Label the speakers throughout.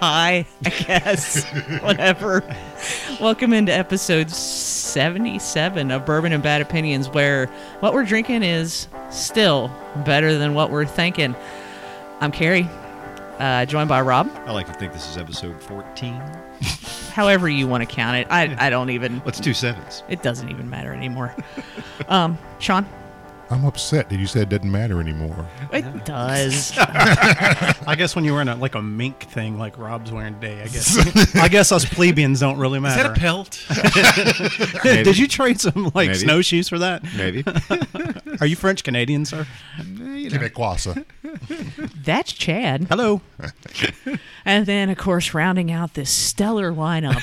Speaker 1: high, I guess. Whatever. Welcome into episode 77 of Bourbon and Bad Opinions, where what we're drinking is still better than what we're thinking. I'm Carrie, uh, joined by Rob,
Speaker 2: I like to think this is episode 14.
Speaker 1: however you want to count it. I, I don't even,
Speaker 2: What's two sevens?
Speaker 1: it doesn't even matter anymore. Um, Sean,
Speaker 3: I'm upset that you said it doesn't matter anymore.
Speaker 1: it does.
Speaker 4: I guess when you're wearing a, like a mink thing, like Rob's wearing today, I guess. I guess us plebeians don't really matter.
Speaker 2: pelt?
Speaker 4: Did you trade some like
Speaker 2: Maybe.
Speaker 4: snowshoes for that?
Speaker 2: Maybe.
Speaker 4: Are you French Canadian, sir?
Speaker 3: Quasa.
Speaker 1: That's Chad.
Speaker 4: Hello.
Speaker 1: And then, of course, rounding out this stellar lineup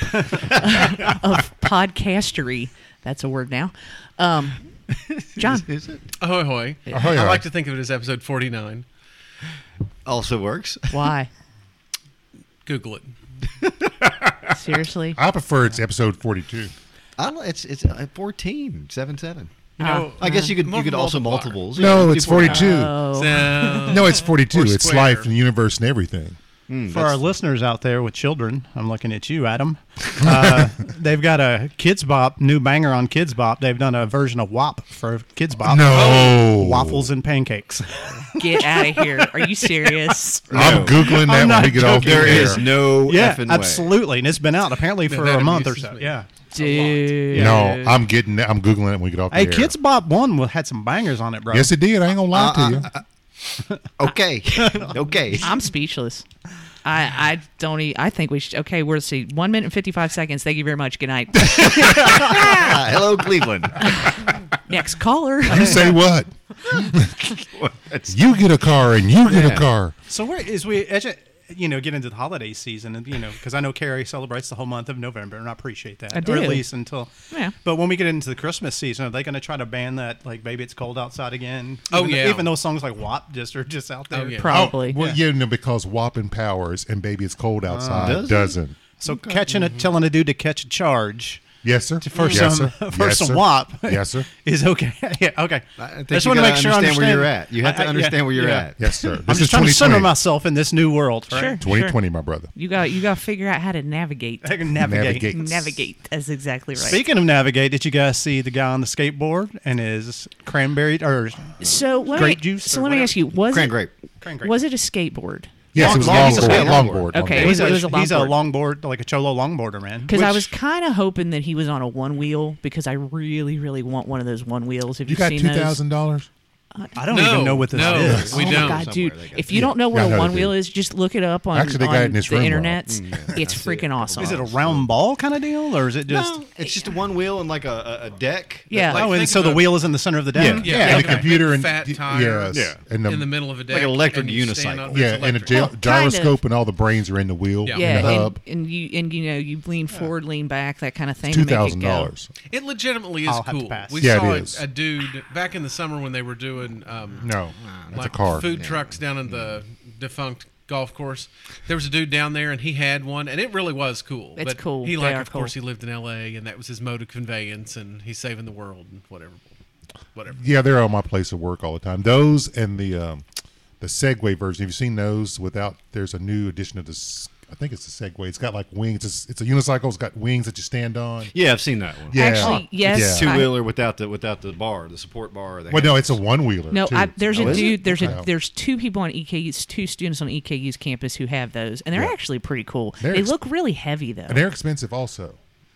Speaker 1: of podcastery. That's a word now. Um, John,
Speaker 2: Is it?
Speaker 5: Ahoy, hoy.
Speaker 3: Ahoy,
Speaker 5: I
Speaker 3: ahoy.
Speaker 5: like to think of it as episode 49.
Speaker 2: Also works.
Speaker 1: why?
Speaker 5: Google it.
Speaker 1: Seriously?
Speaker 3: I prefer it's episode 42.
Speaker 2: I don't, it's it's uh, 14, 7 7.
Speaker 5: You
Speaker 1: Ah.
Speaker 5: know,
Speaker 2: I guess you could, you could also
Speaker 5: Multiplier.
Speaker 2: multiples. You
Speaker 3: No,
Speaker 2: could do
Speaker 3: it's 42.
Speaker 5: uh,
Speaker 1: Oh,
Speaker 5: So-
Speaker 3: No, it's 42.
Speaker 5: Or
Speaker 3: It's
Speaker 5: square.
Speaker 3: life and the universe and everything.
Speaker 2: Hmm,
Speaker 4: For our listeners out there with children, I'm looking at you, Adam. Uh, they've got a Kids Bop new banger on Kids Bop. They've done a version of WAP for Kids Bop.
Speaker 3: No.
Speaker 4: Uh, oh, Waffles and pancakes.
Speaker 1: get out of here. Are you serious?
Speaker 3: I'm Googling that when
Speaker 4: I'm not
Speaker 3: we get off the
Speaker 2: There
Speaker 3: air.
Speaker 2: is no
Speaker 4: yeah,
Speaker 2: Oh, effing way.
Speaker 4: absolutely. And it's been out apparently for
Speaker 5: that
Speaker 4: a month or
Speaker 5: amuses
Speaker 4: so.
Speaker 5: me.
Speaker 4: Yeah.
Speaker 1: Dude.
Speaker 3: No, I'm getting that. I'm Googling it when we get off the
Speaker 4: Hey,
Speaker 3: air.
Speaker 4: Kids Bop 1 had some bangers on it, bro.
Speaker 3: Yes, it did. I ain't going to lie to you.
Speaker 2: Okay. okay.
Speaker 1: I'm speechless. I, I don't e- I think we should. Okay, we're see. One minute and 55 seconds. Thank you very much. Good night.
Speaker 2: Ah, hello, Cleveland.
Speaker 1: Next caller.
Speaker 4: Oh,
Speaker 3: you say what?
Speaker 2: That's-
Speaker 3: You get a car and you get a
Speaker 2: Yeah.
Speaker 3: car.
Speaker 4: So where is we as you- you know get into the holiday season and you know because I know Carrie celebrates the whole month of November and I appreciate that
Speaker 1: I
Speaker 4: or
Speaker 1: do.
Speaker 4: at least until
Speaker 1: Yeah.
Speaker 4: But when we get into the Christmas season, are they going to try to ban that like "Baby It's Cold Outside Again"?
Speaker 5: Oh,
Speaker 4: even,
Speaker 5: yeah.
Speaker 4: even though songs like WAP just are just out there.
Speaker 5: Oh, yeah.
Speaker 1: Probably.
Speaker 3: Well, yeah, no, because Whopping Powers and Baby It's Cold Outside
Speaker 2: does it?
Speaker 3: doesn't.
Speaker 4: So catching
Speaker 2: Mm-hmm.
Speaker 4: a telling a dude to catch a charge
Speaker 3: Yes, sir.
Speaker 4: for
Speaker 3: yes,
Speaker 4: some
Speaker 3: sir.
Speaker 4: for
Speaker 3: yes,
Speaker 4: some
Speaker 3: sir.
Speaker 4: WAP
Speaker 3: Yes, sir.
Speaker 4: is okay. yeah, okay.
Speaker 2: I think
Speaker 4: just
Speaker 2: you
Speaker 4: want to
Speaker 2: gotta
Speaker 4: make sure
Speaker 2: understand
Speaker 4: I understand
Speaker 2: where you're at. You have to
Speaker 4: I- I- yeah,
Speaker 2: understand where you're
Speaker 4: yeah.
Speaker 2: at.
Speaker 3: Yes, sir. This
Speaker 4: I'm
Speaker 3: is
Speaker 4: just trying to center
Speaker 3: 2020.
Speaker 4: myself in this new world. Right?
Speaker 1: Sure.
Speaker 3: 2020, my brother.
Speaker 1: You got you got to figure out how to navigate.
Speaker 4: I can navigate.
Speaker 3: Navigate.
Speaker 1: Navigate. That's exactly right.
Speaker 4: Speaking of navigate, did you guys see the guy on the skateboard and his cranberry or
Speaker 1: so let
Speaker 4: grape
Speaker 1: me,
Speaker 4: juice
Speaker 1: So
Speaker 4: or
Speaker 1: let me
Speaker 4: whatever.
Speaker 1: ask you, was
Speaker 2: Cran
Speaker 1: it-
Speaker 2: grape.
Speaker 4: cranberry?
Speaker 1: Was it a skateboard?
Speaker 3: Yes,
Speaker 4: Long-
Speaker 3: it was longboard.
Speaker 4: long-
Speaker 2: yeah,
Speaker 3: longboard.
Speaker 2: longboard.
Speaker 3: longboard.
Speaker 1: Okay.
Speaker 4: Yeah,
Speaker 1: It was
Speaker 4: he's,
Speaker 1: a-
Speaker 4: a,
Speaker 1: it was a
Speaker 4: he's a
Speaker 1: longboard.
Speaker 4: longboard, like a cholo longboarder, man.
Speaker 1: Because I
Speaker 4: Which-
Speaker 1: was kind of hoping that he was on a one wheel because I really, really want one of those one wheels. Have you,
Speaker 3: You got
Speaker 1: seen
Speaker 3: two
Speaker 1: those?
Speaker 3: thousand dollars?
Speaker 4: I don't
Speaker 5: No,
Speaker 4: even know what this
Speaker 5: no.
Speaker 4: is.
Speaker 5: We
Speaker 1: oh
Speaker 5: don't.
Speaker 1: my god, dude!
Speaker 2: Somewhere they got
Speaker 1: If you don't know
Speaker 3: Yeah,
Speaker 1: what
Speaker 3: I
Speaker 1: a
Speaker 3: know
Speaker 1: one
Speaker 3: they
Speaker 1: wheel
Speaker 3: do.
Speaker 1: is, just look it up on,
Speaker 3: Actually, they got
Speaker 1: on
Speaker 3: it in this
Speaker 1: the
Speaker 3: room,
Speaker 1: internet. it's
Speaker 2: Mm, I see it.
Speaker 1: freaking awesome.
Speaker 4: Is it a round ball kind of deal, or is it just?
Speaker 2: It's just a one wheel and like a, a, a deck. that,
Speaker 1: Yeah.
Speaker 2: like,
Speaker 4: oh, and
Speaker 5: think
Speaker 4: so the
Speaker 5: about-
Speaker 4: wheel is in the center of the deck.
Speaker 5: Yeah,
Speaker 3: Yeah, and
Speaker 5: like
Speaker 3: the
Speaker 5: a big
Speaker 3: computer and
Speaker 5: fat
Speaker 3: y-
Speaker 5: tire
Speaker 3: yes,
Speaker 2: Yeah.
Speaker 3: and the,
Speaker 5: in the middle of a deck.
Speaker 2: an electric
Speaker 5: and you stand
Speaker 2: unicycle.
Speaker 5: up,
Speaker 3: yeah, and
Speaker 5: it's
Speaker 3: a
Speaker 5: electric.
Speaker 3: gy-
Speaker 1: Well, kind
Speaker 3: gyroscope and all the brains are in the wheel.
Speaker 5: Yeah.
Speaker 3: and
Speaker 1: Yeah,
Speaker 3: the
Speaker 1: and,
Speaker 3: hub.
Speaker 1: and you and you know you lean forward, lean back, that kind of thing. to
Speaker 3: Two
Speaker 1: make it
Speaker 3: thousand
Speaker 1: go.
Speaker 3: dollars.
Speaker 5: It legitimately is
Speaker 4: I'll have to
Speaker 5: cool.
Speaker 4: pass.
Speaker 5: We
Speaker 3: Yeah, it
Speaker 5: saw
Speaker 3: is.
Speaker 5: a, a dude back in the summer when they were doing um,
Speaker 3: No, that's
Speaker 5: like
Speaker 3: a car.
Speaker 5: food trucks down in the defunct golf course. There was a dude down there and he had one and it really was cool.
Speaker 1: It's
Speaker 5: but
Speaker 1: cool.
Speaker 5: He
Speaker 1: They
Speaker 5: like
Speaker 1: are
Speaker 5: of course he
Speaker 1: cool.
Speaker 5: lived in LA and that was his mode of conveyance and he's saving the world and whatever. Whatever.
Speaker 3: Yeah, they're on my place of work all the time. Those and the um, the Segway version. Have you seen those? Without there's a new edition of this. I think it's the Segway. It's got like wings. It's, it's a unicycle. It's got wings that you stand on.
Speaker 2: Yeah, I've seen that one.
Speaker 3: Yeah.
Speaker 1: Actually, yes.
Speaker 2: Two
Speaker 1: I-
Speaker 2: wheeler without the without the bar, the support bar. that
Speaker 3: Well,
Speaker 2: has-
Speaker 3: no, it's a one wheeler.
Speaker 1: No, I, there's
Speaker 2: Oh,
Speaker 1: a
Speaker 2: is it?
Speaker 1: dude. There's a
Speaker 3: Okay.
Speaker 1: there's two people on EKU's, two students on EKU's campus who have those, and they're actually pretty cool.
Speaker 3: They're
Speaker 1: they
Speaker 3: ex-
Speaker 1: look really heavy though.
Speaker 3: And they're expensive also.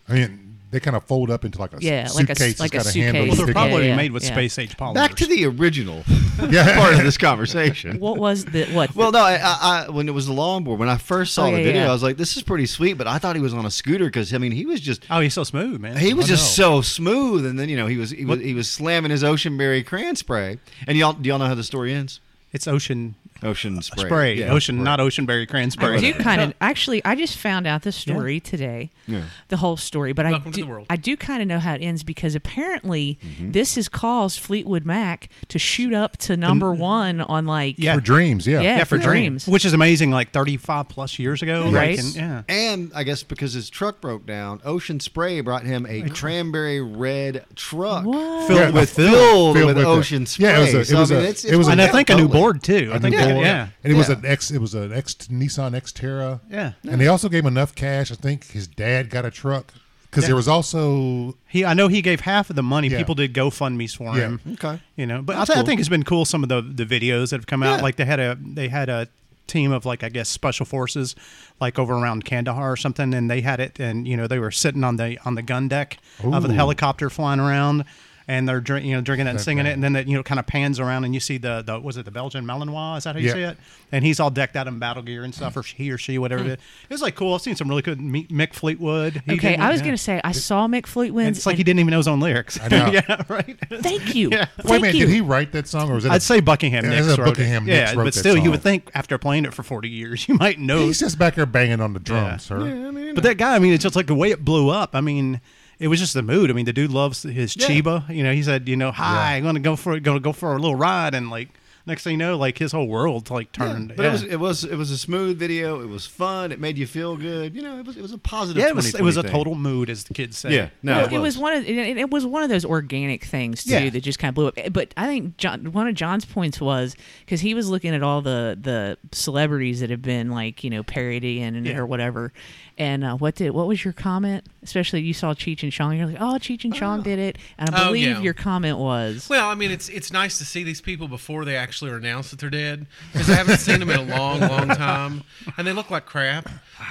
Speaker 3: I mean, they kind of fold up into like a
Speaker 1: Yeah,
Speaker 3: suitcase.
Speaker 1: like a-
Speaker 3: It's
Speaker 1: like a
Speaker 3: got handle.
Speaker 1: suitcase.
Speaker 4: Well,
Speaker 3: you
Speaker 4: they're
Speaker 3: stick it-
Speaker 4: probably
Speaker 1: Yeah,
Speaker 4: made with
Speaker 1: yeah.
Speaker 4: space age polymers.
Speaker 2: Back to the original
Speaker 3: Yeah.
Speaker 2: part of this conversation.
Speaker 1: What was the what?
Speaker 2: Well, no, I, I, I when it was the longboard, when I first saw
Speaker 1: Oh,
Speaker 2: the
Speaker 1: yeah,
Speaker 2: video,
Speaker 1: yeah.
Speaker 2: I was like, "This is pretty sweet," but I thought he was on a scooter because I mean, he was just
Speaker 4: oh, he's so smooth, man.
Speaker 2: he was
Speaker 4: I
Speaker 2: just
Speaker 4: know.
Speaker 2: so smooth, and then you know he was he was, he was slamming his Oceanberry cran spray, and y'all do y'all know how the story ends?
Speaker 4: It's ocean
Speaker 2: Ocean spray,
Speaker 4: spray,
Speaker 2: Yeah.
Speaker 4: ocean, not oceanberry cranberry.
Speaker 1: I do kind of actually. I just found out this story today,
Speaker 2: Yeah.
Speaker 1: the whole story. But I
Speaker 5: Welcome to
Speaker 1: do,
Speaker 5: the world.
Speaker 1: I do kind of know how it ends because apparently this has caused Fleetwood Mac to shoot up to number one on like
Speaker 4: Yeah.
Speaker 3: For dreams, yeah.
Speaker 1: Yeah,
Speaker 4: for
Speaker 1: for
Speaker 4: dreams,
Speaker 1: dreams.
Speaker 4: which is amazing. Like thirty-five plus years ago, like,
Speaker 1: Right.
Speaker 4: and- yeah.
Speaker 2: And I guess because his truck broke down, Ocean Spray brought him a cranberry red truck
Speaker 1: What?
Speaker 4: Filled
Speaker 3: Yeah.
Speaker 4: with
Speaker 2: filled,
Speaker 3: Filled
Speaker 2: with,
Speaker 3: with it.
Speaker 2: ocean spray.
Speaker 3: Yeah, it was a- it
Speaker 2: So, I
Speaker 3: was
Speaker 2: mean,
Speaker 3: a-
Speaker 2: it's-
Speaker 3: it
Speaker 2: it's
Speaker 3: was a-
Speaker 2: like
Speaker 4: and I
Speaker 2: that,
Speaker 4: think a new
Speaker 2: totally.
Speaker 4: board too. I think
Speaker 3: new
Speaker 2: Yeah,
Speaker 4: yeah. yeah.
Speaker 3: And it was an X. It was an X Nissan Xterra.
Speaker 4: Yeah.
Speaker 3: And they also gave him enough cash. I think his dad got a truck because there was also
Speaker 4: He, I know he gave half of the money.
Speaker 3: Yeah.
Speaker 4: People did GoFundmes for
Speaker 3: Yeah.
Speaker 4: him.
Speaker 2: Okay.
Speaker 4: you know, but I,
Speaker 2: That's
Speaker 4: th- I
Speaker 2: cool.
Speaker 4: think it's been cool. Some of the the videos that have come out,
Speaker 2: Yeah.
Speaker 4: like they had a they had a team of like I guess special forces, like over around Kandahar or something, and they had it, and you know they were sitting on the on the gun deck of the
Speaker 3: Ooh.
Speaker 4: helicopter flying around. And they're drink, you know, drinking it and singing it,
Speaker 3: Okay.
Speaker 4: and then that you know kind of pans around, and you see the the was it the Belgian Malinois? Is that how you
Speaker 3: Yeah.
Speaker 4: say it? And he's all decked out in battle gear and stuff, or he or she, whatever it is. It was like cool. I've seen some really good Me- Mick Fleetwood. He
Speaker 1: Okay,
Speaker 4: did
Speaker 1: I
Speaker 4: one,
Speaker 1: was
Speaker 4: yeah.
Speaker 1: gonna say I saw Mick Fleetwood.
Speaker 4: And it's like he didn't even know his own lyrics.
Speaker 3: I know.
Speaker 4: yeah, right.
Speaker 1: Thank you. Thank
Speaker 3: Wait a minute,
Speaker 1: you.
Speaker 3: did he write that song or was that?
Speaker 4: I'd say Buckingham
Speaker 3: Yeah,
Speaker 4: Nicks
Speaker 3: that's a
Speaker 4: wrote it.
Speaker 3: Buckingham Nicks
Speaker 4: yeah,
Speaker 3: wrote
Speaker 4: but
Speaker 3: that
Speaker 4: still, you
Speaker 3: song.
Speaker 4: would think after playing it for forty years, you might know.
Speaker 3: he's just back there banging on the drums, sir.
Speaker 4: but that guy, I mean, it's just like the way it blew up. I mean, it was just the mood. I mean, the dude loves his Chiba. You know, he said, you know, hi, I'm gonna go for gonna go for a little ride, and like next thing you know, like his whole world like turned.
Speaker 2: But it was it was it was a smooth video. It was fun. It made you feel good. You know, it was it was a positive.
Speaker 4: yeah, it was it was
Speaker 2: 2020
Speaker 4: a
Speaker 2: thing.
Speaker 4: total mood, as the kids say.
Speaker 2: Yeah, no,
Speaker 1: Well, it was one of it, it was one of those organic things too
Speaker 4: Yeah.
Speaker 1: that just kind of blew up. But I think John, one of John's points was because he was looking at all the the celebrities that have been like you know parodying and
Speaker 4: Yeah.
Speaker 1: or whatever. And uh, what did what was your comment? Especially you saw Cheech and Chong. You're like, oh, Cheech and Chong did it. And I
Speaker 5: Oh,
Speaker 1: believe
Speaker 5: yeah.
Speaker 1: your comment was
Speaker 5: Well, I mean, it's it's nice to see these people before they actually are announced that they're dead because I haven't seen them in a long, long time, and they look like crap.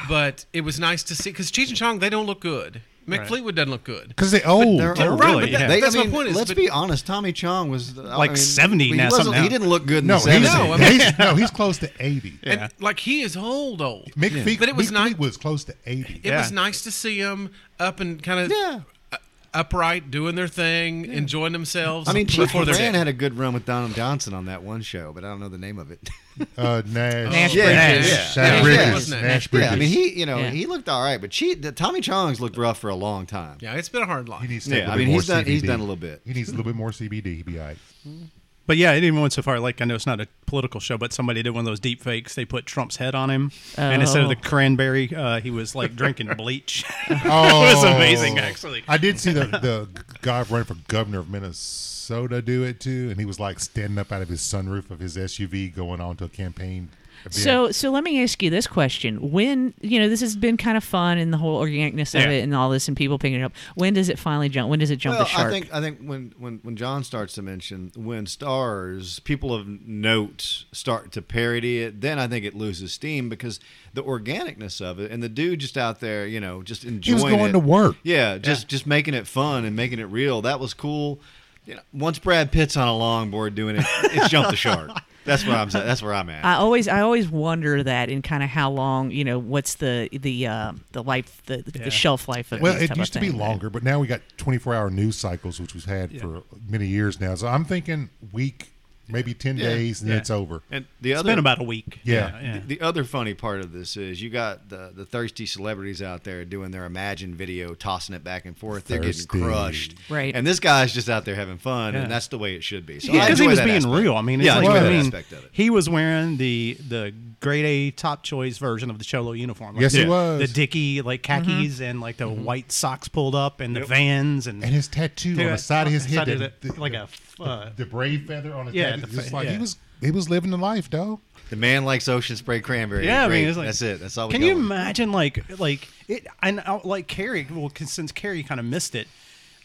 Speaker 5: But it was nice to see because Cheech and Chong they don't look good. Mick Fleetwood doesn't look good.
Speaker 3: Because they old.
Speaker 4: they're old. really,
Speaker 5: but that-
Speaker 4: yeah.
Speaker 2: Oh, They,
Speaker 5: that's
Speaker 2: I mean,
Speaker 5: my point. Is,
Speaker 2: let's
Speaker 5: but-
Speaker 2: be honest. Tommy Chong was uh, I
Speaker 4: Like
Speaker 2: mean,
Speaker 4: 70
Speaker 2: he
Speaker 4: now
Speaker 2: wasn't-
Speaker 4: somehow.
Speaker 2: He didn't look good in
Speaker 3: No,
Speaker 2: the 70s.
Speaker 3: he's,
Speaker 5: No, I mean-
Speaker 3: he's- no, he's close to eighty.
Speaker 5: and, like he is old, old.
Speaker 3: Mick Fleet-
Speaker 5: But it was
Speaker 3: Mick
Speaker 5: nice.
Speaker 3: Fleetwood's close to eighty.
Speaker 5: It
Speaker 4: Yeah.
Speaker 5: was nice to see them up and kind of
Speaker 2: Yeah.
Speaker 5: upright, doing their thing, enjoying themselves.
Speaker 2: I mean, Chief
Speaker 5: before they're
Speaker 2: Moran
Speaker 5: dead.
Speaker 2: had a good run with Donald Johnson on that one show, but I don't know the name of it.
Speaker 3: Uh, Nash.
Speaker 1: Nash
Speaker 2: Yeah,
Speaker 3: Nash,
Speaker 2: yeah,
Speaker 3: Nash
Speaker 2: yeah.
Speaker 3: Bridges.
Speaker 2: Yeah,
Speaker 5: wasn't it?
Speaker 3: Nash Bridges.
Speaker 2: yeah, I mean, he you know
Speaker 1: Yeah.
Speaker 2: he looked all right, but she, the, Tommy Chong's looked rough for a long time.
Speaker 5: yeah, it's been a hard
Speaker 3: He
Speaker 5: life.
Speaker 3: needs to take
Speaker 2: Yeah,
Speaker 3: a
Speaker 2: I
Speaker 3: little
Speaker 2: mean,
Speaker 3: bit more
Speaker 2: he's done- he's
Speaker 3: CBD.
Speaker 2: done a little bit.
Speaker 3: He needs a little bit more CBD. He'd be all right.
Speaker 4: But yeah, it even went so far. Like I know it's not a political show, but somebody did one of those deep fakes. They put Trump's head on him, and instead of the
Speaker 1: Oh.
Speaker 4: cranberry, uh, he was like drinking bleach.
Speaker 3: Oh,
Speaker 4: it was amazing, actually.
Speaker 3: I did see the the guy running for governor of Minnesota do it too, and he was like standing up out of his sunroof of his SUV going on to a campaign. Event.
Speaker 1: So, so let me ask you this question: When you know this has been kind of fun and the whole organicness
Speaker 4: Yeah.
Speaker 1: of it and all this and people picking it up, when does it finally jump? When does it jump
Speaker 2: Well,
Speaker 1: the shark?
Speaker 2: I think I think when, when when John starts to mention when stars, people of note start to parody it, then I think it loses steam because the organicness of it and the dude just out there, you know, just enjoying.
Speaker 3: going
Speaker 2: it.
Speaker 3: to work.
Speaker 2: Yeah, just just making it fun and making it real. That was cool. You know, once Brad Pitt's on a longboard doing it, it's jumped the shark. That's where I'm. sa- That's where I'm at.
Speaker 1: I always I always wonder that in kind of how long you know what's the the uh, the life the, the shelf life of
Speaker 3: well,
Speaker 1: these
Speaker 3: it
Speaker 1: type
Speaker 3: used to
Speaker 1: of
Speaker 3: be
Speaker 1: things.
Speaker 3: longer, but now we got 24 hour news cycles, which we've had for many years now. So I'm thinking week, maybe 10
Speaker 2: Yeah.
Speaker 3: days, and then
Speaker 4: Yeah.
Speaker 3: it's over.
Speaker 2: and the
Speaker 4: It's
Speaker 2: other
Speaker 4: been about a week.
Speaker 3: Yeah.
Speaker 4: yeah.
Speaker 2: The other funny part of this is you got the, the thirsty celebrities out there doing their Imagine video, tossing it back and forth. They're
Speaker 3: Thirsty.
Speaker 2: getting crushed.
Speaker 1: Right.
Speaker 2: And this guy's just out there having fun,
Speaker 4: Yeah.
Speaker 2: and that's the way it should be. So I
Speaker 4: because he
Speaker 2: enjoy
Speaker 4: was
Speaker 2: that
Speaker 4: being
Speaker 2: aspect.
Speaker 4: real. I mean, it's
Speaker 2: yeah, I
Speaker 4: like,
Speaker 2: enjoy
Speaker 4: I
Speaker 2: that
Speaker 4: mean,
Speaker 2: aspect of it.
Speaker 4: he was wearing the the grade A top choice version of the cholo uniform. Like
Speaker 3: Yes,
Speaker 4: the,
Speaker 3: he was. Mm-hmm.
Speaker 4: The dicky like khakis and like the white socks pulled up and the Vans and,
Speaker 3: And his tattoo
Speaker 4: Dude,
Speaker 3: on the side of his head,
Speaker 4: side of
Speaker 3: that-
Speaker 4: the-
Speaker 3: the-
Speaker 4: like a uh,
Speaker 3: the brave feather on his
Speaker 4: Yeah,
Speaker 3: head.
Speaker 4: the
Speaker 3: It's just
Speaker 4: fe-
Speaker 3: like
Speaker 4: yeah.
Speaker 3: he was he was living the life, though.
Speaker 2: The man likes ocean spray cranberry.
Speaker 4: yeah. I
Speaker 2: Great.
Speaker 4: mean, it's like
Speaker 2: that's it. That's all. we
Speaker 4: Can
Speaker 2: got
Speaker 4: you
Speaker 2: with it.
Speaker 4: imagine like like it and uh, like Carrie? Well, 'cause since Carrie kind of missed it,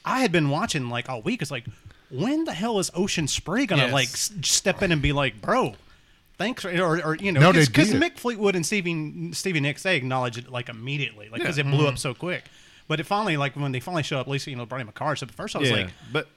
Speaker 4: I had been watching like all week. It's like when the hell is Ocean Spray gonna
Speaker 5: Yes.
Speaker 4: like s- step in and be like, bro? Thanks, or, or, or, you know,
Speaker 3: No, they
Speaker 4: because
Speaker 3: did.
Speaker 4: Mick Fleetwood and Stevie Stevie Nicks they acknowledged it like immediately, like because it blew
Speaker 2: Mm-hmm.
Speaker 4: up so quick. But it finally, like when they finally showed up, Lisa, you know, Brian McCarr. So at first, I was
Speaker 2: Yeah,
Speaker 4: like,
Speaker 2: but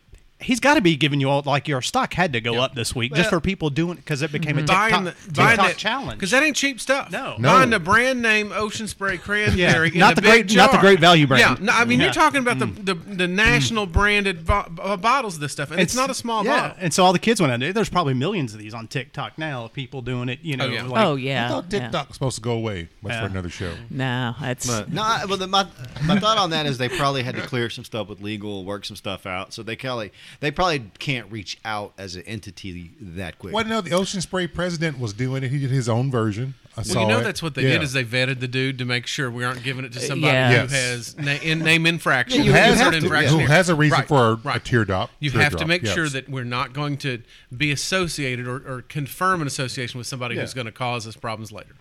Speaker 4: he's got to be giving you all like your stock had to go up this week just
Speaker 2: Well- mm-hmm.
Speaker 4: for people doing because it became a TikTok,
Speaker 5: Buying the buying
Speaker 4: TikTok
Speaker 5: that
Speaker 4: challenge.
Speaker 5: because that ain't cheap stuff.
Speaker 4: No.
Speaker 3: No.
Speaker 5: buying the brand name Ocean Spray cranberry.
Speaker 4: Yeah.
Speaker 5: in
Speaker 4: Not
Speaker 5: a
Speaker 4: the
Speaker 5: big
Speaker 4: great- not the
Speaker 5: jar.
Speaker 4: great value brand.
Speaker 5: Yeah, no, I mean
Speaker 4: Yeah.
Speaker 5: you're talking about
Speaker 3: Mm.
Speaker 5: the, the the national branded bo- uh, bottles of this stuff, and it's, not a small
Speaker 4: yeah.
Speaker 5: bottle.
Speaker 4: And so all the kids went out there. There's probably millions of these on TikTok now. of People doing it, you know.
Speaker 5: Oh, yeah.
Speaker 4: Like,
Speaker 1: Oh
Speaker 3: I
Speaker 1: yeah,
Speaker 3: thought
Speaker 1: yeah.
Speaker 3: TikTok was supposed to go away. That's for
Speaker 4: Yeah.
Speaker 3: another show.
Speaker 1: No, that's
Speaker 2: But uh, no, I, well, the, my my thought on that is they probably had to clear some stuff with legal, work some stuff out. So they probably They probably can't reach out as an entity that quick.
Speaker 3: Well, no, the Ocean Spray president was doing it. He did his own version. I saw
Speaker 5: Well, you know
Speaker 3: it.
Speaker 5: that's what they
Speaker 3: Yeah. Uh,
Speaker 5: did is they vetted the dude to make sure we aren't giving it to somebody
Speaker 1: yeah.
Speaker 5: who
Speaker 3: Yes.
Speaker 5: has na- in name infraction.
Speaker 3: who has,
Speaker 5: Insert
Speaker 3: to-
Speaker 5: infraction
Speaker 3: who
Speaker 5: here.
Speaker 3: has a reason
Speaker 5: Right,
Speaker 3: for a,
Speaker 5: right.
Speaker 3: a teardrop.
Speaker 5: You have
Speaker 3: teardrop,
Speaker 5: to make
Speaker 3: yes.
Speaker 5: sure that we're not going to be associated or, or confirm an association with somebody who's going to cause us problems later.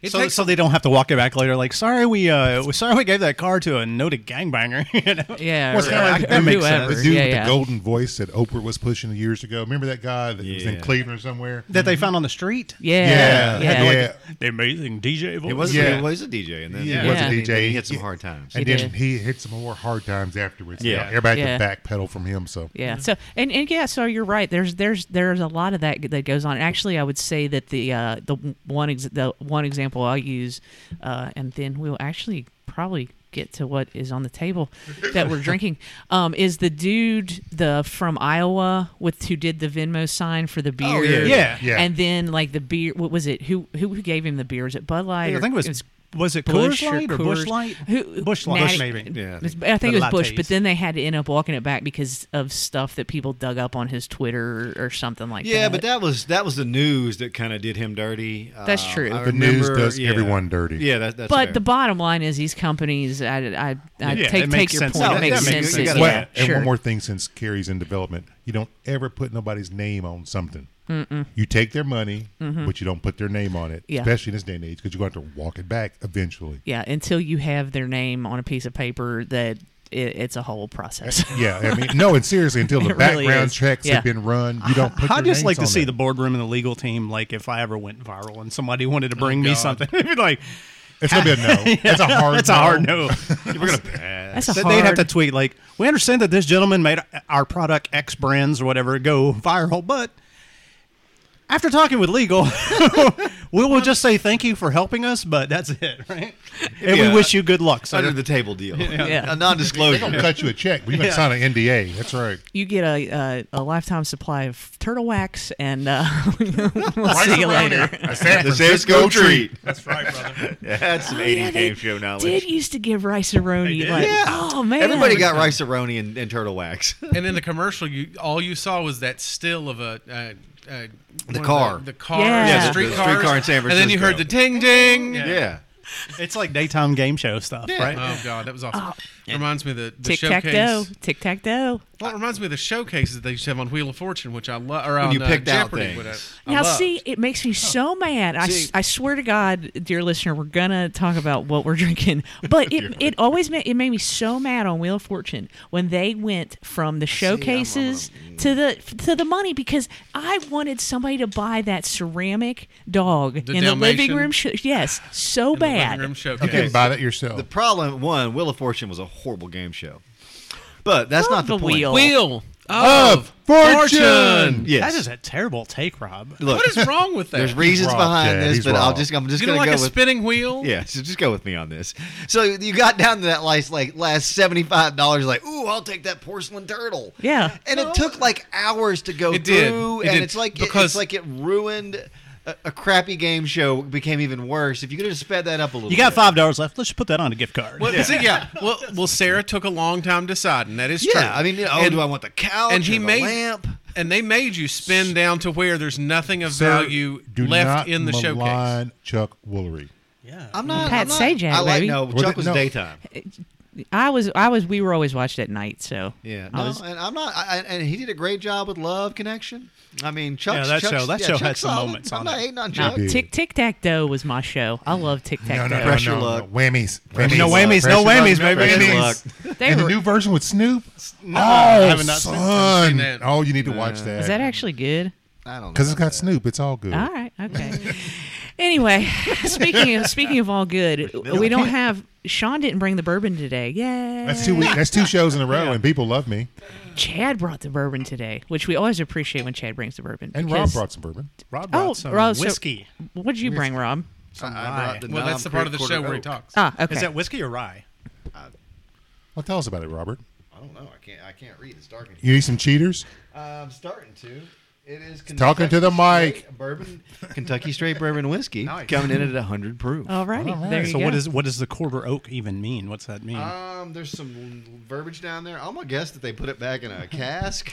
Speaker 5: It
Speaker 4: So,
Speaker 5: takes
Speaker 4: so they don't have to walk it back later. Like, sorry, we uh, we- sorry we gave that car to a noted gangbanger. You know?
Speaker 1: Yeah,
Speaker 3: Well, it's
Speaker 1: or-
Speaker 3: kinda like
Speaker 1: or
Speaker 3: the dude-
Speaker 1: whoever.
Speaker 3: The dude
Speaker 1: yeah,
Speaker 3: with
Speaker 1: yeah.
Speaker 3: the golden voice that Oprah was pushing years ago. Remember that guy that was in
Speaker 2: Yeah.
Speaker 3: Cleveland or somewhere?
Speaker 4: That they found on the street.
Speaker 1: yeah, yeah,
Speaker 3: yeah.
Speaker 1: like-
Speaker 3: yeah.
Speaker 4: The amazing DJ voice.
Speaker 2: It was,
Speaker 3: Yeah.
Speaker 2: he was a DJ, and then
Speaker 3: He
Speaker 1: Yeah.
Speaker 3: was a
Speaker 1: Yeah.
Speaker 3: DJ.
Speaker 2: He hit some hard times.
Speaker 3: And
Speaker 1: He
Speaker 3: then
Speaker 1: did.
Speaker 3: he hit some more hard times afterwards.
Speaker 2: Yeah.
Speaker 3: Everybody had to
Speaker 1: Yeah.
Speaker 3: backpedal from him. So
Speaker 1: Yeah. So and, and yeah, so you're right. There's there's there's a lot of that that goes on. Actually, I would say that the uh, the one ex- the one example I'll use, uh, and then we'll actually probably get to what is on the table that we're drinking um, is the dude the from Iowa with who did the Venmo sign for the beer.
Speaker 2: yeah.
Speaker 4: Yeah.
Speaker 3: Yeah.
Speaker 1: And then like the beer, what was it? Who who, who gave him the beer? Was it Bud Light?
Speaker 4: I
Speaker 1: or-
Speaker 4: think it was. was it
Speaker 1: Bush
Speaker 4: Coors Light or
Speaker 1: Coors.
Speaker 4: Bush Light?
Speaker 1: Who,
Speaker 4: Bush
Speaker 1: Natty-
Speaker 4: Light, maybe.
Speaker 2: Yeah, I
Speaker 1: It was-
Speaker 2: think-
Speaker 1: I think it was
Speaker 4: The
Speaker 1: Bush,
Speaker 4: lattes.
Speaker 1: but then they had to end up walking it back because of stuff that people dug up on his Twitter or, or something like
Speaker 2: Yeah,
Speaker 1: that.
Speaker 2: but that was that was the news that kind of did him dirty.
Speaker 1: That's
Speaker 2: Um,
Speaker 1: true.
Speaker 2: I
Speaker 3: The news
Speaker 2: remember-
Speaker 3: does
Speaker 2: yeah.
Speaker 3: everyone dirty.
Speaker 2: Yeah, that, that's
Speaker 1: But
Speaker 2: fair.
Speaker 1: the bottom line is these companies. I, I, I
Speaker 4: Yeah,
Speaker 1: take
Speaker 4: it
Speaker 1: take
Speaker 4: makes
Speaker 1: your
Speaker 4: sense.
Speaker 1: point.
Speaker 2: No,
Speaker 1: it makes
Speaker 2: that
Speaker 1: sense.
Speaker 2: makes- you
Speaker 1: is-
Speaker 2: gotta-
Speaker 1: yeah,
Speaker 3: Well, and
Speaker 1: sure.
Speaker 3: one more thing since Carrie's in development, you don't ever put nobody's name on something. You take their money, but you don't put their name on it,
Speaker 1: Mm-hmm. Yeah.
Speaker 3: especially in this day and age, because you're going to have to walk it back eventually.
Speaker 1: yeah, until you have their name on a piece of paper, that it, it's a whole process.
Speaker 3: Yeah, I mean, no, and seriously, until the
Speaker 1: It really
Speaker 3: background
Speaker 1: is.
Speaker 3: checks
Speaker 1: Yeah.
Speaker 3: have been run, you don't put
Speaker 4: I'd
Speaker 3: their
Speaker 4: just
Speaker 3: names
Speaker 4: like to
Speaker 3: on
Speaker 4: see
Speaker 3: it.
Speaker 4: the boardroom and the legal team, like if I ever went viral and somebody wanted to
Speaker 5: Oh,
Speaker 4: bring me something, it'd be like
Speaker 3: It's going to be a no. That's a hard
Speaker 4: that's a hard no.
Speaker 2: we're gonna pass.
Speaker 1: That's a
Speaker 4: So
Speaker 1: hard.
Speaker 4: they'd have to tweet like, "We understand that this gentleman made our product X brands or whatever go viral, but after talking with legal, we will just say thank you for helping us, but that's it, right? And
Speaker 2: Yeah.
Speaker 4: we wish you good luck,
Speaker 2: under
Speaker 4: sir."
Speaker 2: the table deal.
Speaker 1: Yeah.
Speaker 2: A
Speaker 3: They're going to
Speaker 2: non-disclosure.
Speaker 3: cut you a check, but you're going to sign an NDA. That's right.
Speaker 1: you get a, uh, a lifetime supply of turtle wax, and uh, we'll
Speaker 3: Right
Speaker 1: see you
Speaker 3: around
Speaker 1: later.
Speaker 3: here, A San
Speaker 2: The
Speaker 3: Francisco
Speaker 2: Cisco
Speaker 3: treat.
Speaker 2: treat. That's right, brother. That's some 80s game show knowledge.
Speaker 1: Oh, Did used to give rice and roni. Like,
Speaker 2: Yeah.
Speaker 1: Oh man,
Speaker 2: Everybody got rice aroni and, and turtle wax.
Speaker 5: and in the commercial, you all you saw was that still of a. Uh, uh, one of
Speaker 2: car.
Speaker 5: the, the car,
Speaker 1: Yeah. Yeah,
Speaker 5: the
Speaker 1: the-
Speaker 5: street
Speaker 2: the
Speaker 5: car,
Speaker 2: streetcar in San
Speaker 5: and then you
Speaker 2: Francisco.
Speaker 5: heard the ding ding.
Speaker 2: yeah.
Speaker 4: It's like daytime game show stuff, right?
Speaker 2: Uh,
Speaker 5: Oh god, that was awesome. Reminds me of the, the
Speaker 1: tic tac toe,
Speaker 5: showcase.
Speaker 1: tic tac toe.
Speaker 5: Well, it reminds me of the showcases that they used to have on Wheel of Fortune, which I love. Or on
Speaker 2: you
Speaker 5: uh,
Speaker 2: picked out
Speaker 5: Jeopardy,
Speaker 2: things.
Speaker 5: what I- I
Speaker 1: Now,
Speaker 5: love.
Speaker 1: see, it makes me so mad. I,
Speaker 2: See-
Speaker 1: I swear to God, dear listener, we're gonna talk about what we're drinking, but it, it always made, it made me so mad on Wheel of Fortune when they went from the showcases to the to the money because I wanted somebody to buy that ceramic dog
Speaker 5: The
Speaker 1: in the living
Speaker 5: Dalmatian?
Speaker 1: room. Sh- yes, so
Speaker 5: In the living
Speaker 1: bad.
Speaker 5: room
Speaker 3: You
Speaker 5: showcase.
Speaker 3: can buy that yourself.
Speaker 2: The problem one, Wheel of Fortune was a horrible game show, but that's not the,
Speaker 1: the
Speaker 2: point.
Speaker 1: wheel.
Speaker 5: Wheel
Speaker 3: Of
Speaker 5: of Fortune.
Speaker 2: Yes.
Speaker 4: That is a terrible take, Rob.
Speaker 2: Look,
Speaker 5: What is wrong with that?
Speaker 2: there's reasons
Speaker 3: Rob,
Speaker 2: behind
Speaker 3: yeah,
Speaker 2: this,
Speaker 3: he's
Speaker 2: but I'll
Speaker 3: wrong.
Speaker 2: just I'm just
Speaker 5: you
Speaker 2: gonna
Speaker 5: don't like
Speaker 2: go
Speaker 5: a
Speaker 2: with
Speaker 5: spinning wheel?
Speaker 2: Yeah, so just go with me on this. So you got down to that last like last seventy five dollars, like, ooh, I'll take that porcelain turtle.
Speaker 1: Yeah.
Speaker 2: and it took like hours to go
Speaker 5: It did.
Speaker 2: through,
Speaker 5: It
Speaker 2: and
Speaker 5: did.
Speaker 2: it's like because
Speaker 5: Because-
Speaker 2: it's like it ruined a, a crappy game show became even worse. If you could have sped that up a little,
Speaker 4: You got
Speaker 2: bit.
Speaker 4: five dollars left. Let's just put that on a gift card.
Speaker 5: Well, see, yeah. Well, well, Sarah took a long time deciding. That is true.
Speaker 2: Yeah, I mean, you know, oh,
Speaker 5: And-
Speaker 2: do I want the couch
Speaker 5: and he
Speaker 2: or the
Speaker 5: made-
Speaker 2: lamp?
Speaker 5: And they made you spin down to where there's nothing of
Speaker 3: Sir,
Speaker 5: value
Speaker 3: do not
Speaker 5: left in the showcase.
Speaker 3: malign Chuck Woolery.
Speaker 4: yeah.
Speaker 2: I'm not
Speaker 1: Pat
Speaker 2: I'm not,
Speaker 1: Sajak,
Speaker 2: I like
Speaker 1: baby.
Speaker 2: no.
Speaker 3: Was
Speaker 2: Chuck
Speaker 3: it-
Speaker 2: was
Speaker 3: no.
Speaker 2: daytime.
Speaker 1: I was I was we were always watched at night, so
Speaker 2: Yeah,
Speaker 1: I
Speaker 2: no,
Speaker 1: was-
Speaker 2: and I'm not. I, I- and he did a great job with Love Connection. I mean, Chuck's,
Speaker 4: that
Speaker 2: Chuck's-
Speaker 4: show- that
Speaker 2: yeah,
Speaker 4: show
Speaker 2: Chuck's
Speaker 4: had some
Speaker 2: solid.
Speaker 4: moments
Speaker 2: I'm
Speaker 4: on
Speaker 2: not
Speaker 4: it.
Speaker 2: hating on
Speaker 1: No,
Speaker 2: Chuck.
Speaker 3: did.
Speaker 1: tic tic tac toe was my show. I love tic
Speaker 3: No,
Speaker 1: tac
Speaker 3: no,
Speaker 1: toe.
Speaker 3: no,
Speaker 2: Pressure
Speaker 3: no, no.
Speaker 2: luck.
Speaker 3: Whammies.
Speaker 4: No
Speaker 3: luck.
Speaker 4: whammies, no
Speaker 3: Pressure
Speaker 4: whammies,
Speaker 3: luck,
Speaker 4: baby.
Speaker 3: pressure
Speaker 4: Whammies.
Speaker 3: luck.
Speaker 1: They
Speaker 3: and
Speaker 1: were-
Speaker 3: the new version with Snoop.
Speaker 4: No,
Speaker 3: oh,
Speaker 4: I have not seen- I haven't
Speaker 3: son.
Speaker 5: seen that.
Speaker 3: Oh, you need to watch that.
Speaker 1: Is that Ah. actually good?
Speaker 2: I don't know.
Speaker 3: Because it's got Snoop. It's all good.
Speaker 1: All right. Okay. anyway, speaking of speaking of all good, we don't have Sean didn't bring the bourbon today. Yay.
Speaker 3: That's two week, That's two shows in a row, and people love me.
Speaker 1: Chad brought the bourbon today, which we always appreciate when Chad brings the bourbon.
Speaker 3: And Rob
Speaker 1: because-
Speaker 3: brought some bourbon.
Speaker 4: Rob brought
Speaker 1: Oh,
Speaker 4: some
Speaker 1: Rob, so-
Speaker 4: whiskey.
Speaker 1: What'd you bring, Rob?
Speaker 4: Some
Speaker 2: I
Speaker 4: rye.
Speaker 2: brought the
Speaker 5: Well, that's the part of the
Speaker 2: non-pre-quarter
Speaker 5: show where he
Speaker 2: oak.
Speaker 5: talks.
Speaker 1: Ah, okay.
Speaker 4: Is that whiskey or rye?
Speaker 3: Well, tell us about it, Robert.
Speaker 2: I don't know. I can't. I can't read. It's dark in here.
Speaker 3: You need some cheaters?
Speaker 2: I'm starting to. It is
Speaker 3: Talking to the
Speaker 2: Kentucky
Speaker 3: mic.
Speaker 2: Straight Bourbon, Kentucky straight bourbon whiskey
Speaker 5: Nice.
Speaker 2: coming in at 100 proof.
Speaker 1: Alrighty.
Speaker 3: All right.
Speaker 1: There you
Speaker 4: So
Speaker 1: go.
Speaker 4: what is what does the quarter oak even mean? What's that mean?
Speaker 2: Uh, Um, there's some verbiage down there. I'm gonna guess that they put it back in a cask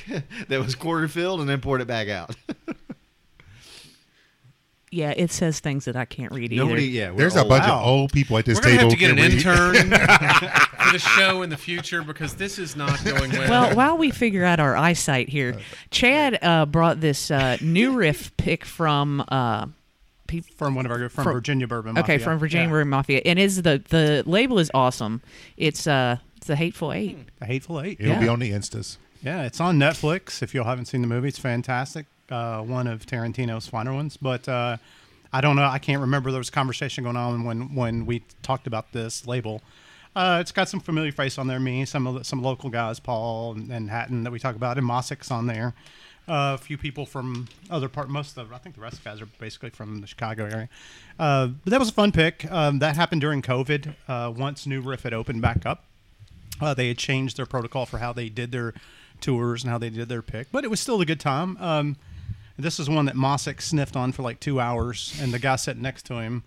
Speaker 2: that was quarter filled and then poured it back out.
Speaker 1: Yeah, it says things that I can't read either.
Speaker 2: Nobody, yeah, we're
Speaker 3: There's a
Speaker 2: all
Speaker 3: bunch
Speaker 2: out.
Speaker 3: of old people at this
Speaker 5: We're
Speaker 3: table.
Speaker 5: gonna have to get an
Speaker 3: Can we-
Speaker 5: intern for the show in the future because this is not going well.
Speaker 1: Well, while we figure out our eyesight here, Chad uh, brought this uh, new riff pick from uh, pe-
Speaker 4: from one of our from,
Speaker 1: From-
Speaker 4: Virginia Bourbon.
Speaker 1: okay
Speaker 4: Mafia.
Speaker 1: from Virginia River Mafia, and is the the label is awesome. It's uh it's the Hateful Eight.
Speaker 4: Yeah. The Hateful Eight.
Speaker 3: It'll be
Speaker 1: Yeah.
Speaker 3: on the instas.
Speaker 4: Yeah, it's on Netflix. If you all haven't seen the movie, it's fantastic. Uh, one of Tarantino's finer ones. But uh, I don't know. I can't remember. There was a conversation going on when when we talked about this label. Uh, it's got some familiar face on there. Me, some of the, some local guys, Paul and, and Hatton that we talk about, and Mossick's on there. Uh, a few people from other part. Most of the, I think the rest of the guys are basically from the Chicago area. Uh, but that was a fun pick. Um, that happened during COVID. Uh, once New Riff had opened back up, uh, they had changed their protocol for how they did their tours and how they did their pick, but it was still a good time. Um, this is one that Mossick sniffed on for like two hours, and the guy sitting next to him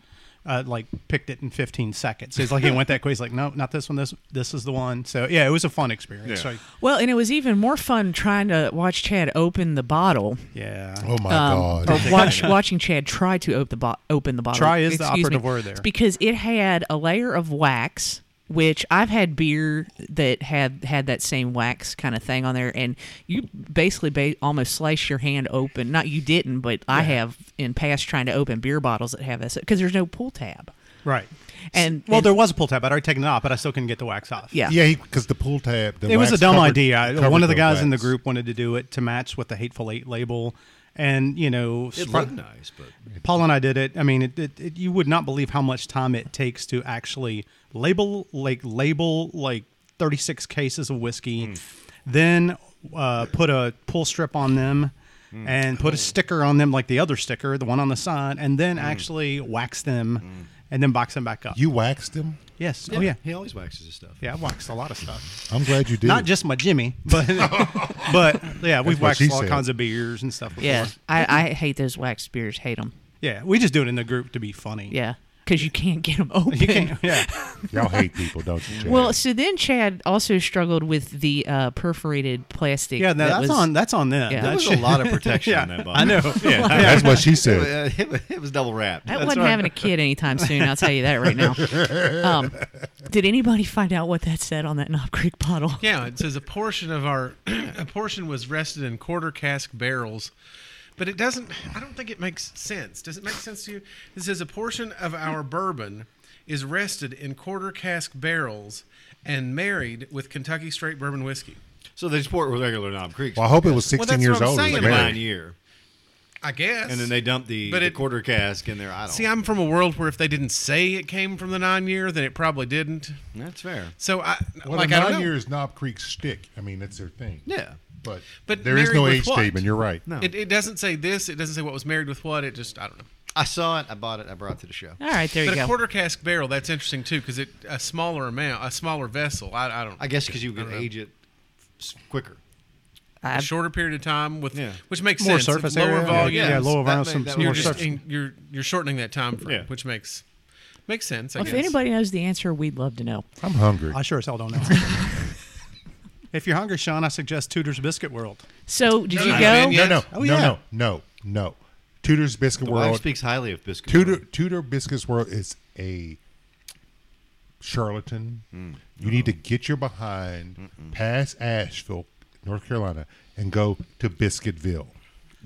Speaker 4: uh, like picked it in 15 seconds. He's like, he went that quick. He's like, no, not this one. This this is the one. So yeah, it was a fun experience.
Speaker 3: Yeah.
Speaker 4: Like,
Speaker 1: Well, and it was even more fun trying to watch Chad open the bottle.
Speaker 4: yeah.
Speaker 3: Oh my
Speaker 1: Um,
Speaker 3: god!
Speaker 1: or watch, watching Chad try to open the, bo- open the bottle.
Speaker 4: Try is the
Speaker 1: Excuse me.
Speaker 4: operative word there.
Speaker 1: It's because it had a layer of wax, which I've had beer that had had that same wax kind of thing on there, and you basically ba- almost slice your hand open. Not you didn't, but I have in past trying to open beer bottles that have this because there's no pull tab.
Speaker 4: Right.
Speaker 1: And
Speaker 4: Well,
Speaker 1: and-
Speaker 4: there was a pull tab. I'd already taken it off, but I still couldn't get the wax off.
Speaker 1: yeah.
Speaker 3: Yeah, because the pool tab. The
Speaker 4: it was a
Speaker 3: wax
Speaker 4: dumb
Speaker 3: covered-
Speaker 4: idea. I-
Speaker 3: covered
Speaker 4: One of the guys in the
Speaker 3: wax.
Speaker 4: group wanted to do it to match with the Hateful Eight label. And, you know,
Speaker 2: It
Speaker 4: fr-
Speaker 2: looked nice, but
Speaker 4: Paul and I did it. I mean, it, it, it, you would not believe how much time it takes to actually label, like label, like thirty six cases of whiskey,
Speaker 3: Hmm.
Speaker 4: then uh, put a pull strip on them,
Speaker 3: Hmm.
Speaker 4: and put a sticker on them, like the other sticker, the one on the side, and then actually wax them, and then box them back up.
Speaker 3: Hmm. You waxed him.
Speaker 4: yes. Oh yeah.
Speaker 2: he always waxes his stuff.
Speaker 4: Yeah, I waxed a lot of stuff.
Speaker 3: I'm glad you did.
Speaker 4: Not just my Jimmy, but but yeah, we've
Speaker 3: what
Speaker 4: waxed
Speaker 3: she
Speaker 4: all
Speaker 3: said.
Speaker 4: kinds of beers and stuff. Before.
Speaker 1: yeah. I, I hate those wax beers. Hate them.
Speaker 4: yeah. We just do it in the group to be funny.
Speaker 1: Yeah, because you can't get them open.
Speaker 4: you can't. Yeah,
Speaker 3: y'all hate people, don't you? Chad?
Speaker 1: Well, so then Chad also struggled with the uh, perforated plastic.
Speaker 4: yeah. no,
Speaker 1: that
Speaker 4: that's
Speaker 1: was,
Speaker 4: on. That's on them.
Speaker 1: Yeah.
Speaker 2: There
Speaker 4: That
Speaker 2: was a
Speaker 4: shit-
Speaker 2: lot of protection
Speaker 4: yeah,
Speaker 2: in that bottle.
Speaker 4: I know. Yeah.
Speaker 3: that's what she
Speaker 2: It,
Speaker 3: said.
Speaker 2: wa- it, wa- it was double wrapped.
Speaker 1: I wasn't having a kid anytime soon. I'll tell you that right now. Um, did anybody find out what that said on that Knob Creek bottle?
Speaker 5: Yeah, it says a portion of our a portion was rested in quarter cask barrels. But it doesn't I don't think it makes sense. Does it make sense to you? It says a portion of our bourbon is rested in quarter cask barrels and married with Kentucky straight bourbon whiskey.
Speaker 2: So they just pour it with regular Knob Creek.
Speaker 3: Well, I hope it was
Speaker 5: that's
Speaker 3: 16 years
Speaker 5: what I'm
Speaker 3: old. It was
Speaker 5: saying,
Speaker 2: like
Speaker 5: man.
Speaker 3: married.
Speaker 2: nine year,
Speaker 5: I guess.
Speaker 2: and then they dump the,
Speaker 5: But
Speaker 2: the
Speaker 5: it-
Speaker 2: quarter cask in there. I don't
Speaker 5: See, I'm from a world where if they didn't say it came from the nine year, then it probably didn't.
Speaker 2: That's fair.
Speaker 5: So I
Speaker 3: Well,
Speaker 5: like
Speaker 3: the
Speaker 5: I don't
Speaker 3: nine
Speaker 5: know.
Speaker 3: years Knob Creek stick. I mean, that's their thing.
Speaker 2: Yeah.
Speaker 3: But,
Speaker 5: But
Speaker 3: there is
Speaker 5: married
Speaker 3: no
Speaker 5: with
Speaker 3: age
Speaker 5: what?
Speaker 3: statement. You're right.
Speaker 2: No.
Speaker 5: It, it doesn't say this. It doesn't say what was married with what. It just I don't know.
Speaker 2: I saw it. I bought it. I brought it to the show.
Speaker 1: All right, there
Speaker 5: But
Speaker 1: you
Speaker 5: a
Speaker 1: go.
Speaker 5: quarter cask barrel, that's interesting too, because it a smaller amount, a smaller vessel. I, I don't.
Speaker 2: I guess because you can
Speaker 5: don't know.
Speaker 2: age it s- quicker.
Speaker 5: a
Speaker 1: I,
Speaker 5: shorter period of time with,
Speaker 2: Yeah.
Speaker 5: which makes
Speaker 4: more
Speaker 5: sense.
Speaker 4: surface
Speaker 5: lower
Speaker 4: area.
Speaker 5: volume.
Speaker 4: Yeah,
Speaker 2: Yeah,
Speaker 4: lower
Speaker 2: that may-
Speaker 4: volume. Some,
Speaker 2: that
Speaker 4: some
Speaker 2: may-
Speaker 5: You're
Speaker 4: more
Speaker 2: makes
Speaker 5: just
Speaker 4: surface.
Speaker 5: in, you're you're shortening that time frame,
Speaker 2: Yeah.
Speaker 5: which makes makes sense. I
Speaker 1: if
Speaker 5: guess.
Speaker 1: anybody knows the answer, we'd love to know.
Speaker 3: I'm hungry.
Speaker 4: I sure as hell don't know. if you're hungry, Sean, I suggest Tudor's Biscuit World.
Speaker 1: So did you go?
Speaker 5: no, man, yeah.
Speaker 3: no, no,
Speaker 4: Oh,
Speaker 3: no,
Speaker 4: yeah.
Speaker 3: no, no, no. Tudor's Biscuit
Speaker 2: The wife
Speaker 3: World.
Speaker 2: speaks highly of biscuit.
Speaker 3: Tudor
Speaker 2: World.
Speaker 3: Tudor Biscuits World is a charlatan. You need to get your behind past Asheville, North Carolina, and go to Biscuitville.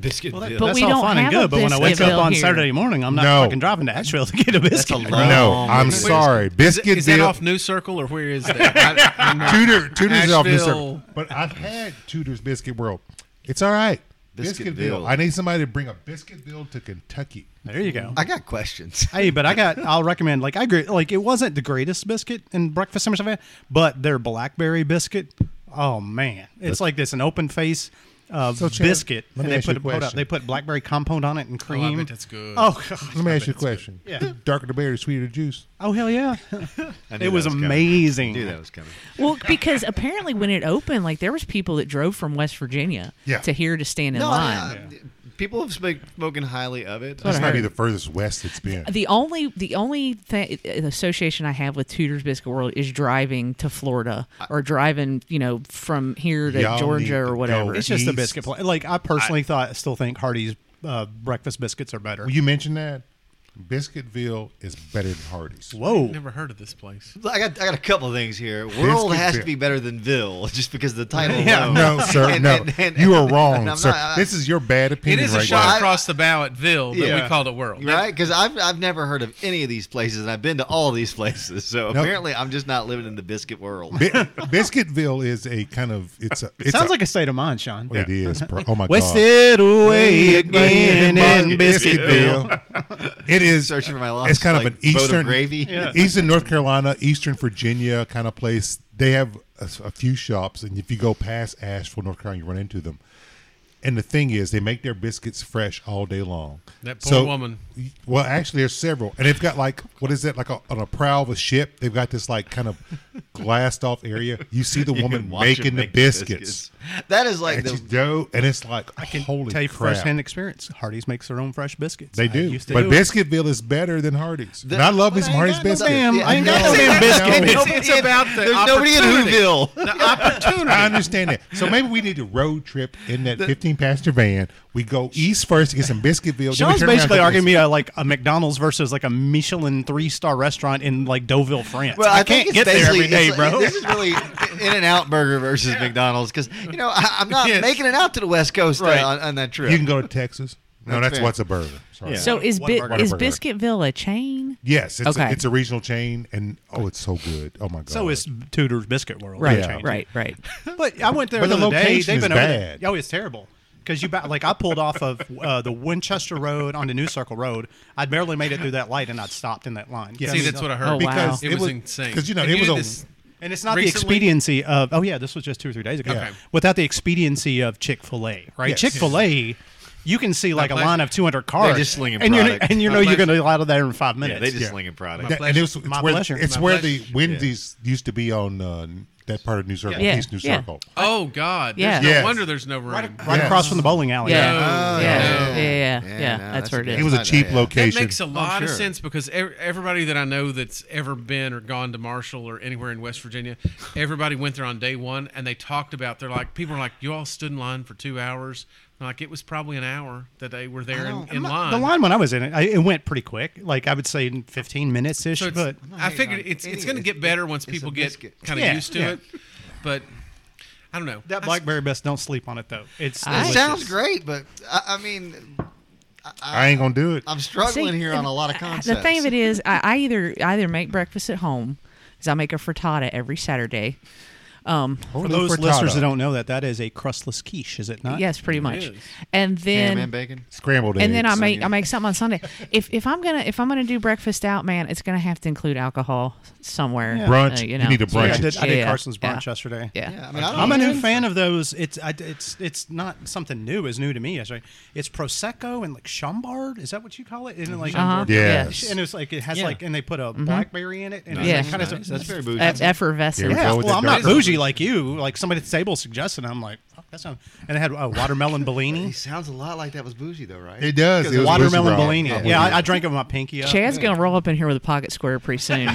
Speaker 2: Biscuitville.
Speaker 1: But
Speaker 4: that's
Speaker 1: we
Speaker 4: all
Speaker 1: don't
Speaker 4: fine and
Speaker 1: have a
Speaker 4: good, but when I wake
Speaker 1: Biscuitville
Speaker 4: up on
Speaker 1: here.
Speaker 4: Saturday morning, I'm not
Speaker 3: No.
Speaker 4: fucking driving to Asheville to get a biscuit.
Speaker 2: a
Speaker 4: Right.
Speaker 2: long-
Speaker 3: no,
Speaker 2: Oh,
Speaker 3: I'm
Speaker 2: wait,
Speaker 3: sorry,
Speaker 5: Is, it- is that
Speaker 3: Biscuitville.
Speaker 5: off New Circle or where is that? I, I'm not-
Speaker 3: Tudor Tudor's off the
Speaker 5: Asheville.
Speaker 3: circle. But I've had Tudor's Biscuit World. It's all right.
Speaker 2: Biscuitville.
Speaker 3: Biscuitville. I need somebody to bring a Biscuitville to Kentucky.
Speaker 4: There you go.
Speaker 2: I got questions.
Speaker 4: Hey, but I got. I'll recommend. Like I agree. Like it wasn't the greatest biscuit and breakfast sandwich I've had, but their blackberry biscuit. Oh man, it's like this an open face uh,
Speaker 3: So, Chad,
Speaker 4: biscuit,
Speaker 3: let me
Speaker 4: and they
Speaker 3: ask
Speaker 4: put
Speaker 3: you a
Speaker 4: it- put out-
Speaker 3: question.
Speaker 4: they put blackberry compote on it and
Speaker 5: Oh,
Speaker 4: cream.
Speaker 5: I bet that's good.
Speaker 4: Oh, God.
Speaker 3: Let me ask you a question.
Speaker 4: Yeah.
Speaker 3: The darker the berry, the sweeter the juice.
Speaker 4: oh hell yeah!
Speaker 2: I knew
Speaker 4: It
Speaker 2: that
Speaker 4: was
Speaker 2: coming. I
Speaker 4: amazing.
Speaker 2: knew that was coming.
Speaker 1: Well, because apparently when it opened, like there was people that drove from West Virginia
Speaker 3: Yeah.
Speaker 1: to here to stand in
Speaker 2: No,
Speaker 1: line.
Speaker 2: I- I- people have spoke, spoken highly of it.
Speaker 1: what
Speaker 3: This
Speaker 1: I
Speaker 3: might be
Speaker 1: heard.
Speaker 3: the furthest west it's been.
Speaker 1: The only the only thing uh, association I have with Tudor's Biscuit World is driving to Florida or driving, you know, from here to
Speaker 3: Y'all need
Speaker 1: Georgia
Speaker 3: to
Speaker 1: or
Speaker 3: go
Speaker 1: whatever.
Speaker 4: It's just a
Speaker 3: Yeast.
Speaker 4: biscuit place. Like I personally thought, still think Hardy's uh, breakfast biscuits are better.
Speaker 3: Well, you mentioned that Biscuitville is better than Hardee's.
Speaker 4: Whoa!
Speaker 5: Never heard of this place.
Speaker 2: I got I got a couple of things here. World has to
Speaker 3: Bill.
Speaker 2: be better than Ville just because of the title.
Speaker 4: Yeah,
Speaker 2: alone.
Speaker 3: No, sir,
Speaker 2: And-
Speaker 3: no.
Speaker 2: and- and-
Speaker 3: you are
Speaker 2: and
Speaker 3: wrong,
Speaker 2: I'm
Speaker 3: sir.
Speaker 2: not- I-
Speaker 3: this is your bad
Speaker 5: It
Speaker 3: opinion
Speaker 5: is a
Speaker 3: right
Speaker 5: shot
Speaker 3: now.
Speaker 2: I-
Speaker 5: across the bow at Ville, but
Speaker 2: Yeah.
Speaker 5: we called it World.
Speaker 2: Right? Because I've, I've never heard of any of these places, and I've been to all these places. So
Speaker 3: No.
Speaker 2: apparently, I'm just not living in the biscuit world.
Speaker 3: Bi- Biscuitville is a kind of it's a it's
Speaker 4: Sounds
Speaker 3: a,
Speaker 4: like a state of mind, Sean.
Speaker 3: it is. bro. Oh my god,
Speaker 4: Wasted away again in Biscuitville.
Speaker 3: Biscuitville. It is
Speaker 2: Searching for my lost.
Speaker 3: It's kind of
Speaker 2: like,
Speaker 3: an
Speaker 2: boat
Speaker 3: eastern
Speaker 2: of gravy.
Speaker 3: Eastern North Carolina, Eastern Virginia kind of place. They have a, a few shops, and if you go past Asheville, North Carolina, you run into them. And the thing is, they make their biscuits fresh all day long.
Speaker 5: That poor woman.
Speaker 3: Well, actually, there's several, and they've got like what is it? Like a, on a prow of a ship, they've got this like kind of glassed off area. You see the
Speaker 2: You
Speaker 3: woman
Speaker 2: can watch 'em
Speaker 3: making the
Speaker 2: make
Speaker 3: biscuits,
Speaker 2: That is like
Speaker 3: and
Speaker 2: the
Speaker 3: she dough, and it's like I
Speaker 4: Can
Speaker 3: holy
Speaker 4: tell you from
Speaker 3: crap.
Speaker 4: firsthand experience. Hardy's makes their own fresh biscuits.
Speaker 3: They
Speaker 4: I
Speaker 3: do,
Speaker 4: used to
Speaker 3: but
Speaker 4: do it.
Speaker 3: Biscuitville is better than Hardee's. and I love
Speaker 2: But
Speaker 3: me some
Speaker 2: I ain't
Speaker 3: Hardee's
Speaker 2: got no
Speaker 3: biscuits.
Speaker 4: Damn, I ain't got
Speaker 3: No,
Speaker 4: no
Speaker 3: no,
Speaker 4: damn biscuit.
Speaker 5: It's, it's about the
Speaker 2: There's nobody in
Speaker 5: opportunity.
Speaker 2: Whoville.
Speaker 5: The opportunity.
Speaker 3: I understand that. So maybe we need to road trip in that 15 passenger van. We go east first to get some Biscuitville. then we
Speaker 4: Sean's
Speaker 3: turn around and
Speaker 4: basically
Speaker 3: go
Speaker 4: arguing
Speaker 3: east.
Speaker 4: me uh, like a McDonald's versus like a Michelin three star restaurant in like Deauville, France.
Speaker 2: Well, I,
Speaker 4: I,
Speaker 2: think
Speaker 4: can't
Speaker 2: it's
Speaker 4: get there
Speaker 2: basically-
Speaker 4: every day,
Speaker 2: it's-
Speaker 4: bro.
Speaker 2: This is really In and Out Burger versus McDonald's because you know I, I'm not
Speaker 5: Yes.
Speaker 2: making it out to the West Coast uh,
Speaker 4: Right.
Speaker 2: on, on that trip.
Speaker 3: You can go to Texas. No,
Speaker 2: That's
Speaker 3: that's,
Speaker 2: fair.
Speaker 3: what's a burger. Sorry.
Speaker 1: so is
Speaker 4: Whataburger.
Speaker 1: Bi- is
Speaker 3: Whataburger.
Speaker 1: Biscuitville a chain?
Speaker 3: Yes, it's,
Speaker 1: Okay.
Speaker 3: a, it's a regional chain, and oh, it's so good. Oh my god.
Speaker 4: So is Tudor's Biscuit World.
Speaker 1: Right,
Speaker 4: They
Speaker 3: Yeah.
Speaker 4: changed it.
Speaker 1: right, right.
Speaker 4: But I went there
Speaker 3: But
Speaker 4: the,
Speaker 3: the
Speaker 4: other day.
Speaker 3: location
Speaker 4: They've been
Speaker 3: is
Speaker 4: over there.
Speaker 3: bad.
Speaker 4: Oh, it's terrible. Because you ba- like I pulled off of uh, the Winchester Road onto New Circle Road. I'd barely made it through that light, and I'd stopped in that line.
Speaker 3: Yes.
Speaker 5: See, that's what I heard.
Speaker 1: Oh, wow.
Speaker 5: It was insane.
Speaker 3: Because you know
Speaker 5: If
Speaker 3: it
Speaker 5: you
Speaker 3: was
Speaker 5: did
Speaker 3: a
Speaker 5: this-
Speaker 4: And it's not the
Speaker 5: Recently-
Speaker 4: expediency of oh yeah, this was just two or three days ago.
Speaker 3: Okay.
Speaker 4: Without the expediency of Chick Fil A, right?
Speaker 3: Yes.
Speaker 4: Chick Fil A, you can see like a
Speaker 5: pleasure.
Speaker 4: line of two hundred cars.
Speaker 2: just slinging
Speaker 4: and, you're,
Speaker 2: product.
Speaker 4: and you
Speaker 5: My
Speaker 4: know you're
Speaker 5: pleasure.
Speaker 4: going to get out of there in five minutes.
Speaker 2: yeah, they just
Speaker 3: Yeah.
Speaker 2: slinging product.
Speaker 5: My
Speaker 3: that- and it was, it's
Speaker 4: My
Speaker 3: where,
Speaker 4: pleasure.
Speaker 3: It's
Speaker 5: My
Speaker 3: where
Speaker 5: pleasure.
Speaker 3: the Wendy's used to be on uh, that part of New Circle,
Speaker 1: Yeah.
Speaker 3: East New
Speaker 1: Yeah.
Speaker 3: Circle.
Speaker 5: Oh God!
Speaker 1: Yeah.
Speaker 5: There's
Speaker 3: Yes.
Speaker 5: No wonder there's no room.
Speaker 4: right
Speaker 3: Yes.
Speaker 4: across from the bowling alley. Uh,
Speaker 1: Yeah. yeah,
Speaker 5: No,
Speaker 1: yeah,
Speaker 5: no.
Speaker 1: yeah, yeah,
Speaker 2: Yeah,
Speaker 1: yeah,
Speaker 2: no,
Speaker 1: That's
Speaker 2: that's
Speaker 1: where it
Speaker 2: a
Speaker 1: is.
Speaker 2: good-
Speaker 3: It was a
Speaker 2: Not
Speaker 3: cheap
Speaker 2: that.
Speaker 3: location.
Speaker 5: That makes a lot of
Speaker 2: sure.
Speaker 5: sense because ev- everybody that I know that's ever been or gone to Marshall or anywhere in West Virginia, everybody went there on day one and they talked about. They're like, people are like, you all stood in line for two hours. I'm like it was probably an hour that they were there in, in line.
Speaker 4: The line when I was in it, I, it went pretty quick. Like I would say in fifteen minutes ish.
Speaker 5: So it's,
Speaker 4: but
Speaker 5: I
Speaker 2: hating
Speaker 5: figured
Speaker 2: on
Speaker 5: it's
Speaker 2: any
Speaker 5: it's
Speaker 2: of
Speaker 5: going to
Speaker 2: it.
Speaker 5: get better once
Speaker 2: It's a
Speaker 5: people get
Speaker 2: biscuit.
Speaker 5: kind of
Speaker 4: Yeah,
Speaker 5: used to
Speaker 4: yeah.
Speaker 5: it. But I don't know.
Speaker 4: that
Speaker 5: I-
Speaker 4: blackberry best, don't sleep on it though. It's
Speaker 1: I-
Speaker 2: It
Speaker 4: delicious.
Speaker 2: sounds great, but I, I mean,
Speaker 3: I ain't gonna do it.
Speaker 2: I'm struggling
Speaker 1: See,
Speaker 2: here on a lot of
Speaker 1: uh,
Speaker 2: concepts.
Speaker 1: The thing of it is, I, I either I either make breakfast at home because I make a frittata every Saturday. Um,
Speaker 4: For
Speaker 3: Holy
Speaker 4: those
Speaker 3: frittata.
Speaker 4: listeners that don't know that, that is a crustless quiche, is it not?
Speaker 1: yes, pretty much.
Speaker 5: is.
Speaker 1: And then
Speaker 2: ham and bacon.
Speaker 3: scrambled
Speaker 1: and then I
Speaker 3: eggs.
Speaker 1: make I make something on Sunday. If if I'm gonna if I'm gonna do breakfast out, man, it's gonna have to include alcohol somewhere.
Speaker 3: Brunch.
Speaker 1: uh,
Speaker 3: You
Speaker 1: you, know.
Speaker 3: need to
Speaker 4: Yeah, I
Speaker 3: brunch.
Speaker 4: did, I did
Speaker 1: Yeah,
Speaker 4: Carson's brunch
Speaker 1: yeah.
Speaker 4: yesterday.
Speaker 1: Yeah.
Speaker 2: Yeah, I mean, I don't
Speaker 4: I'm a new
Speaker 2: know.
Speaker 4: fan of those. It's I, it's it's not something new. Is new to me. It's like it's prosecco and like Chambard. Is that what you call it? And like
Speaker 1: Uh-huh.
Speaker 3: Yes.
Speaker 4: and it's like it has
Speaker 5: Yeah.
Speaker 4: like and they put a blackberry in it. And it's
Speaker 1: Yeah.
Speaker 4: like kind
Speaker 2: Nice.
Speaker 4: of
Speaker 2: That's very bougie.
Speaker 1: Eff- E-, effervescent.
Speaker 3: Here we go.
Speaker 4: yeah.
Speaker 3: with
Speaker 4: Well,
Speaker 3: the
Speaker 4: I'm not
Speaker 3: dark-
Speaker 4: bougie like you. Like somebody at the table suggested, I'm like, oh, that's not. And they had a watermelon
Speaker 2: He
Speaker 4: Bellini.
Speaker 2: sounds a lot like that was bougie though, right?
Speaker 3: It does. It was bougie,
Speaker 4: watermelon
Speaker 3: Rob.
Speaker 4: Bellini. Yeah, I, I drank it with my pinky up.
Speaker 1: Chad's gonna roll up in here with a pocket square pretty soon.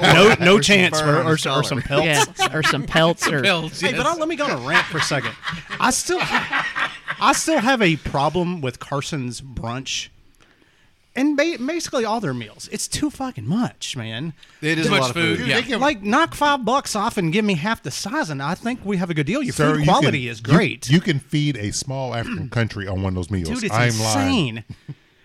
Speaker 4: No, no
Speaker 2: Or some
Speaker 4: chance.
Speaker 2: fur
Speaker 4: Or,
Speaker 2: on
Speaker 4: or,
Speaker 2: his
Speaker 4: or some
Speaker 2: collar.
Speaker 4: pelts.
Speaker 1: yeah, or some pelts or
Speaker 5: Pills,
Speaker 4: Hey, but
Speaker 5: yes.
Speaker 4: I, let me go on a rant for a second. I still, I still have a problem with Carson's brunch, and ba- basically all their meals. It's too fucking much, man.
Speaker 2: It is
Speaker 5: Too
Speaker 2: a
Speaker 5: much
Speaker 2: lot of
Speaker 5: food,
Speaker 2: food.
Speaker 5: yeah.
Speaker 2: They can-
Speaker 4: Like knock five bucks off and give me half the size, and I think we have a good deal. Your
Speaker 3: Sir,
Speaker 4: food
Speaker 3: you
Speaker 4: quality
Speaker 3: can-
Speaker 4: is
Speaker 3: you-
Speaker 4: great,
Speaker 3: You, can feed a small African country on one of those meals.
Speaker 4: dude. It's
Speaker 3: I'm lying.
Speaker 4: insane.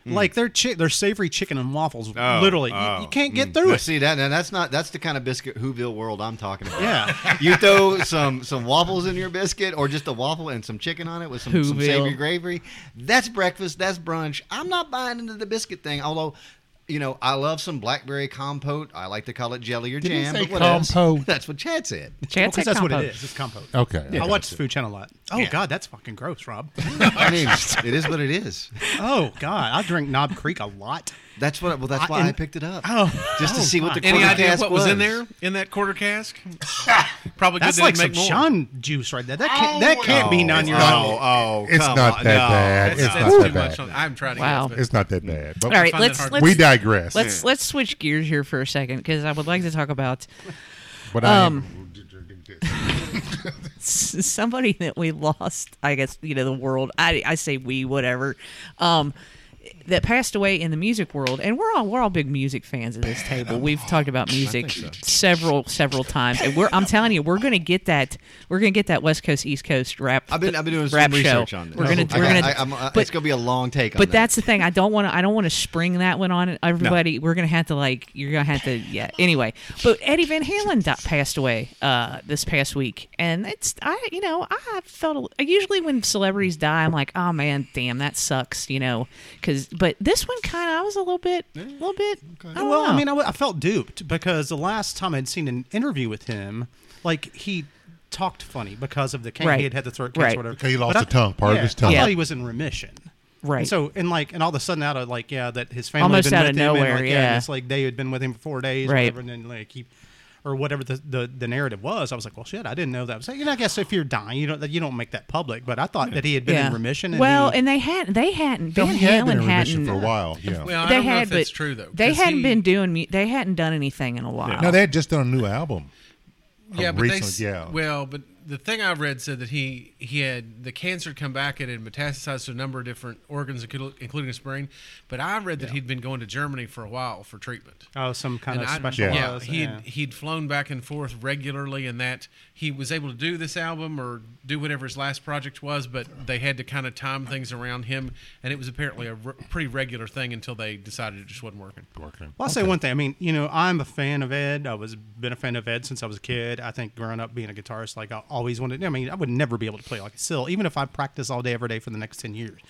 Speaker 4: like their chi- their savory chicken and waffles, literally, you- you, can't get through
Speaker 2: Now,
Speaker 4: it.
Speaker 2: Hmm. See that? Now that's not. That's the kind of biscuit Whoville world I'm talking about.
Speaker 4: Yeah.
Speaker 2: you throw some some waffles in your biscuit, or just a waffle and some chicken on it with some, some
Speaker 1: Whoville.
Speaker 2: savory gravy. That's breakfast. That's brunch. I'm not buying into the biscuit thing. Although, you know, I love some blackberry compote. I like to call it jelly or
Speaker 3: Did he
Speaker 2: jam.
Speaker 3: say
Speaker 2: but what else?
Speaker 3: compote?
Speaker 2: That's what Chad said.
Speaker 1: Chad
Speaker 4: Because
Speaker 1: said
Speaker 4: that's what it
Speaker 1: compote.
Speaker 4: is. It's compote.
Speaker 3: Okay.
Speaker 4: I watch the Food Channel a lot. Oh God, that's fucking gross, Rob.
Speaker 2: I mean, it is what it is.
Speaker 4: oh God, I drink Knob Creek a lot.
Speaker 2: That's what. Well, that's why I,
Speaker 4: and-
Speaker 2: picked it up.
Speaker 4: Oh.
Speaker 2: just to
Speaker 4: Oh,
Speaker 2: see what the
Speaker 4: my.
Speaker 5: Any
Speaker 2: quarter
Speaker 5: idea
Speaker 2: cask
Speaker 5: what was in there in that quarter cask? Probably
Speaker 4: That's
Speaker 5: good they
Speaker 4: like
Speaker 5: didn't
Speaker 4: some
Speaker 5: make more.
Speaker 4: Sean juice right there. That can't that can't be none year
Speaker 2: Oh,
Speaker 4: old.
Speaker 2: oh,
Speaker 3: It's
Speaker 2: come
Speaker 3: not
Speaker 2: on.
Speaker 3: that
Speaker 2: No,
Speaker 3: bad.
Speaker 5: That's,
Speaker 3: It's
Speaker 5: that's
Speaker 3: not
Speaker 5: too
Speaker 3: that
Speaker 5: much.
Speaker 3: bad.
Speaker 5: On, I'm trying to
Speaker 1: Wow.
Speaker 5: guess,
Speaker 3: It's not that bad. But
Speaker 1: All right,
Speaker 5: find that
Speaker 1: let's
Speaker 5: hard.
Speaker 1: let's
Speaker 3: we digress.
Speaker 1: let's let's switch gears here for a second because I would like to talk about
Speaker 3: but I
Speaker 1: um,
Speaker 3: am-
Speaker 1: s- somebody that we lost. I guess you know the world. I I say we whatever. Um, that passed away in the music world, and we're all we're all big music fans at this table. We've talked about music several several times, and we're I'm telling you, we're gonna get that we're gonna get that West Coast East Coast rap.
Speaker 2: I've been I've been doing
Speaker 1: rap
Speaker 2: some research
Speaker 1: show.
Speaker 2: on this. Oh,
Speaker 1: We're gonna
Speaker 2: I
Speaker 1: we're
Speaker 2: got-
Speaker 1: gonna
Speaker 2: I- I'm- I-
Speaker 1: but-
Speaker 2: it's gonna be a long take. on
Speaker 1: but
Speaker 2: that.
Speaker 1: that's the thing. I don't want to. I don't want to spring that one on everybody. We're gonna have to like. You're gonna have to. Yeah. Anyway, but Eddie Van Halen di- passed away uh, this past week, and it's I. You know, I felt a- usually when celebrities die, I'm like, oh man, damn, that sucks. You know, because but this one kind of I was a little bit, a little bit. I don't
Speaker 4: well,
Speaker 1: know.
Speaker 4: I mean, I, w- I felt duped because the last time I'd seen an interview with him, like he talked funny because of the can-
Speaker 1: Right.
Speaker 4: he had had the throat cancer,
Speaker 1: Right.
Speaker 4: or whatever.
Speaker 3: Okay, he lost
Speaker 4: But I-
Speaker 3: a tongue, part of
Speaker 4: yeah,
Speaker 3: his tongue.
Speaker 4: I
Speaker 1: Yeah.
Speaker 4: thought he was in remission.
Speaker 1: Right.
Speaker 4: And so and like and all of a sudden out of like yeah that his family
Speaker 1: Almost
Speaker 4: had been
Speaker 1: out
Speaker 4: with
Speaker 1: of
Speaker 4: him and,
Speaker 1: nowhere,
Speaker 4: like,
Speaker 1: yeah.
Speaker 4: and it's like they had been with him for four days
Speaker 1: Right.
Speaker 4: or whatever and then like he or whatever the, the the narrative was I was like well shit I didn't know that was you know I guess if you're dying you don't you don't make that public but I thought that he had been in remission and
Speaker 1: well,
Speaker 4: he-
Speaker 1: and they hadn't. They hadn't.
Speaker 3: No,
Speaker 1: Van
Speaker 3: he had been
Speaker 1: Halen
Speaker 3: in
Speaker 1: hadn't.
Speaker 3: remission for a while. Yeah.
Speaker 5: Well, I
Speaker 1: They
Speaker 5: don't
Speaker 1: had,
Speaker 5: know if that's
Speaker 1: but
Speaker 5: true though.
Speaker 1: They
Speaker 5: 'cause
Speaker 1: hadn't
Speaker 5: he-
Speaker 1: been doing. mu- They hadn't done anything in a while.
Speaker 3: no, they had just done a new album.
Speaker 5: Yeah,
Speaker 3: Um,
Speaker 5: but they,
Speaker 3: recently,
Speaker 5: s-
Speaker 3: yeah.
Speaker 5: Well, but the thing I read said that he he had the cancer had come back and it had metastasized to a number of different organs, inclu- including his brain. But I read that he'd been going to Germany for a while for treatment.
Speaker 4: oh some kind
Speaker 5: And
Speaker 4: of
Speaker 5: I-
Speaker 4: special
Speaker 5: yeah,
Speaker 4: was,
Speaker 5: he'd
Speaker 4: yeah.
Speaker 5: he'd flown back and forth regularly, and that he was able to do this album or do whatever his last project was, but they had to kind of time things around him, and it was apparently a re- pretty regular thing until they decided it just wasn't working.
Speaker 4: Well, I'll say one thing. I mean, you know, I'm a fan of Ed. I was been a fan of Ed since I was a kid. I think growing up being a guitarist, like I always wanted. I mean, I would never be able to play like a Sill, even if I practice all day every day for the next ten years.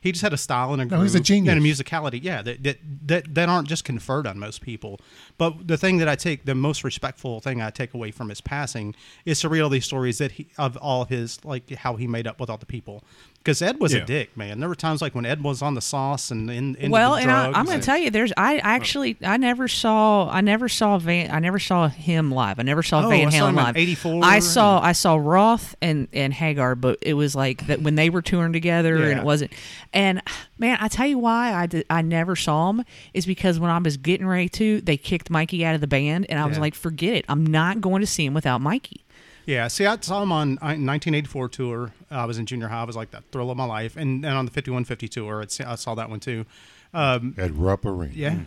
Speaker 4: He just had a style and a groove
Speaker 3: No, he's a genius.
Speaker 4: and a musicality. Yeah, that that that, that aren't just conferred on most people. But the thing that I take, the most respectful thing I take away from his passing is to read all these stories that he of all his like how he made up with all the people. Because Ed was
Speaker 3: Yeah.
Speaker 4: a dick, man. There were times like when Ed was on the sauce and in, in
Speaker 1: well
Speaker 4: the
Speaker 1: and I,
Speaker 4: drugs
Speaker 1: i'm going
Speaker 4: and- Oh.
Speaker 1: to tell you there's i actually i never saw i never saw van i never saw him live i never saw
Speaker 4: Oh,
Speaker 1: van
Speaker 4: I saw
Speaker 1: halen
Speaker 4: him in
Speaker 1: live
Speaker 4: 84
Speaker 1: i saw
Speaker 4: and-
Speaker 1: i saw roth and and hagar but it was like that when they were touring together and
Speaker 4: Yeah.
Speaker 1: it wasn't and man i tell you why i did, i never saw him is because when i was getting ready to they kicked mikey out of the band and i was
Speaker 4: Yeah.
Speaker 1: like forget it i'm not going to see him without mikey
Speaker 4: Yeah, see, I saw him on I- 1984 tour. I was in junior high. I was like the thrill of my life, and and on the 5150 tour, it's, I saw that one too.
Speaker 3: At Rupp Arena.
Speaker 4: Yeah,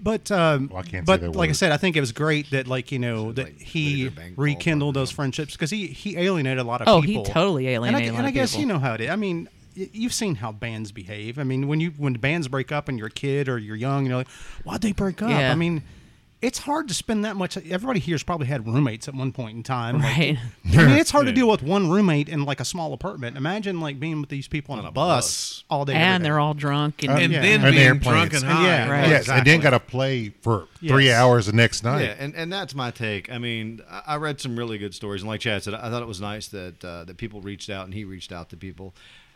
Speaker 4: but um,
Speaker 3: Well, I can't say
Speaker 4: but
Speaker 3: that
Speaker 4: like I
Speaker 3: word.
Speaker 4: said, I think it was great that like you know that
Speaker 2: like,
Speaker 4: he
Speaker 2: Major Bank
Speaker 4: rekindled those friendships because he he alienated a lot of
Speaker 1: Oh, he
Speaker 4: people.
Speaker 1: totally
Speaker 4: And I,
Speaker 1: alienated a
Speaker 4: and
Speaker 1: lot
Speaker 4: I
Speaker 1: of
Speaker 4: guess
Speaker 1: people.
Speaker 4: you know how it is. I mean. y- You've seen how bands behave. I mean, when you when bands break up and you're a kid or you're young, you're like, why'd they break up?
Speaker 1: Yeah.
Speaker 4: I mean, it's hard to spend that much. Everybody here's probably had roommates at one point in time. Like,
Speaker 1: right
Speaker 4: I mean, it's hard to deal with one roommate in like a small apartment. Imagine like being with these people on, a, bus, all day.
Speaker 1: and
Speaker 4: every day.
Speaker 1: they're all drunk
Speaker 4: Oh,
Speaker 1: and,
Speaker 5: And
Speaker 3: yeah.
Speaker 5: then
Speaker 3: And the
Speaker 5: being
Speaker 3: airplanes.
Speaker 5: drunk and
Speaker 3: And
Speaker 5: high.
Speaker 4: yeah,
Speaker 1: Right.
Speaker 3: Yes, and then
Speaker 4: exactly.
Speaker 3: got to play for three
Speaker 4: Yes.
Speaker 3: hours the next night.
Speaker 2: Yeah, and, and that's my take. I mean, I I read some really good stories, and like Chad said, I thought it was nice that uh, that people reached out, and he reached out to people.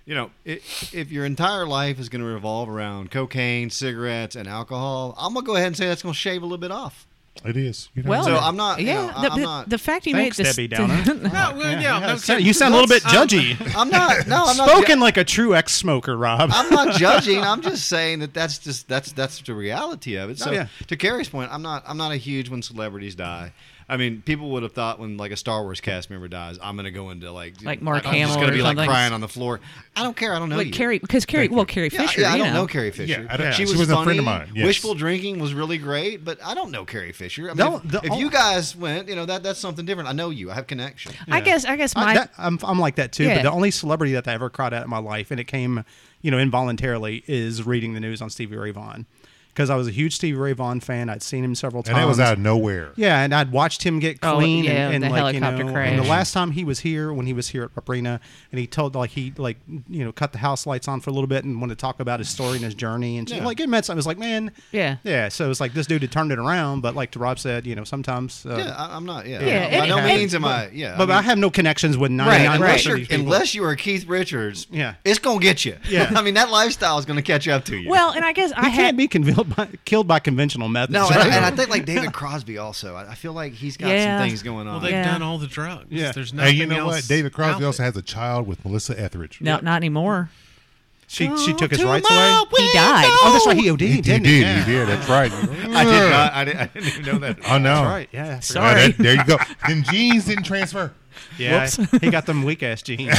Speaker 2: You know, i if your entire life is going to revolve around cocaine, cigarettes, and alcohol, I'm gonna go ahead and say that's going to shave a little bit off.
Speaker 3: It is. You know?
Speaker 1: well
Speaker 2: So I'm not- you
Speaker 1: yeah
Speaker 2: know, I-
Speaker 1: the,
Speaker 2: I'm
Speaker 1: the-
Speaker 2: not-
Speaker 1: the fact you
Speaker 4: Thanks,
Speaker 1: made this
Speaker 4: Debbie Downer.
Speaker 5: No, well, yeah,
Speaker 4: Yeah,
Speaker 5: no,
Speaker 4: that's-
Speaker 5: seriously.
Speaker 4: you sound a little bit judgy.
Speaker 2: I'm not. No, I'm not. ju-
Speaker 4: Spoken like a true ex-smoker, Rob.
Speaker 2: I'm not judging. I'm just saying that that's just that's that's the reality of it. So
Speaker 4: Oh, yeah.
Speaker 2: to Carrie's point, I'm not I'm not a huge when celebrities die. I mean, people would have thought when like a Star Wars cast member dies, I'm gonna go into like
Speaker 1: Like Mark
Speaker 2: I'm
Speaker 1: Hamill
Speaker 2: just gonna
Speaker 1: or
Speaker 2: be like
Speaker 1: something.
Speaker 2: crying on the floor. I don't care. I don't know
Speaker 1: like
Speaker 2: you.
Speaker 1: Carrie, because Carrie, well, Carrie
Speaker 2: Yeah,
Speaker 1: Fisher,
Speaker 2: yeah, I
Speaker 1: you
Speaker 2: don't know, Carrie Fisher.
Speaker 3: Yeah, I don't-
Speaker 2: she,
Speaker 3: yeah,
Speaker 2: was
Speaker 3: she wasn't a
Speaker 2: funny.
Speaker 3: friend of mine, yes.
Speaker 2: Wishful drinking was really great, but I don't know Carrie Fisher. I mean,
Speaker 4: Don't-
Speaker 2: if,
Speaker 4: the-
Speaker 2: if you guys went, you know that that's something different. I know you. I have connection.
Speaker 1: I guess I guess my
Speaker 4: I, am I'm like Uh, that too.
Speaker 1: Yeah.
Speaker 4: But the only celebrity that I ever cried out in my life, and it came, you know, involuntarily, is reading the news on Stevie Ray Vaughan, because I was a huge Stevie Ray Vaughan fan. I'd seen him several
Speaker 3: and
Speaker 4: times.
Speaker 3: that was out of nowhere.
Speaker 4: Yeah, and I'd watched him get
Speaker 1: Oh,
Speaker 4: clean
Speaker 1: yeah,
Speaker 4: and, and
Speaker 1: the
Speaker 4: like
Speaker 1: helicopter
Speaker 4: you know,
Speaker 1: crash.
Speaker 4: and the last time he was here when he was here at Paprina, and he told like he like you know cut the house lights on for a little bit and wanted to talk about his story and his journey and shit. like it meant something. It was like man,
Speaker 1: Yeah.
Speaker 4: yeah. So it was like this dude had turned it around, but like to Rob said, you know sometimes. Uh,
Speaker 2: Yeah, I, I'm not. Yeah,
Speaker 1: Yeah,
Speaker 2: by
Speaker 1: and-
Speaker 2: no
Speaker 1: and-
Speaker 2: means am I. Yeah,
Speaker 4: but I,
Speaker 2: mean,
Speaker 4: have no connections with
Speaker 1: Right,
Speaker 4: ninety nine
Speaker 1: right.
Speaker 2: unless,
Speaker 4: percent of
Speaker 2: you're,
Speaker 4: these people.
Speaker 2: unless you are Keith Richards,
Speaker 4: Yeah.
Speaker 2: it's gonna get you.
Speaker 4: Yeah.
Speaker 2: I mean that lifestyle is gonna catch up to you.
Speaker 1: well, and I guess I
Speaker 4: he
Speaker 1: had
Speaker 4: can't be convinced killed by killed by conventional methods.
Speaker 2: No, and,
Speaker 4: right?
Speaker 2: I- and I think like David Crosby also. I, I feel like he's got
Speaker 1: Yeah.
Speaker 2: some things going on.
Speaker 5: Well, they've
Speaker 1: Yeah.
Speaker 5: done all the drugs.
Speaker 4: Yeah.
Speaker 5: There's
Speaker 3: Hey,
Speaker 5: nothing
Speaker 3: you know
Speaker 5: else
Speaker 3: what? David
Speaker 5: out
Speaker 3: Crosby
Speaker 5: there.
Speaker 3: also has a child with Melissa Etheridge.
Speaker 1: No, not anymore.
Speaker 4: she she took his rights away.
Speaker 1: He died.
Speaker 4: Oh, that's right. He OD'd,
Speaker 3: He, he
Speaker 4: didn't
Speaker 3: did.
Speaker 4: he?
Speaker 3: He did. That's right.
Speaker 2: I did not. I didn't, I didn't even know that.
Speaker 3: I know.
Speaker 4: That's right. Yeah.
Speaker 3: Yeah,
Speaker 1: Sorry.
Speaker 3: that- there you go. Them jeans didn't transfer.
Speaker 4: Yeah.
Speaker 1: Whoops.
Speaker 4: He got them weak ass jeans.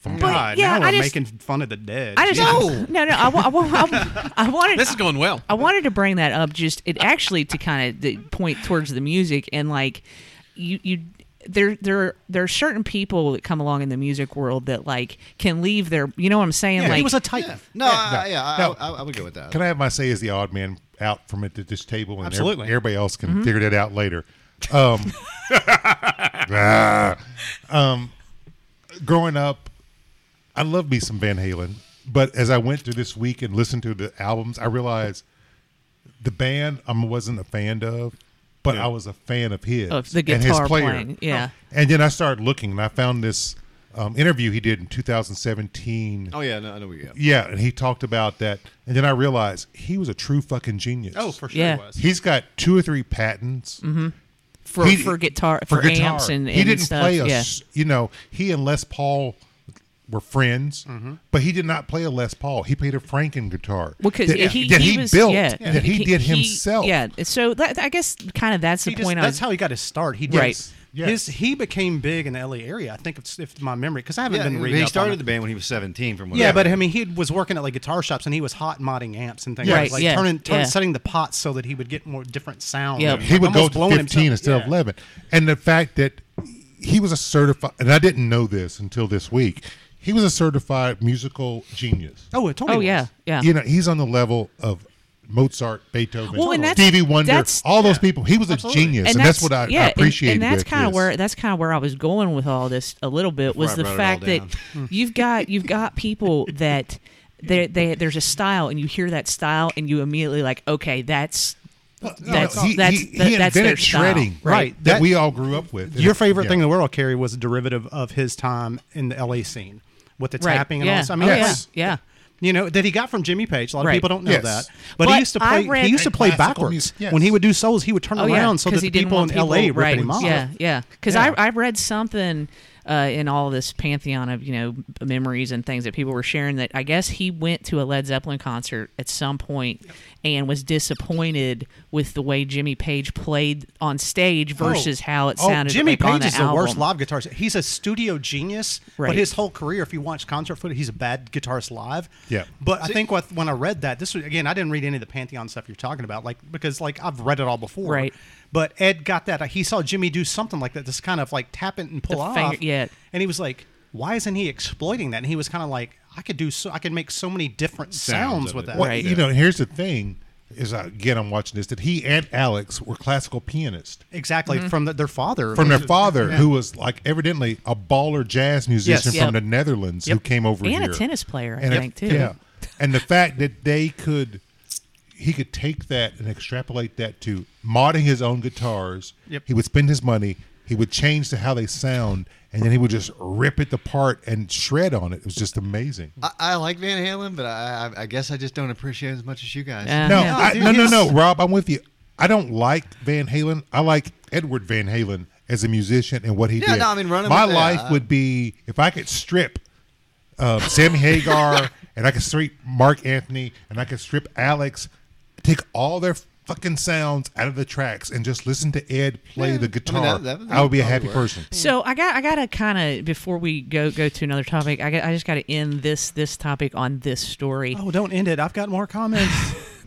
Speaker 3: From
Speaker 4: God,
Speaker 1: yeah,
Speaker 4: now we're
Speaker 1: I just-
Speaker 4: making fun of the dead.
Speaker 1: I just
Speaker 2: No.
Speaker 1: no no I, wa- I, wa- I, I wanted
Speaker 5: This is going well.
Speaker 1: I wanted to bring that up just it actually to kind of point towards the music and like you you there there there are certain people that come along in the music world that like can leave their you know what I'm saying
Speaker 4: Yeah,
Speaker 1: like
Speaker 4: he was a titan.
Speaker 2: Yeah. No, I, yeah, I,
Speaker 3: No.
Speaker 2: I, I would go with that.
Speaker 3: Can I have my say as the odd man out from it at this table, and
Speaker 4: Absolutely.
Speaker 3: every- everybody else can figure that out later. Um, ah, um, growing up, I love me some Van Halen, but as I went through this week and listened to the albums, I realized the band I wasn't a fan of, but I was a fan of his
Speaker 1: Of the
Speaker 3: and his
Speaker 1: guitar
Speaker 3: player.
Speaker 1: playing, yeah.
Speaker 3: And then I started looking, and I found this um, interview he did in 2017.
Speaker 2: oh yeah, no, I know we. Yeah.
Speaker 3: Yeah, and he talked about that, and then I realized he was a true fucking genius.
Speaker 4: Oh, for sure
Speaker 1: Yeah.
Speaker 4: it was.
Speaker 3: he's got two or three patents
Speaker 1: Mm-hmm. for
Speaker 3: He-
Speaker 1: for guitar for,
Speaker 3: for guitar.
Speaker 1: amps and, and
Speaker 3: he didn't
Speaker 1: stuff
Speaker 3: play a,
Speaker 1: yeah
Speaker 3: s- you know, he and Les Paul were friends,
Speaker 4: Mm-hmm.
Speaker 3: but he did not play a Les Paul. He played a Franken guitar
Speaker 1: Well, 'cause
Speaker 3: that
Speaker 1: he,
Speaker 3: that
Speaker 1: he,
Speaker 3: he
Speaker 1: was,
Speaker 3: built,
Speaker 1: yeah,
Speaker 3: that he, did himself.
Speaker 1: Yeah, so that, I guess kind of that's
Speaker 4: He
Speaker 1: the
Speaker 4: just-
Speaker 1: point. I
Speaker 4: that's
Speaker 1: was,
Speaker 4: how he got his start. He did.
Speaker 1: Right.
Speaker 3: Yes.
Speaker 4: His he became big in the LA area. I think if, if my memory, because I haven't
Speaker 2: Yeah,
Speaker 4: been reading.
Speaker 2: he
Speaker 4: up on
Speaker 2: started
Speaker 4: it.
Speaker 2: the band when he was 17. From what
Speaker 4: Yeah,
Speaker 2: I
Speaker 4: but I
Speaker 2: read.
Speaker 4: mean, he was working at like guitar shops, and he was hot modding amps and things
Speaker 1: Right,
Speaker 4: like, like
Speaker 1: yeah,
Speaker 4: turning, turning
Speaker 1: yeah.
Speaker 4: setting the pots so that he would get more different sound.
Speaker 1: Yep.
Speaker 4: and,
Speaker 3: He
Speaker 4: like,
Speaker 3: would go
Speaker 4: almost
Speaker 3: to
Speaker 4: blowing
Speaker 3: 15
Speaker 4: himself.
Speaker 3: instead of
Speaker 4: Yeah.
Speaker 3: 11. And the fact that he was a certified, and I didn't know this until this week, he was a certified musical genius.
Speaker 4: Oh, it totally.
Speaker 1: oh
Speaker 4: was.
Speaker 1: yeah, yeah.
Speaker 3: you know, he's on the level of Mozart, Beethoven,
Speaker 1: Well, and that's-
Speaker 3: Stevie Wonder,
Speaker 1: that's-
Speaker 3: all those people. He was
Speaker 4: Absolutely.
Speaker 3: a genius, and, that's, what I,
Speaker 1: yeah,
Speaker 3: I
Speaker 1: and-
Speaker 3: appreciated.
Speaker 1: And, that's
Speaker 3: with
Speaker 1: kind of
Speaker 3: this.
Speaker 1: where that's kind of where I was going with all this a little bit was
Speaker 2: I
Speaker 1: the
Speaker 2: wrote it all
Speaker 1: fact that
Speaker 2: down.
Speaker 4: Hmm.
Speaker 1: you've got you've got people that they, they there's a style and you hear that style and you immediately like okay that's that's
Speaker 3: he,
Speaker 1: that's
Speaker 3: he,
Speaker 1: that-
Speaker 3: he
Speaker 1: that's
Speaker 3: invented
Speaker 1: their style.
Speaker 3: shredding,
Speaker 4: Right,
Speaker 3: That,
Speaker 4: that-
Speaker 3: we all grew up with.
Speaker 4: Your favorite
Speaker 3: Yeah.
Speaker 4: thing in the world, Carrie, was a derivative of his time in the LA scene with the
Speaker 1: Right,
Speaker 4: tapping and
Speaker 1: yeah.
Speaker 4: all. This. I mean,
Speaker 1: Oh,
Speaker 4: that's-
Speaker 1: yeah, yeah.
Speaker 4: You know that he got from Jimmy Page. A lot
Speaker 1: Right.
Speaker 4: of people don't know
Speaker 3: Yes.
Speaker 4: that, but,
Speaker 1: But
Speaker 4: he used to
Speaker 1: I
Speaker 4: play.
Speaker 1: read-
Speaker 4: he used to
Speaker 3: And
Speaker 4: play
Speaker 3: classical
Speaker 4: backwards.
Speaker 3: music, yes.
Speaker 4: When he would do solos, he would turn
Speaker 1: Oh,
Speaker 4: around
Speaker 1: yeah,
Speaker 4: so
Speaker 1: 'cause
Speaker 4: that
Speaker 1: he
Speaker 4: the
Speaker 1: didn't
Speaker 4: people in
Speaker 1: want people-
Speaker 4: LA ripped
Speaker 1: right,
Speaker 4: him off.
Speaker 1: Yeah, yeah. Because
Speaker 4: Yeah.
Speaker 1: I, I read something uh, in all this pantheon of you know memories and things that people were sharing that I guess he went to a Led Zeppelin concert at some point and was disappointed with the way Jimmy Page played on stage versus how it sounded.
Speaker 4: Oh. Jimmy
Speaker 1: like,
Speaker 4: Page
Speaker 1: on the
Speaker 4: is
Speaker 1: album.
Speaker 4: the worst live guitarist. He's a studio genius,
Speaker 1: Right.
Speaker 4: but his whole career, if you watch concert footage, he's a bad guitarist live.
Speaker 3: Yeah.
Speaker 4: But I think what, when I read that, this was again, I didn't read any of the Pantheon stuff you're talking about, like because like I've read it all before.
Speaker 1: Right.
Speaker 4: But Ed got that. He saw Jimmy do something like that, this kind of like tap it and pull
Speaker 1: The
Speaker 4: off.
Speaker 1: finger- yeah.
Speaker 4: And he was like, "Why isn't he exploiting that?" And he was kind of like, "I could do so. I could make so many different
Speaker 2: Sounds
Speaker 4: sounds,
Speaker 2: of
Speaker 4: with
Speaker 2: it.
Speaker 4: that."
Speaker 3: Well,
Speaker 1: Right.
Speaker 3: you know, here's the thing: is I, again, I'm watching this that he and Alex were classical pianists.
Speaker 4: Exactly
Speaker 1: Mm-hmm.
Speaker 4: from the, their father.
Speaker 3: From
Speaker 4: which
Speaker 3: their
Speaker 4: is-
Speaker 3: father, who was like evidently a baller jazz musician
Speaker 1: Yes.
Speaker 3: from
Speaker 1: Yep.
Speaker 3: the Netherlands, who
Speaker 4: Yep.
Speaker 3: came over
Speaker 1: and
Speaker 3: here,
Speaker 1: a tennis player, I
Speaker 3: And a-
Speaker 1: think too.
Speaker 3: Yeah, and the fact that they could, he could take that and extrapolate that to modding his own guitars.
Speaker 4: Yep.
Speaker 3: He would spend his money. He would change to how they sound, and then he would just rip it apart and shred on it. It was just amazing.
Speaker 2: I, I like Van Halen, but I, I, I guess I just don't appreciate it as much as you guys.
Speaker 1: Yeah.
Speaker 3: No,
Speaker 1: Yeah.
Speaker 3: I,
Speaker 4: dude,
Speaker 3: no, no,
Speaker 4: it's-
Speaker 3: no, Rob, I'm with you. I don't like Van Halen. I like Edward Van Halen as a musician and what he
Speaker 2: Yeah,
Speaker 3: did.
Speaker 2: no, I mean, running
Speaker 3: My
Speaker 2: with- yeah,
Speaker 3: life
Speaker 2: I-
Speaker 3: would be if I could strip uh, Sammy Hagar and I could strip Mark Anthony and I could strip Alex, take all their fucking sounds out of the tracks and just listen to Ed play the guitar. I,
Speaker 2: that- that would
Speaker 3: would be a
Speaker 2: probably
Speaker 3: happy
Speaker 2: work.
Speaker 3: person.
Speaker 1: So I got I gotta kind of before we go go to another topic I, got, I just gotta end this this topic on this story.
Speaker 4: Oh, don't end it. I've got more comments.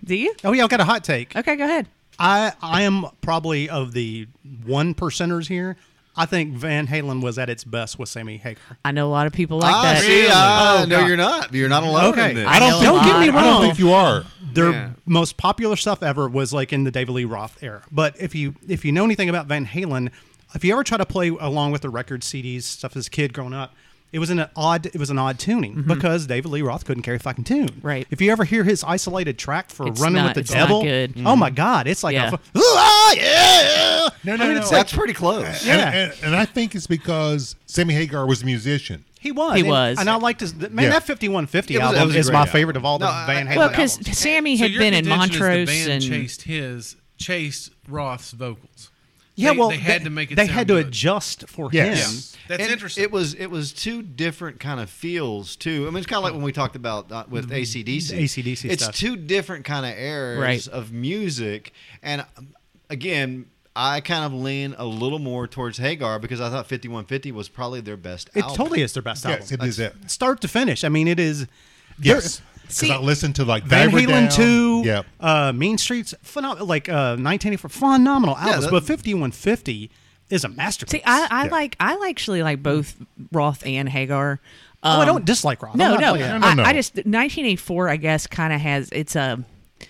Speaker 1: Do you?
Speaker 4: oh yeah, I've got a hot take.
Speaker 1: Okay, go ahead.
Speaker 4: I I am probably of the one percenters here. I think Van Halen was at its best with Sammy Hagar.
Speaker 1: I know a lot of people like
Speaker 2: ah,
Speaker 1: that.
Speaker 2: see, ah,
Speaker 4: Oh,
Speaker 2: no,
Speaker 4: God.
Speaker 2: you're not. You're not alone
Speaker 4: Okay.
Speaker 2: in this.
Speaker 1: I don't-
Speaker 4: don't get me
Speaker 3: I don't
Speaker 4: wrong.
Speaker 3: think you are.
Speaker 4: Their
Speaker 2: Yeah.
Speaker 4: most popular stuff ever was like in the David Lee Roth era. But if you if you know anything about Van Halen, if you ever try to play along with the record CDs stuff as a kid growing up, it was an odd it was an odd tuning because David Lee Roth couldn't carry a fucking tune.
Speaker 1: Right.
Speaker 4: If you ever hear his isolated track for
Speaker 1: It's
Speaker 4: Running
Speaker 1: not-
Speaker 4: with
Speaker 1: it's
Speaker 4: the
Speaker 1: not
Speaker 4: Devil,
Speaker 1: good.
Speaker 4: oh my god, it's like
Speaker 1: Yeah.
Speaker 4: a, fu- "Ah, yeah.
Speaker 3: No, no,
Speaker 4: I mean,
Speaker 3: no.
Speaker 4: it's like
Speaker 2: That's pretty close.
Speaker 3: And-
Speaker 4: Yeah.
Speaker 3: and, and I think it's because Sammy Hagar was a musician.
Speaker 4: He was.
Speaker 1: He
Speaker 4: and-
Speaker 1: was.
Speaker 4: And I like this. Man,
Speaker 3: Yeah.
Speaker 4: that 5150
Speaker 2: It was- that
Speaker 4: album
Speaker 2: was a
Speaker 4: is
Speaker 2: great
Speaker 4: my
Speaker 2: album.
Speaker 4: favorite of all the
Speaker 2: No, I-
Speaker 4: Van
Speaker 2: I-
Speaker 4: Halen
Speaker 1: Well,
Speaker 4: albums.
Speaker 1: because Sammy
Speaker 5: So
Speaker 1: had
Speaker 5: your
Speaker 1: been in
Speaker 5: contention is
Speaker 1: Montrose
Speaker 5: the band
Speaker 1: and
Speaker 5: chased his chased Roth's vocals.
Speaker 4: Yeah,
Speaker 5: They-
Speaker 4: well,
Speaker 5: they had to make it.
Speaker 4: They
Speaker 5: sound
Speaker 4: had to
Speaker 5: good.
Speaker 4: adjust for
Speaker 3: Yes.
Speaker 4: him.
Speaker 5: That's
Speaker 2: And
Speaker 5: interesting.
Speaker 2: It was it was two different kind of feels too. I mean, it's kind of like when we talked about uh,
Speaker 1: Mm-hmm.
Speaker 2: with ACDC.
Speaker 4: AC/DC
Speaker 2: It's
Speaker 4: stuff.
Speaker 2: two different kind of eras
Speaker 1: Right.
Speaker 2: of music, and um, again. I kind of lean a little more towards Hagar because I thought 5150 was probably their best
Speaker 4: It
Speaker 2: album.
Speaker 4: totally is their best
Speaker 3: Yes, it
Speaker 4: album,
Speaker 3: is that.
Speaker 4: start to finish. I mean, it is.
Speaker 3: Yes.
Speaker 4: there-
Speaker 3: Because
Speaker 4: See,
Speaker 3: I listened to like
Speaker 4: Van
Speaker 3: They Were Down.
Speaker 4: Halen two,
Speaker 3: Yep.
Speaker 4: uh, Mean Streets, phenomenal, like uh, 1984, phenomenal albums.
Speaker 2: that-
Speaker 4: but 5150 is a masterpiece.
Speaker 1: See, I, I
Speaker 3: Yeah.
Speaker 1: like I actually like both Roth and Hagar.
Speaker 4: oh, I
Speaker 1: Um,
Speaker 4: don't dislike Roth.
Speaker 1: No,
Speaker 4: I'm
Speaker 1: no,
Speaker 4: not-
Speaker 3: yeah.
Speaker 1: I,
Speaker 3: No, no, no.
Speaker 1: I just 1984. I guess kind of has it's a.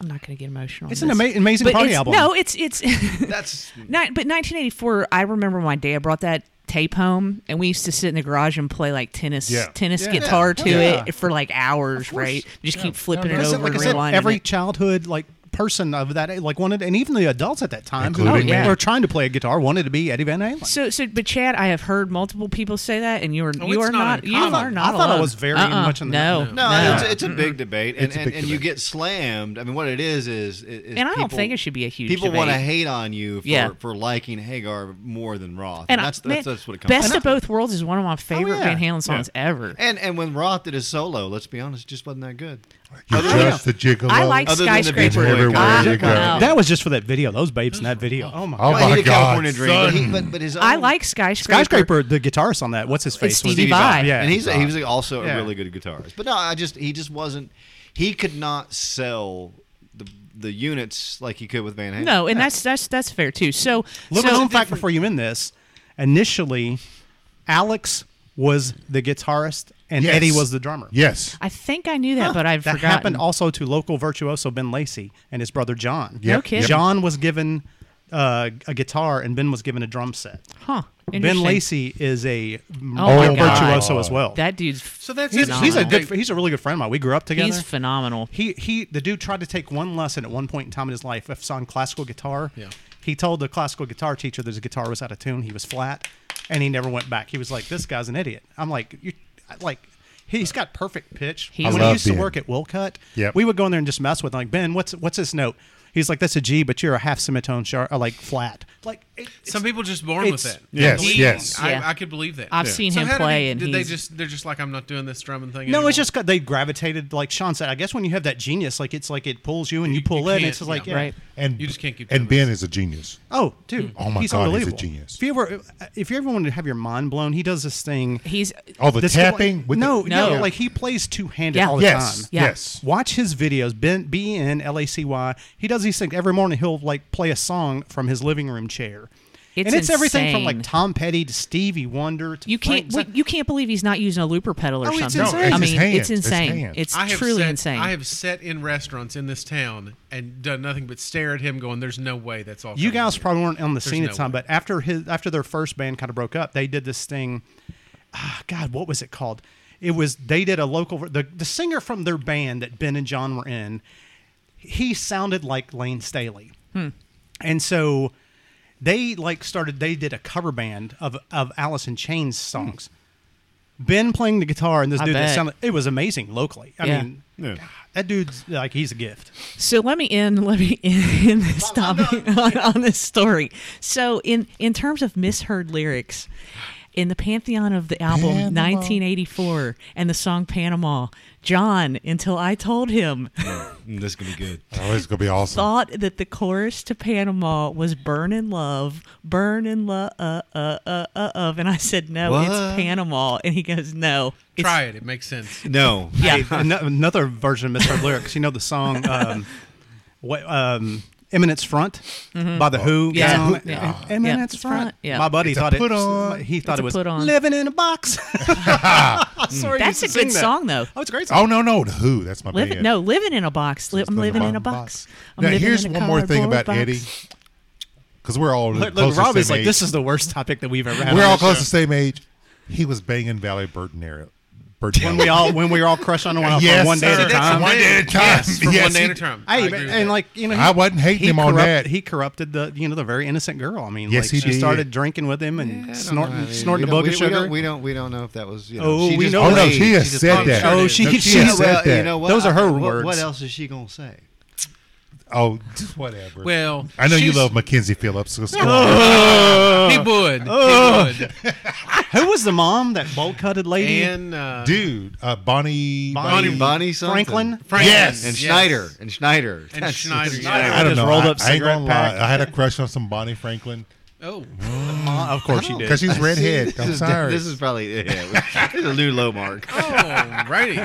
Speaker 1: I'm not going to get emotional. on
Speaker 4: It's an
Speaker 1: this.
Speaker 4: ama- amazing
Speaker 1: But
Speaker 4: party
Speaker 1: it's-
Speaker 4: album.
Speaker 1: No, it's it's
Speaker 2: That's
Speaker 1: not. But 1984. I remember my dad brought that tape home, and we used to sit in the garage and play like tennis
Speaker 3: Yeah.
Speaker 1: tennis
Speaker 4: Yeah.
Speaker 1: guitar
Speaker 4: Yeah.
Speaker 1: to
Speaker 4: Yeah.
Speaker 1: it for like hours, right? Just keep flipping
Speaker 3: no,
Speaker 1: it
Speaker 3: no.
Speaker 1: over
Speaker 4: Listen, like I
Speaker 1: and
Speaker 4: said,
Speaker 1: rewinding
Speaker 4: every
Speaker 1: it.
Speaker 4: childhood like person of that like wanted, and even the adults at that time who
Speaker 3: Including
Speaker 1: me.
Speaker 4: were trying to play a guitar wanted to be Eddie Van Halen.
Speaker 1: So, so, but Chad, I have heard multiple people say that, and you are
Speaker 5: Oh,
Speaker 1: you
Speaker 5: it's
Speaker 1: are not,
Speaker 5: not
Speaker 1: you
Speaker 5: uncommon.
Speaker 1: are not.
Speaker 4: I thought I
Speaker 1: alone.
Speaker 4: was very
Speaker 1: Uh-uh.
Speaker 4: much in the-
Speaker 1: no,
Speaker 5: No.
Speaker 2: no, It's, it's a big debate, and
Speaker 3: It's a
Speaker 2: and,
Speaker 3: big
Speaker 2: and you
Speaker 3: debate.
Speaker 2: get slammed. I mean, what it is is, is
Speaker 1: And I don't think it should be a huge
Speaker 2: People want to
Speaker 1: debate.
Speaker 2: hate on you for,
Speaker 1: Yeah.
Speaker 2: for liking Hagar more than Roth,
Speaker 1: and
Speaker 2: and,
Speaker 1: I-
Speaker 2: that's,
Speaker 1: man,
Speaker 2: that's that's what it comes. down
Speaker 1: Best
Speaker 2: to.
Speaker 1: of Both Worlds is one of my favorite
Speaker 4: yeah.
Speaker 1: Van Halen songs ever.
Speaker 2: And and when Roth did his solo, let's be honest, it just wasn't that good.
Speaker 3: You're
Speaker 1: Oh,
Speaker 3: just the gigolo.
Speaker 1: I like
Speaker 2: Other than the Beach
Speaker 1: Skyscraper.
Speaker 2: Boy
Speaker 3: Everywhere
Speaker 1: I, uh,
Speaker 3: you go.
Speaker 1: Ah, wow.
Speaker 4: that was just for that video. Those babes in that video. Oh my!
Speaker 3: Oh
Speaker 4: God.
Speaker 2: Well, he
Speaker 3: my
Speaker 2: did
Speaker 3: God,
Speaker 2: California Dream, but, he, but, but his
Speaker 1: I
Speaker 2: own-
Speaker 1: like Skyscraper.
Speaker 4: Skyscraper, the guitarist on that. What's his face?
Speaker 1: Stevie Vai.
Speaker 4: Yeah,
Speaker 2: and he's
Speaker 4: Vai.
Speaker 2: he was also
Speaker 4: Yeah.
Speaker 2: a really good guitarist. But no, I just he just wasn't. He could not sell the the units like he could with Van Halen.
Speaker 1: No, and that's that's that's fair too. So,
Speaker 4: Little
Speaker 1: so
Speaker 4: known fact before you end this: initially, Alex was the guitarist and
Speaker 3: Yes.
Speaker 4: Eddie was the drummer.
Speaker 3: Yes.
Speaker 1: I think I knew that, but I've
Speaker 4: that
Speaker 1: forgotten.
Speaker 4: happened also to local virtuoso Ben Lacey and his brother John.
Speaker 3: Yep.
Speaker 1: No kidding.
Speaker 4: John was given uh, a guitar and Ben was given a drum set.
Speaker 1: huh?
Speaker 4: Ben
Speaker 1: Interesting.
Speaker 4: Lacey is a
Speaker 1: my
Speaker 4: oh
Speaker 1: God.
Speaker 4: virtuoso as well.
Speaker 1: That dude's
Speaker 5: so that's
Speaker 4: he's, he's a
Speaker 5: interesting.
Speaker 4: good. He's a really good friend of mine. We grew up together.
Speaker 1: he's phenomenal.
Speaker 4: he he the dude tried to take one lesson at one point in time in his life if it's on classical guitar
Speaker 5: Yeah.
Speaker 4: he told the classical guitar teacher that his guitar was out of tune he was flat and he never went back he was like this guy's an idiot i'm like you like he's got perfect pitch
Speaker 1: He- I
Speaker 4: when
Speaker 3: love
Speaker 4: he used to
Speaker 3: Ben.
Speaker 4: work at wilcott
Speaker 3: Yep.
Speaker 4: we would go in there and just mess with him like ben what's what's this note he's like that's a g but you're a half semitone sharp or like flat like it,
Speaker 5: Some
Speaker 4: it's-
Speaker 5: people just born with
Speaker 4: it's-
Speaker 5: that.
Speaker 3: Yes,
Speaker 5: He-
Speaker 3: yes.
Speaker 5: I,
Speaker 1: Yeah.
Speaker 5: I could believe that.
Speaker 1: I've seen
Speaker 5: So
Speaker 1: him
Speaker 5: how did
Speaker 1: play
Speaker 5: he-
Speaker 1: and
Speaker 5: did they
Speaker 1: he's-
Speaker 5: just they're just like I'm not doing this drumming
Speaker 4: No,
Speaker 5: thing.
Speaker 4: it's
Speaker 5: anymore.
Speaker 4: just got, they gravitated like Sean said. I guess when you have that genius, like it's like it pulls you and you,
Speaker 5: you
Speaker 4: pull in.
Speaker 5: can't,
Speaker 4: It's just like
Speaker 5: yeah.
Speaker 4: yeah.
Speaker 1: Right.
Speaker 3: And
Speaker 5: You just can't keep
Speaker 3: And
Speaker 5: doing
Speaker 3: Ben is a genius.
Speaker 4: Oh, dude!
Speaker 5: Hmm.
Speaker 3: Oh my
Speaker 4: he's
Speaker 3: God, he's a
Speaker 4: unbelievable.
Speaker 3: genius.
Speaker 4: If you ever, if you ever want to have your mind blown, he does this thing.
Speaker 1: He's
Speaker 3: All the
Speaker 4: This-
Speaker 3: tapping with
Speaker 4: no,
Speaker 3: the,
Speaker 1: No.
Speaker 4: no, like he plays two handed
Speaker 1: Yeah.
Speaker 4: all the
Speaker 3: yes,
Speaker 4: time.
Speaker 1: Yeah.
Speaker 3: yes.
Speaker 4: Watch his videos. Ben B N L A C Y. He does these things every morning. He'll like play a song from his living room chair,
Speaker 1: It's
Speaker 4: and it's everything from
Speaker 1: insane.
Speaker 4: like Tom Petty to Stevie Wonder. To
Speaker 1: you
Speaker 4: Frank
Speaker 1: can't wait, you can't believe he's not using a looper pedal or
Speaker 4: Oh, it's
Speaker 1: something.
Speaker 4: insane. No, it's
Speaker 1: I
Speaker 3: his
Speaker 1: mean,
Speaker 3: hands.
Speaker 1: it's
Speaker 3: It's
Speaker 1: insane.
Speaker 3: hands.
Speaker 1: It's
Speaker 5: I have
Speaker 1: truly
Speaker 5: sat,
Speaker 1: insane.
Speaker 5: I have sat in restaurants in this town and done nothing but stare at him, going, "There's no way that's all."
Speaker 4: You
Speaker 5: coming
Speaker 4: guys
Speaker 5: here."
Speaker 4: probably weren't on the scene
Speaker 5: no
Speaker 4: at the time, but after his after their first band kind of broke up, they did this thing. Ah, God, what was it called? It was they did a local the the singer from their band that Ben and John were in. He sounded like Lane Staley,
Speaker 1: Hmm.
Speaker 4: and so they like started. They did a cover band of of Alice in Chains songs. Ben playing the guitar and this
Speaker 1: Hmm. I
Speaker 4: dude that
Speaker 1: bet.
Speaker 4: sounded it was amazing locally. I
Speaker 1: Yeah.
Speaker 4: mean,
Speaker 2: Yeah.
Speaker 4: God, that dude's like he's a gift.
Speaker 1: So let me end. Let me end this topic on, on this story. So in in terms of misheard lyrics, in the pantheon of the album
Speaker 3: Panama.
Speaker 1: 1984 and the song Panama, John, until I told him,
Speaker 2: Mm, this is gonna be good.
Speaker 3: Oh, it's gonna be awesome.
Speaker 1: thought that the chorus to Panama was "Burn in Love," "Burn in Love," uh, uh, uh, uh, of, and I said, "No,
Speaker 2: What?
Speaker 1: it's Panama," and he goes, "No, it's
Speaker 5: try it; it makes sense.
Speaker 2: No,
Speaker 1: Yeah.
Speaker 4: Hey, ano- another version of misheard lyrics. You know the song, um, what, um, "Eminence Front" by the Who.
Speaker 1: Mm-hmm. Yeah.
Speaker 4: song?
Speaker 1: Yeah.
Speaker 4: E- Eminence
Speaker 1: Yeah.
Speaker 4: Front.
Speaker 1: Yeah.
Speaker 4: My buddy
Speaker 3: It's a
Speaker 4: thought it.
Speaker 3: put on.
Speaker 4: He thought
Speaker 1: It's
Speaker 4: it
Speaker 1: a
Speaker 4: was
Speaker 1: put on.
Speaker 4: living in a box. Sorry, I
Speaker 1: That's
Speaker 4: used
Speaker 1: a
Speaker 4: to sing
Speaker 1: good
Speaker 4: that.
Speaker 1: song, though.
Speaker 4: Oh, it's a great song.
Speaker 3: Oh no, no, the Who. That's my
Speaker 1: living
Speaker 3: band.
Speaker 1: no living in a box. Li- I'm living in a box. I'm
Speaker 3: now
Speaker 1: living
Speaker 3: here's
Speaker 1: in a
Speaker 3: one more thing
Speaker 1: cardboard
Speaker 3: about
Speaker 1: box.
Speaker 3: Eddie, because we're all
Speaker 4: Look,
Speaker 3: close
Speaker 4: look, Rob
Speaker 3: the
Speaker 4: is
Speaker 3: same
Speaker 4: like,
Speaker 3: age.
Speaker 4: this is the worst topic that we've ever had.
Speaker 3: We're
Speaker 4: on
Speaker 3: all
Speaker 4: this
Speaker 3: close to
Speaker 4: show."
Speaker 3: the same age. He was banging Valley Burton era. bird
Speaker 4: when we all when we were all crushed on one
Speaker 3: Yes,
Speaker 4: for one day
Speaker 3: sir.
Speaker 4: at a
Speaker 3: That's
Speaker 4: time.
Speaker 3: one day at a time.
Speaker 5: Yes, for
Speaker 3: Yes,
Speaker 5: one day
Speaker 3: he-
Speaker 5: at a time. I
Speaker 4: Hey,
Speaker 5: agree with
Speaker 4: and
Speaker 5: that.
Speaker 4: like you know,
Speaker 3: I wasn't hating
Speaker 4: he
Speaker 3: him on
Speaker 4: corrupt-
Speaker 3: that.
Speaker 4: He corrupted the you know the very innocent girl. I mean,
Speaker 3: Yes,
Speaker 4: like,
Speaker 3: he
Speaker 4: she
Speaker 3: did.
Speaker 4: started drinking with him and
Speaker 2: I don't
Speaker 4: snorting
Speaker 2: know. I mean,
Speaker 4: snorting
Speaker 2: we
Speaker 4: a
Speaker 2: don't-
Speaker 4: bug of
Speaker 2: we- we
Speaker 4: sugar.
Speaker 2: don't- We don't. We don't know if that was. You know,
Speaker 4: Oh,
Speaker 2: she
Speaker 4: we
Speaker 2: just
Speaker 4: know
Speaker 3: Oh no,
Speaker 2: played.
Speaker 3: she has
Speaker 2: just
Speaker 3: said
Speaker 2: played.
Speaker 3: that.
Speaker 4: Oh, she-
Speaker 3: No,
Speaker 4: she
Speaker 3: has
Speaker 4: has
Speaker 3: said
Speaker 2: well,
Speaker 3: that.
Speaker 2: you know what?
Speaker 4: Those are her
Speaker 2: I- what- What
Speaker 4: words.
Speaker 2: else is she gonna say?
Speaker 3: Oh, just whatever.
Speaker 5: Well,
Speaker 3: I know you
Speaker 5: she's-
Speaker 3: love Mackenzie Phillips. so-
Speaker 5: he would.
Speaker 3: Oh.
Speaker 5: he would.
Speaker 4: Who was the mom? That bowl cutted lady?
Speaker 5: And uh,
Speaker 3: Dude, uh, Bonnie.
Speaker 4: Bonnie-
Speaker 2: Bonnie, Bonnie something.
Speaker 4: Franklin?
Speaker 5: Franklin,
Speaker 3: Yes.
Speaker 2: and Schneider and Schneider
Speaker 5: And
Speaker 2: That's-
Speaker 5: Schneider,
Speaker 2: that's-
Speaker 5: yeah.
Speaker 3: I don't
Speaker 4: Just
Speaker 3: know.
Speaker 4: rolled
Speaker 3: I,
Speaker 4: up
Speaker 3: I ain't gonna
Speaker 4: cigarette
Speaker 3: lie.
Speaker 4: pack.
Speaker 3: I had a crush on some Bonnie Franklin
Speaker 5: Oh,
Speaker 4: Uh, of course she did.
Speaker 3: because she was redhead.
Speaker 2: This
Speaker 3: I'm
Speaker 2: is,
Speaker 3: sorry.
Speaker 2: this is probably yeah, this is a new low mark.
Speaker 5: oh, righty.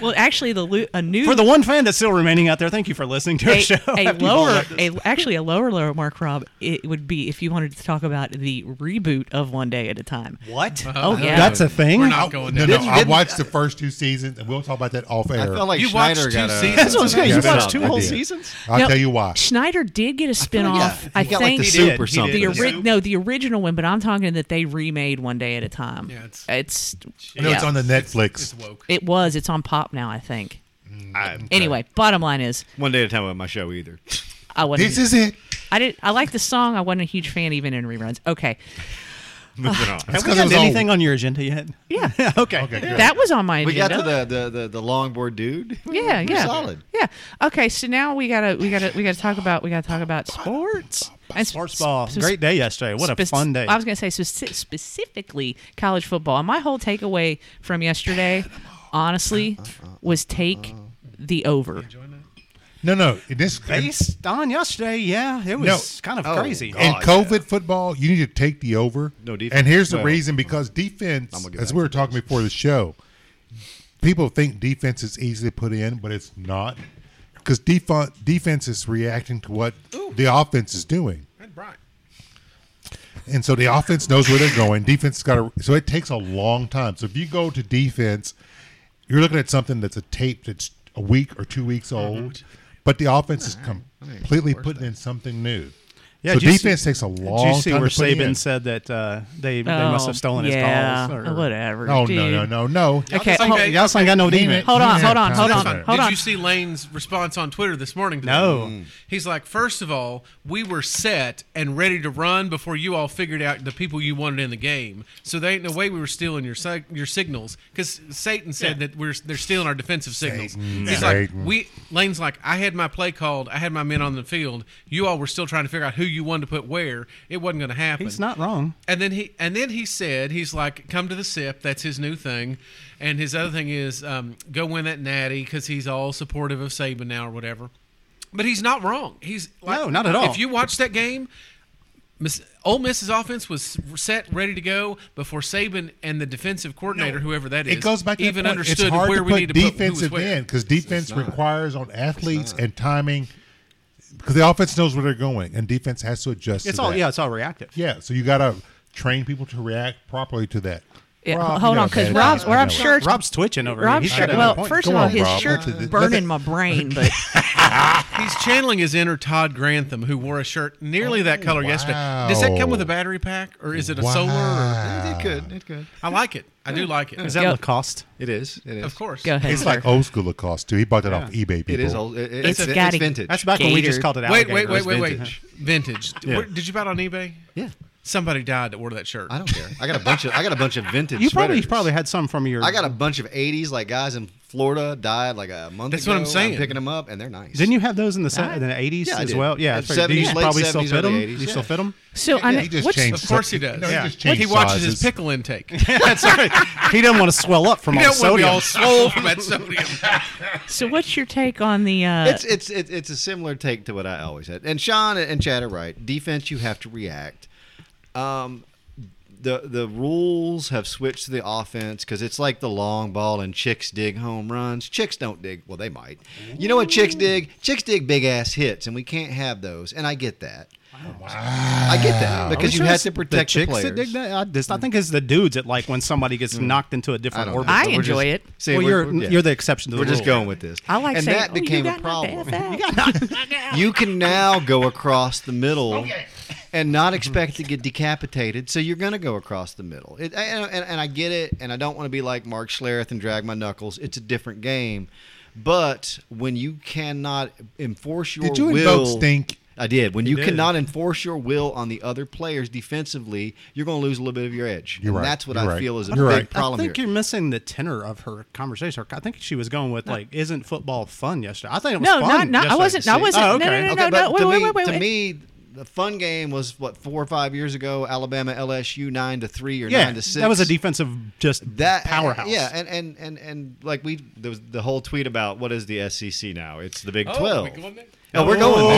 Speaker 1: Well, actually, the lu- a new
Speaker 4: For the one fan that's still remaining out there, thank you for listening to our
Speaker 1: a,
Speaker 4: show.
Speaker 1: a lower a, actually a lower lower mark, Rob. It would be if you wanted to talk about the reboot of One Day at a Time.
Speaker 4: what?
Speaker 5: Uh-huh.
Speaker 1: Oh yeah,
Speaker 4: That's a thing.
Speaker 5: We're not
Speaker 3: no,
Speaker 5: going
Speaker 3: Oh, no,
Speaker 5: down.
Speaker 3: I watched the first two seasons, and we'll talk about that off air.
Speaker 2: I felt like
Speaker 5: You watched
Speaker 2: Schneider
Speaker 5: two
Speaker 2: got a.
Speaker 5: seasons. That's what I'm saying,
Speaker 4: you
Speaker 3: Yes, I
Speaker 4: watched
Speaker 3: did.
Speaker 4: two whole
Speaker 3: I did.
Speaker 4: seasons?
Speaker 3: I'll
Speaker 1: Now,
Speaker 3: tell you why.
Speaker 1: Schneider did get a spinoff. I
Speaker 2: he got like
Speaker 1: think
Speaker 2: the
Speaker 4: did,
Speaker 2: soup or
Speaker 4: he did.
Speaker 2: something.
Speaker 1: the
Speaker 4: Yeah.
Speaker 1: ori- no the original one, but I'm talking that they remade One Day at a Time.
Speaker 5: Yeah, it's-
Speaker 1: it's,
Speaker 3: I know it's
Speaker 1: yeah.
Speaker 3: on the Netflix.
Speaker 5: It's woke.
Speaker 1: It was. It's on Pop now, I think.
Speaker 2: I-
Speaker 1: Anyway, bottom line is,
Speaker 2: one day at a time on my show either.
Speaker 1: I wasn't.
Speaker 3: This is it.
Speaker 1: I did. I like the song. I wasn't a huge fan even in reruns. Okay,
Speaker 2: Moving on.
Speaker 4: Have we
Speaker 3: 'cause it
Speaker 4: got
Speaker 3: was
Speaker 4: anything on your agenda yet?
Speaker 1: Yeah.
Speaker 4: okay.
Speaker 3: Okay, good.
Speaker 1: that was on my.
Speaker 2: We got
Speaker 1: agenda.
Speaker 2: to the the the, the longboard dude.
Speaker 1: Yeah,
Speaker 2: We're
Speaker 1: yeah,
Speaker 2: solid.
Speaker 1: Yeah. Okay, so now we gotta we gotta we gotta talk about we gotta talk about sports. And
Speaker 4: Sports
Speaker 1: sp-
Speaker 4: ball.
Speaker 1: sp-
Speaker 4: Great day yesterday. What a
Speaker 1: spec-
Speaker 4: fun day.
Speaker 1: I was gonna say speci- specifically college football. And my whole takeaway from yesterday, honestly, was take the over.
Speaker 3: No, no. This
Speaker 4: Based on yesterday, yeah, it was kind of
Speaker 2: Oh,
Speaker 4: crazy.
Speaker 2: God.
Speaker 3: in
Speaker 2: Oh,
Speaker 3: COVID football, you need to take the over.
Speaker 2: No defense.
Speaker 3: And here's the
Speaker 2: Well,
Speaker 3: reason because defense,
Speaker 2: I'm gonna get
Speaker 3: as
Speaker 2: back
Speaker 3: we were talking before the show, people think defense is easily put in, but it's not. Because defense, defense is reacting to what the offense is doing.
Speaker 5: Red Bryant.
Speaker 3: And so the offense knows where they're going. Defense got to, so it takes a long time. So if you go to defense, you're looking at something that's a tape that's a week or two weeks
Speaker 4: Mm-hmm.
Speaker 3: old, but the offense is completely putting in something new.
Speaker 4: Yeah,
Speaker 3: so
Speaker 4: did you see-
Speaker 3: defense takes a long
Speaker 4: Did you see
Speaker 3: time
Speaker 4: where
Speaker 3: to put in.
Speaker 4: Saban said that uh, they, they
Speaker 1: Oh,
Speaker 4: must have stolen
Speaker 1: yeah,
Speaker 4: his calls? Or,
Speaker 1: whatever.
Speaker 3: Oh
Speaker 1: dude.
Speaker 3: no no no no!
Speaker 1: Okay,
Speaker 5: Y'all
Speaker 1: hold,
Speaker 5: just ain't
Speaker 4: Y'all ain't got no
Speaker 3: Name
Speaker 4: defense.
Speaker 3: it.
Speaker 1: hold on,
Speaker 3: Yeah,
Speaker 1: hold on,
Speaker 3: no,
Speaker 1: hold
Speaker 3: that's
Speaker 1: on,
Speaker 3: fine. Mm.
Speaker 1: hold
Speaker 5: Did
Speaker 1: on.
Speaker 5: you see Lane's response on Twitter this morning? to
Speaker 4: No.
Speaker 5: that? He's like, first of all, we were set and ready to run before you all figured out the people you wanted in the game. So there ain't no way we were stealing your sig- your signals because Satan said that we're they're stealing our defensive signals. He's
Speaker 3: Satan.
Speaker 5: like, we Lane's like, I had my play called, I had my men on the field. You all were still trying to figure out who you wanted to put where. It wasn't going to happen.
Speaker 4: He's not wrong.
Speaker 5: And then he and then he said he's like come to the sip that's his new thing, and his other thing is um, go win that natty because he's all supportive of Saban now or whatever. But he's not wrong. He's like,
Speaker 4: No, not at all.
Speaker 5: If you watch that game, Miss, Ole Miss's offense was set ready to go before Saban and the defensive coordinator, whoever that is,
Speaker 3: It goes back to
Speaker 5: even
Speaker 3: that point.
Speaker 5: understood
Speaker 3: it's hard
Speaker 5: where
Speaker 3: to
Speaker 5: we
Speaker 3: put
Speaker 5: need to
Speaker 3: defensive
Speaker 5: put who was where.
Speaker 3: in because defense requires on athletes and timing because the offense knows where they're going and defense has to adjust.
Speaker 4: It's
Speaker 3: to
Speaker 4: all
Speaker 3: that.
Speaker 4: yeah, it's all reactive.
Speaker 3: yeah. So you got to train people to react properly to that.
Speaker 1: Yeah, hold
Speaker 3: Rob, you know
Speaker 1: on, because
Speaker 3: that.
Speaker 1: Rob's,
Speaker 3: I know
Speaker 1: Rob's
Speaker 3: it.
Speaker 1: shirt's
Speaker 4: Rob's twitching over
Speaker 1: Rob's
Speaker 4: here. He's got
Speaker 1: shirt.
Speaker 4: a-
Speaker 1: Well,
Speaker 3: point.
Speaker 1: first
Speaker 3: Go
Speaker 1: of all,
Speaker 3: on,
Speaker 1: his
Speaker 3: Rob.
Speaker 1: shirt's
Speaker 3: Look at this.
Speaker 1: burning my brain, but
Speaker 5: He's channeling his inner Todd Grantham, who wore a shirt nearly
Speaker 3: Oh,
Speaker 5: that color yesterday. Does that come with a battery pack or is it a solar? Or,
Speaker 2: It could. It could.
Speaker 5: I like it. I do like it.
Speaker 4: is that
Speaker 1: Yep.
Speaker 4: Lacoste?
Speaker 2: It is. It is.
Speaker 5: Of course.
Speaker 1: go ahead.
Speaker 3: It's
Speaker 1: sir.
Speaker 3: like old school Lacoste too. He bought that off eBay. People.
Speaker 2: It is old. It, it,
Speaker 1: It's
Speaker 2: it's, it's,
Speaker 1: gotta-
Speaker 2: vintage.
Speaker 4: That's back when we just
Speaker 1: Gator.
Speaker 4: called it
Speaker 5: Wait,
Speaker 4: alligator.
Speaker 5: wait, wait, wait, wait.
Speaker 2: vintage.
Speaker 5: Vintage.
Speaker 2: Yeah.
Speaker 5: Where- did you buy it on eBay?
Speaker 2: Yeah.
Speaker 5: Somebody died that wore that shirt.
Speaker 2: I don't care. I got a bunch of. I got a bunch of vintage.
Speaker 4: You probably you
Speaker 2: sweaters.
Speaker 4: probably had some from your.
Speaker 2: I got a bunch of '80s like guys in Florida died like a month.
Speaker 5: That's
Speaker 2: ago.
Speaker 5: what I'm saying.
Speaker 2: picking them up, and they're nice.
Speaker 4: Didn't you have those in the se- in the eighties
Speaker 2: Yeah, I
Speaker 4: as
Speaker 2: did.
Speaker 4: well? Yeah,
Speaker 2: Uh,
Speaker 4: that's right. Do you
Speaker 2: 70s, late
Speaker 4: probably still
Speaker 2: 70s,
Speaker 4: fit
Speaker 2: early
Speaker 4: them.
Speaker 2: 80s,
Speaker 4: You still
Speaker 2: yeah.
Speaker 4: fit them?
Speaker 1: so I know,
Speaker 3: He just
Speaker 1: what's
Speaker 3: changed.
Speaker 5: Of course he does.
Speaker 3: No,
Speaker 5: Yeah.
Speaker 3: he just changed
Speaker 5: He watches
Speaker 3: sizes.
Speaker 5: his pickle intake.
Speaker 4: That's right. He didn't want to swell up from
Speaker 5: He
Speaker 4: all the
Speaker 5: don't want to be
Speaker 4: sodium.
Speaker 5: all swole from that sodium.
Speaker 1: so what's your take on the uh,
Speaker 2: It's it's it- it's a similar take to what I always had. And Sean and Chad are right. Defense, you have to react. Um, the the rules have switched to the offense because it's like the long ball and chicks dig home runs. Chicks don't dig. Well, they might. You know what chicks dig? Chicks dig big ass hits, and we can't have those. And I get that. I get that because you had to protect the,
Speaker 4: chicks
Speaker 2: players. Mm.
Speaker 4: that dig that. I, just, I think it's the dudes that like when somebody gets knocked into a
Speaker 2: I
Speaker 4: different
Speaker 2: don't
Speaker 4: orbit.
Speaker 2: know.
Speaker 1: I
Speaker 2: We're
Speaker 1: enjoy it.
Speaker 2: just- See,
Speaker 4: well,
Speaker 2: we're-
Speaker 4: you're
Speaker 2: we're- yeah.
Speaker 4: you're the exception to the
Speaker 2: We're
Speaker 4: rule.
Speaker 2: just going with this.
Speaker 1: I like
Speaker 2: and
Speaker 1: saying,
Speaker 2: that
Speaker 1: "Oh,
Speaker 2: became
Speaker 1: you
Speaker 2: a
Speaker 1: got knocked
Speaker 2: problem.
Speaker 1: the F out."
Speaker 2: you can now go across the middle and not expect to get decapitated. So you're going to go across the middle. It, and, and, and I get it. And I don't want to be like Mark Schlereth and drag my knuckles. It's a different game. But when you cannot enforce your
Speaker 3: Did you
Speaker 2: will,
Speaker 3: invoke stink?
Speaker 2: I did. When you
Speaker 4: did.
Speaker 2: cannot enforce your will on the other players defensively, you're going to lose a little bit of your edge.
Speaker 3: You're
Speaker 2: and
Speaker 3: right.
Speaker 2: That's what
Speaker 3: You're
Speaker 2: I
Speaker 3: right.
Speaker 2: feel is a
Speaker 3: You're
Speaker 2: big
Speaker 3: right.
Speaker 2: problem
Speaker 4: I think
Speaker 2: here.
Speaker 4: you're missing the tenor of her conversation. Her- I think she was going with like, isn't football fun yesterday? I think it was
Speaker 1: No, not-
Speaker 4: fun.
Speaker 1: not- I
Speaker 4: yesterday
Speaker 1: wasn't-
Speaker 4: to
Speaker 1: I
Speaker 4: see.
Speaker 1: wasn't-
Speaker 4: Oh,
Speaker 1: no, no,
Speaker 4: okay.
Speaker 1: no,
Speaker 4: Okay.
Speaker 2: Okay, but
Speaker 1: wait,
Speaker 2: to
Speaker 1: wait,
Speaker 2: me,
Speaker 1: wait, wait,
Speaker 2: to
Speaker 1: wait.
Speaker 2: me, the fun game was what four or five years ago, Alabama LSU nine to three or
Speaker 4: Yeah,
Speaker 2: nine to six.
Speaker 4: that was a defensive just
Speaker 2: that uh,
Speaker 4: powerhouse.
Speaker 2: Yeah, and and and and like we there was the whole tweet about what is the SEC now? It's the Big
Speaker 5: Oh,
Speaker 2: Twelve.
Speaker 5: we going there?
Speaker 2: Oh, we're going. there.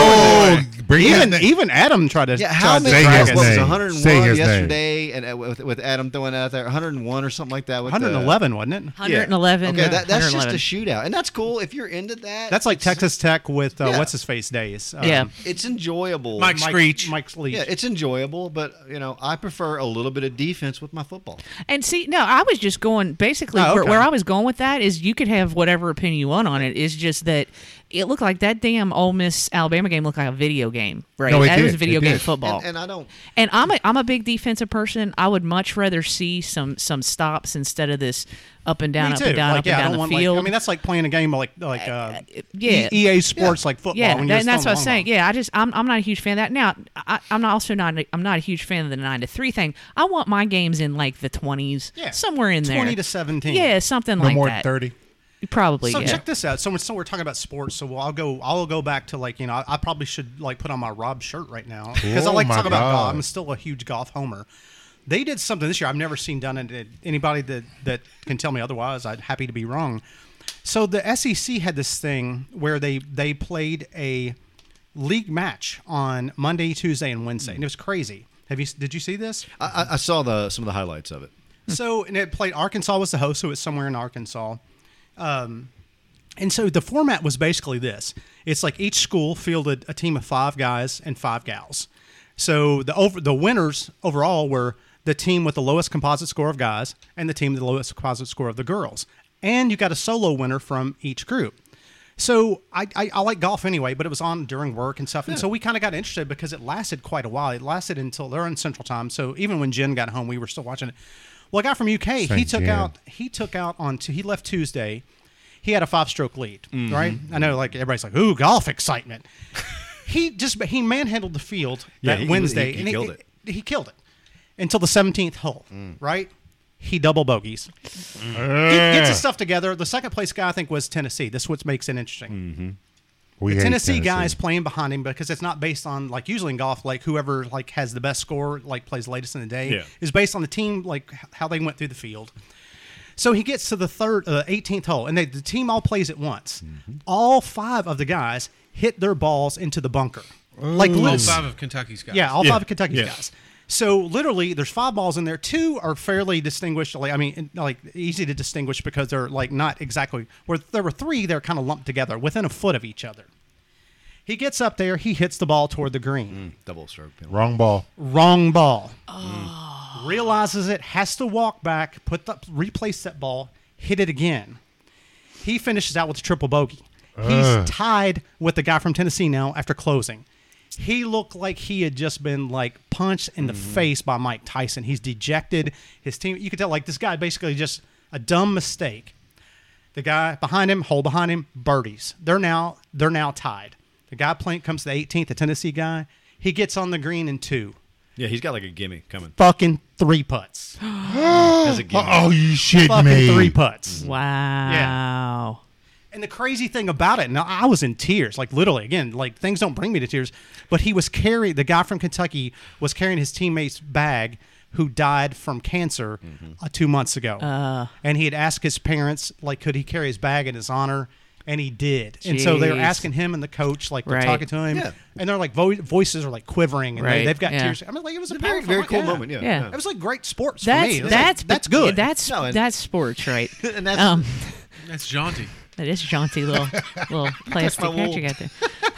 Speaker 3: Oh, bring
Speaker 4: even
Speaker 3: that-
Speaker 4: even Adam tried to
Speaker 2: Yeah, how
Speaker 4: tried
Speaker 2: many?
Speaker 3: say
Speaker 2: What
Speaker 3: his
Speaker 2: was it,
Speaker 3: name.
Speaker 2: 101
Speaker 3: Say his name.
Speaker 2: yesterday, and uh, with, with Adam throwing that out there, 101 or something like that. With the-
Speaker 4: 111, wasn't it?
Speaker 2: Yeah.
Speaker 1: 111.
Speaker 2: Okay, that, that's
Speaker 1: 111.
Speaker 2: just a shootout, and that's cool if you're into that.
Speaker 4: That's like Texas Tech with uh,
Speaker 2: Yeah.
Speaker 4: what's his face days. Um,
Speaker 1: Yeah.
Speaker 2: it's enjoyable.
Speaker 5: Mike
Speaker 4: Mike
Speaker 5: Screech.
Speaker 4: Mike Leach.
Speaker 2: yeah, it's enjoyable, but you know, I prefer a little bit of defense with my football.
Speaker 1: And see, no, I was just going basically
Speaker 4: Oh,
Speaker 1: where,
Speaker 4: okay.
Speaker 1: where I was going with that is you could have whatever opinion you want on it. It's just that it looked like that damn Ole Miss Alabama game looked like a video game. Right.
Speaker 3: No, it
Speaker 1: that was
Speaker 3: did.
Speaker 1: video
Speaker 3: It
Speaker 1: game
Speaker 3: did.
Speaker 1: football.
Speaker 2: And, and I don't.
Speaker 1: And I'm a I'm a big defensive person. I would much rather see some some stops instead of this up and down,
Speaker 4: Me
Speaker 1: up
Speaker 4: too.
Speaker 1: and down,
Speaker 4: like,
Speaker 1: up
Speaker 4: yeah, I
Speaker 1: and
Speaker 4: don't
Speaker 1: down
Speaker 4: want,
Speaker 1: the field.
Speaker 4: Like, I mean, that's like playing a game like like uh,
Speaker 1: yeah.
Speaker 4: E- EA Sports like football.
Speaker 1: yeah,
Speaker 4: when
Speaker 1: that-
Speaker 4: you're
Speaker 1: and that's
Speaker 4: just
Speaker 1: what
Speaker 4: on
Speaker 1: I'm
Speaker 4: the
Speaker 1: saying.
Speaker 4: long
Speaker 1: Yeah, I just I'm, I'm not a huge fan of that. Now I, I'm not also not I'm not a huge fan of the nine to three thing. I want my games in like the twenties,
Speaker 4: Yeah.
Speaker 1: somewhere in there,
Speaker 4: 20 to 17.
Speaker 1: Yeah, something
Speaker 3: no
Speaker 1: like
Speaker 3: more
Speaker 1: that.
Speaker 3: than thirty.
Speaker 1: Probably.
Speaker 4: So
Speaker 1: yeah.
Speaker 4: check this out. So, we're- so we're talking about sports. So I'll go. I'll go back to like you know. I, I probably should like put on my Rob shirt right now because I
Speaker 3: Oh,
Speaker 4: like to
Speaker 3: my
Speaker 4: talk about golf.
Speaker 3: God.
Speaker 4: I'm still a huge golf homer. They did something this year I've never seen done, and it- anybody that that can tell me otherwise, I'd happy to be wrong. So the SEC had this thing where they they played a league match on Monday, Tuesday, and Wednesday, and it was crazy. Have you did you see this?
Speaker 2: I, I- I saw the some of the highlights of it.
Speaker 4: so and it played Arkansas was the host, so it was somewhere in Arkansas. Um, and so the format was basically this: it's like each school fielded a team of five guys and five gals. So the over the winners overall were the team with the lowest composite score of guys and the team with the lowest composite score of the girls. And you got a solo winner from each group. So I, I, I like golf anyway, but it was on during work and stuff. And so we kind of got interested because it lasted quite a while. It lasted until they're in Central Time. So even when Jen got home, we were still watching it. Well, a guy from UK, he
Speaker 3: Thank
Speaker 4: took
Speaker 3: Jen.
Speaker 4: out he took out on t- he left Tuesday. He had a five stroke lead,
Speaker 2: Mm-hmm.
Speaker 4: right? I know, like everybody's like, "Ooh, golf excitement." he just he manhandled the field
Speaker 2: Yeah,
Speaker 4: that
Speaker 2: he- he-
Speaker 4: Wednesday,
Speaker 2: he- he
Speaker 4: and
Speaker 2: killed it. Mm.
Speaker 4: He killed it until the seventeenth hole, right? He double bogeys he
Speaker 2: Eh.
Speaker 4: gets his stuff together. The second place guy I think was Tennessee. This is what makes it interesting.
Speaker 3: We hate
Speaker 4: Tennessee, guys playing behind him because it's not based on like usually in golf like whoever like has the best score like plays latest in the day
Speaker 2: Yeah.
Speaker 4: is based on the team like h- how they went through the field. So he gets to the third uh, 18th hole and they, the team all plays at once. All five of the guys hit their balls into the bunker. Like
Speaker 5: All
Speaker 4: loose.
Speaker 5: five of Kentucky's guys.
Speaker 4: Yeah, all
Speaker 3: Yeah,
Speaker 4: five of Kentucky's
Speaker 3: yeah.
Speaker 4: guys. So literally, there's five balls in there. Two are fairly distinguished. Like I mean, like easy to distinguish because they're like not exactly. Where there were three, they're kind of lumped together within a foot of each other. He gets up there. He hits the ball toward the green.
Speaker 2: Double stroke penalty.
Speaker 3: Wrong ball.
Speaker 4: Wrong ball. Realizes it. Has to walk back. Put the replace that ball. Hit it again. He finishes out with a triple bogey.
Speaker 3: Ugh.
Speaker 4: He's tied with the guy from Tennessee now after closing. He looked like he had just been like punched in the face by Mike Tyson. He's dejected. His team, you could tell, like this guy basically just a dumb mistake. The guy behind him, hole behind him, birdies. They're now they're now tied. The guy playing comes to the 18th, the Tennessee guy. He gets on the green in two,
Speaker 2: Yeah, he's got like a gimme coming.
Speaker 4: fucking three putts,
Speaker 2: As a gimme.
Speaker 3: Oh, you shit
Speaker 4: fucking
Speaker 3: me.
Speaker 4: three putts.
Speaker 1: Mm-hmm. Wow.
Speaker 4: And the crazy thing about it, now I was in tears, like literally. Again, like things don't bring me to tears, but he was carrying the guy from Kentucky was carrying his teammate's bag who died from cancer uh, two months ago, and he had asked his parents like, could he carry his bag in his honor, and he did. And so they were
Speaker 1: Jeez.
Speaker 4: asking him and the coach, like they're
Speaker 1: Right.
Speaker 4: talking to him,
Speaker 2: Yeah.
Speaker 4: and they're like vo- voices are like quivering, and
Speaker 1: Right,
Speaker 4: they, have got
Speaker 1: yeah.
Speaker 4: tears. I mean, like it was a
Speaker 2: very
Speaker 4: powerful-
Speaker 2: very
Speaker 4: like,
Speaker 2: cool moment. Yeah.
Speaker 1: Yeah.
Speaker 4: It was like great sports for
Speaker 1: That's
Speaker 4: me. It was, like,
Speaker 1: that's
Speaker 4: that's good.
Speaker 1: That's
Speaker 2: No, and-
Speaker 1: that's sports, right?
Speaker 2: And that's-
Speaker 1: um,
Speaker 5: That's jaunty.
Speaker 1: that is jaunty little little plastic
Speaker 2: my
Speaker 1: hat you
Speaker 2: wool.
Speaker 1: got there.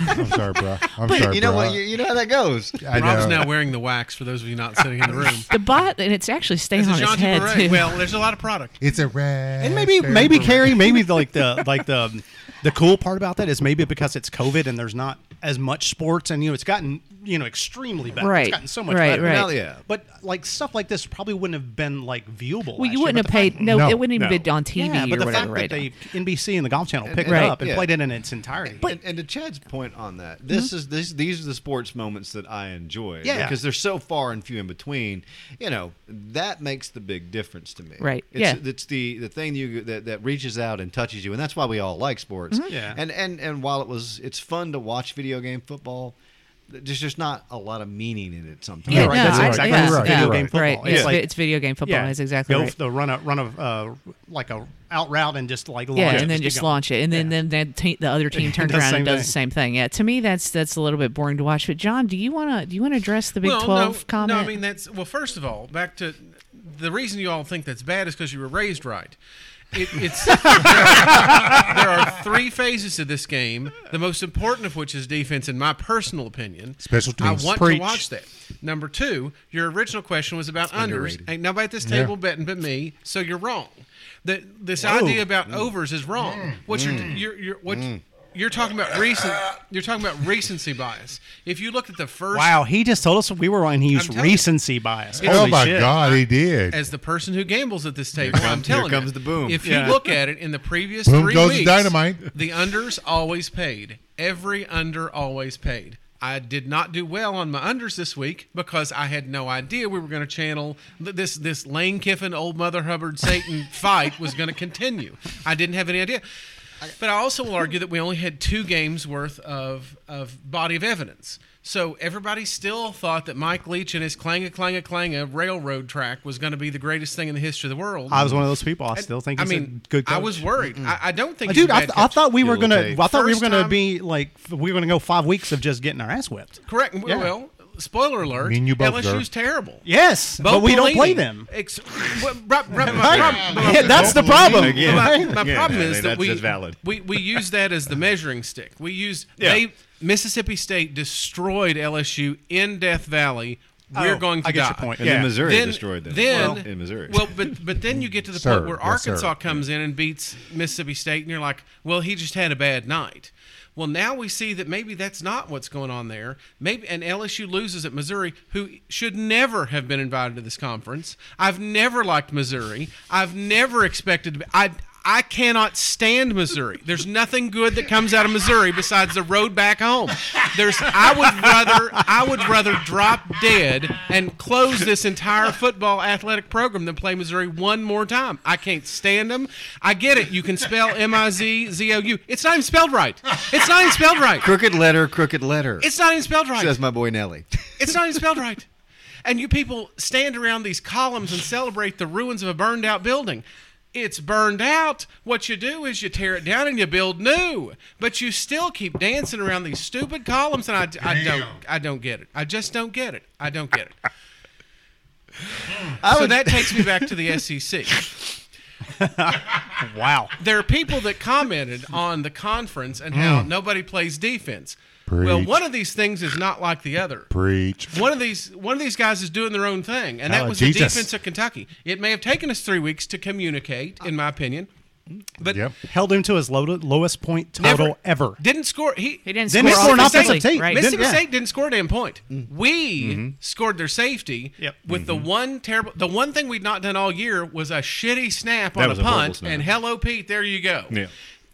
Speaker 3: I'm sorry, bro. I'm sorry,
Speaker 2: oh, You know
Speaker 3: bro.
Speaker 2: what? You, you know how that goes.
Speaker 3: I
Speaker 5: Rob's
Speaker 3: know.
Speaker 5: now wearing the wax for those of you not sitting in the room.
Speaker 1: The bot, and it's actually staying
Speaker 5: It's a
Speaker 1: on his
Speaker 5: jaunty
Speaker 1: head
Speaker 5: beret.
Speaker 1: too.
Speaker 5: Well, there's a lot of product.
Speaker 3: It's a red.
Speaker 4: And maybe
Speaker 3: shirt.
Speaker 4: um, maybe Carrie, maybe like the like the the cool part about that is maybe because it's COVID and there's not as much sports, and you know it's gotten you know extremely better.
Speaker 1: Right.
Speaker 4: It's gotten so much
Speaker 1: Right,
Speaker 4: better.
Speaker 1: right.
Speaker 2: Hell yeah.
Speaker 4: But like stuff like this probably wouldn't have been like viewable.
Speaker 1: Well,
Speaker 4: last
Speaker 1: you
Speaker 4: year,
Speaker 1: wouldn't have
Speaker 4: but the fact-
Speaker 1: paid. No,
Speaker 3: No.
Speaker 1: it wouldn't even
Speaker 3: No.
Speaker 1: be on TV
Speaker 4: Yeah,
Speaker 1: or
Speaker 4: but the
Speaker 1: whatever.
Speaker 4: fact
Speaker 1: right
Speaker 4: that they NBC and the Golf Channel picked
Speaker 1: Right.
Speaker 4: it up and
Speaker 2: yeah.
Speaker 4: played it in its entirety.
Speaker 2: and, and to Chad's point on that, this
Speaker 1: Hmm?
Speaker 2: is this these are the sports moments that I enjoy.
Speaker 4: Yeah.
Speaker 2: Because they're so far and few in between. You know, that makes the big difference to me.
Speaker 1: Right,
Speaker 2: It's,
Speaker 1: yeah.
Speaker 2: It's the the thing you that, that reaches out and touches you, and that's why we all like sports.
Speaker 1: Mm-hmm.
Speaker 4: Yeah.
Speaker 2: And and and while it was it's fun to watch video game football. There's just not a lot of meaning in it sometimes.
Speaker 1: Yeah,
Speaker 4: Right,
Speaker 1: no,
Speaker 4: that's
Speaker 1: I-
Speaker 4: exactly
Speaker 1: yeah,
Speaker 4: right. It's video
Speaker 1: yeah.
Speaker 4: game football.
Speaker 1: Right.
Speaker 4: It's
Speaker 1: It's,
Speaker 4: like-
Speaker 1: it's video game football. That's exactly
Speaker 4: go
Speaker 1: right.
Speaker 4: for the run a run of uh, like a out route and just like launch
Speaker 1: yeah,
Speaker 4: it,
Speaker 1: and then
Speaker 4: keep
Speaker 1: just
Speaker 4: going.
Speaker 1: launch it, and then then that te- the other team turns
Speaker 4: Does the
Speaker 1: around and
Speaker 4: same
Speaker 1: does
Speaker 4: thing.
Speaker 1: the same thing. Yeah, to me that's that's a little bit boring to watch. But John, do you wanna do you wanna address the Big
Speaker 5: well,
Speaker 1: Twelve
Speaker 5: no,
Speaker 1: comment?
Speaker 5: No, I mean that's well. First of all, back to the reason you all think that's bad is because you were raised right. It, it's there are three phases to this game. The most important of which is defense, in my personal opinion.
Speaker 3: Special teams.
Speaker 5: I want
Speaker 3: Preach.
Speaker 5: to watch that. Number two, your original question was about unders. Ain't nobody at this table betting but me, so you're wrong. The, this
Speaker 3: Oh.
Speaker 5: idea about overs is wrong.
Speaker 3: Mm.
Speaker 5: What you're, you're, you're what you're talking about recent. You're talking about recency bias. If you look at the first
Speaker 4: Wow, he just told us we were on. He used
Speaker 5: telling you.
Speaker 4: recency bias.
Speaker 3: Oh
Speaker 4: Holy
Speaker 3: my
Speaker 4: shit.
Speaker 3: God, he did.
Speaker 5: as the person who gambles at this table, I'm
Speaker 2: comes- here
Speaker 5: telling you.
Speaker 2: comes the boom.
Speaker 5: If
Speaker 4: Yeah.
Speaker 5: you look at it in the previous
Speaker 3: Boom
Speaker 5: three
Speaker 3: goes the
Speaker 5: weeks,
Speaker 3: dynamite.
Speaker 5: the unders always paid. Every under always paid. I did not do well on my unders this week because I had no idea we were going to channel th- this this Lane Kiffin, Old Mother Hubbard, Satan fight was going to continue. I didn't have any idea. But I also will argue that we only had two games worth of of body of evidence. So everybody still thought that Mike Leach and his clanging, clanging, clanging uh, railroad track was going to be the greatest thing in the history of the world.
Speaker 4: I was one of those people. I still think.
Speaker 5: I
Speaker 4: he's a
Speaker 5: mean,
Speaker 4: good. Coach.
Speaker 5: I was worried. I, I don't think, he's
Speaker 4: Dude,
Speaker 5: a
Speaker 4: I,
Speaker 5: bad
Speaker 4: th- I
Speaker 5: coach.
Speaker 4: thought we were
Speaker 2: Give or
Speaker 4: gonna. I
Speaker 2: take.
Speaker 4: thought we were
Speaker 5: First
Speaker 4: gonna
Speaker 5: time-
Speaker 4: be like we were gonna go five weeks of just getting our ass whipped.
Speaker 5: correct. Well, spoiler alert.
Speaker 3: Me and you both,
Speaker 5: LSU's
Speaker 3: Dirk.
Speaker 5: terrible.
Speaker 4: Yes,
Speaker 5: Bo
Speaker 4: but we don't
Speaker 5: Pelini.
Speaker 4: play them.
Speaker 5: Ex- well, bro- bro- my-
Speaker 4: Right?
Speaker 5: my- my-
Speaker 4: Yeah, that's the problem.
Speaker 2: Again.
Speaker 4: right?
Speaker 5: my
Speaker 2: Yeah,
Speaker 5: problem
Speaker 2: I mean,
Speaker 5: is that
Speaker 2: that's-
Speaker 5: we
Speaker 2: that's valid.
Speaker 5: we we use that as the measuring stick. We use
Speaker 2: Yeah.
Speaker 5: they Mississippi State destroyed LSU in Death Valley. We're
Speaker 4: Oh,
Speaker 5: going to
Speaker 4: I get
Speaker 5: die.
Speaker 4: your point.
Speaker 2: And
Speaker 4: Yeah.
Speaker 2: then Missouri
Speaker 5: Then,
Speaker 2: destroyed them.
Speaker 5: Then,
Speaker 2: in Missouri.
Speaker 5: Well, but but then you get to the
Speaker 3: Sir,
Speaker 5: point where
Speaker 3: yes, sir.
Speaker 5: Arkansas comes in and beats Mississippi State, and you're like, well, he just had a bad night. Well, now we see that maybe that's not what's going on there. Maybe and LSU loses at Missouri, who should never have been invited to this conference. I've never liked Missouri. I've never expected to be. I I cannot stand Missouri. There's nothing good that comes out of Missouri besides the road back home. There's I would rather I would rather drop dead and close this entire football athletic program than play Missouri one more time. I can't stand them. I get it. You can spell M I Z Z O U. It's not even spelled right. It's not even spelled right.
Speaker 2: crooked letter, crooked letter.
Speaker 5: It's not even spelled right.
Speaker 2: says my boy Nelly.
Speaker 5: It's not even spelled right. And you people stand around these columns and celebrate the ruins of a burned out building. It's burned out. What you do is you tear it down and you build new. But you still keep dancing around these stupid columns, and I, I don't I don't get it. I just don't get it. I don't get it. so that takes me back to the E SEC
Speaker 4: Wow.
Speaker 5: there are people that commented on the conference and how nobody plays defense. Well,
Speaker 3: Preach.
Speaker 5: one of these things is not like the other.
Speaker 3: Preach.
Speaker 5: One of these one of these guys is doing their own thing, and that
Speaker 3: Oh,
Speaker 5: was the
Speaker 3: Jesus.
Speaker 5: defense of Kentucky. It may have taken us three weeks to communicate, in my opinion, but
Speaker 3: Yep.
Speaker 4: Held him to his low- lowest point total
Speaker 5: Never.
Speaker 4: ever.
Speaker 5: didn't score. He,
Speaker 1: he didn't
Speaker 4: Then they
Speaker 1: score
Speaker 4: scored an
Speaker 1: offensively,
Speaker 4: offensive team.
Speaker 1: Right.
Speaker 4: Missed-
Speaker 5: Mississippi
Speaker 4: yeah.
Speaker 5: State didn't score a damn point.
Speaker 2: Mm-hmm.
Speaker 5: We scored their safety
Speaker 4: Yep.
Speaker 5: with the one terrible. The one thing we'd not done all year was a shitty snap
Speaker 2: That
Speaker 5: on
Speaker 2: was
Speaker 5: a
Speaker 2: a horrible
Speaker 5: punt.
Speaker 2: snap.
Speaker 5: and hello, Pete. There you go.
Speaker 2: Yeah.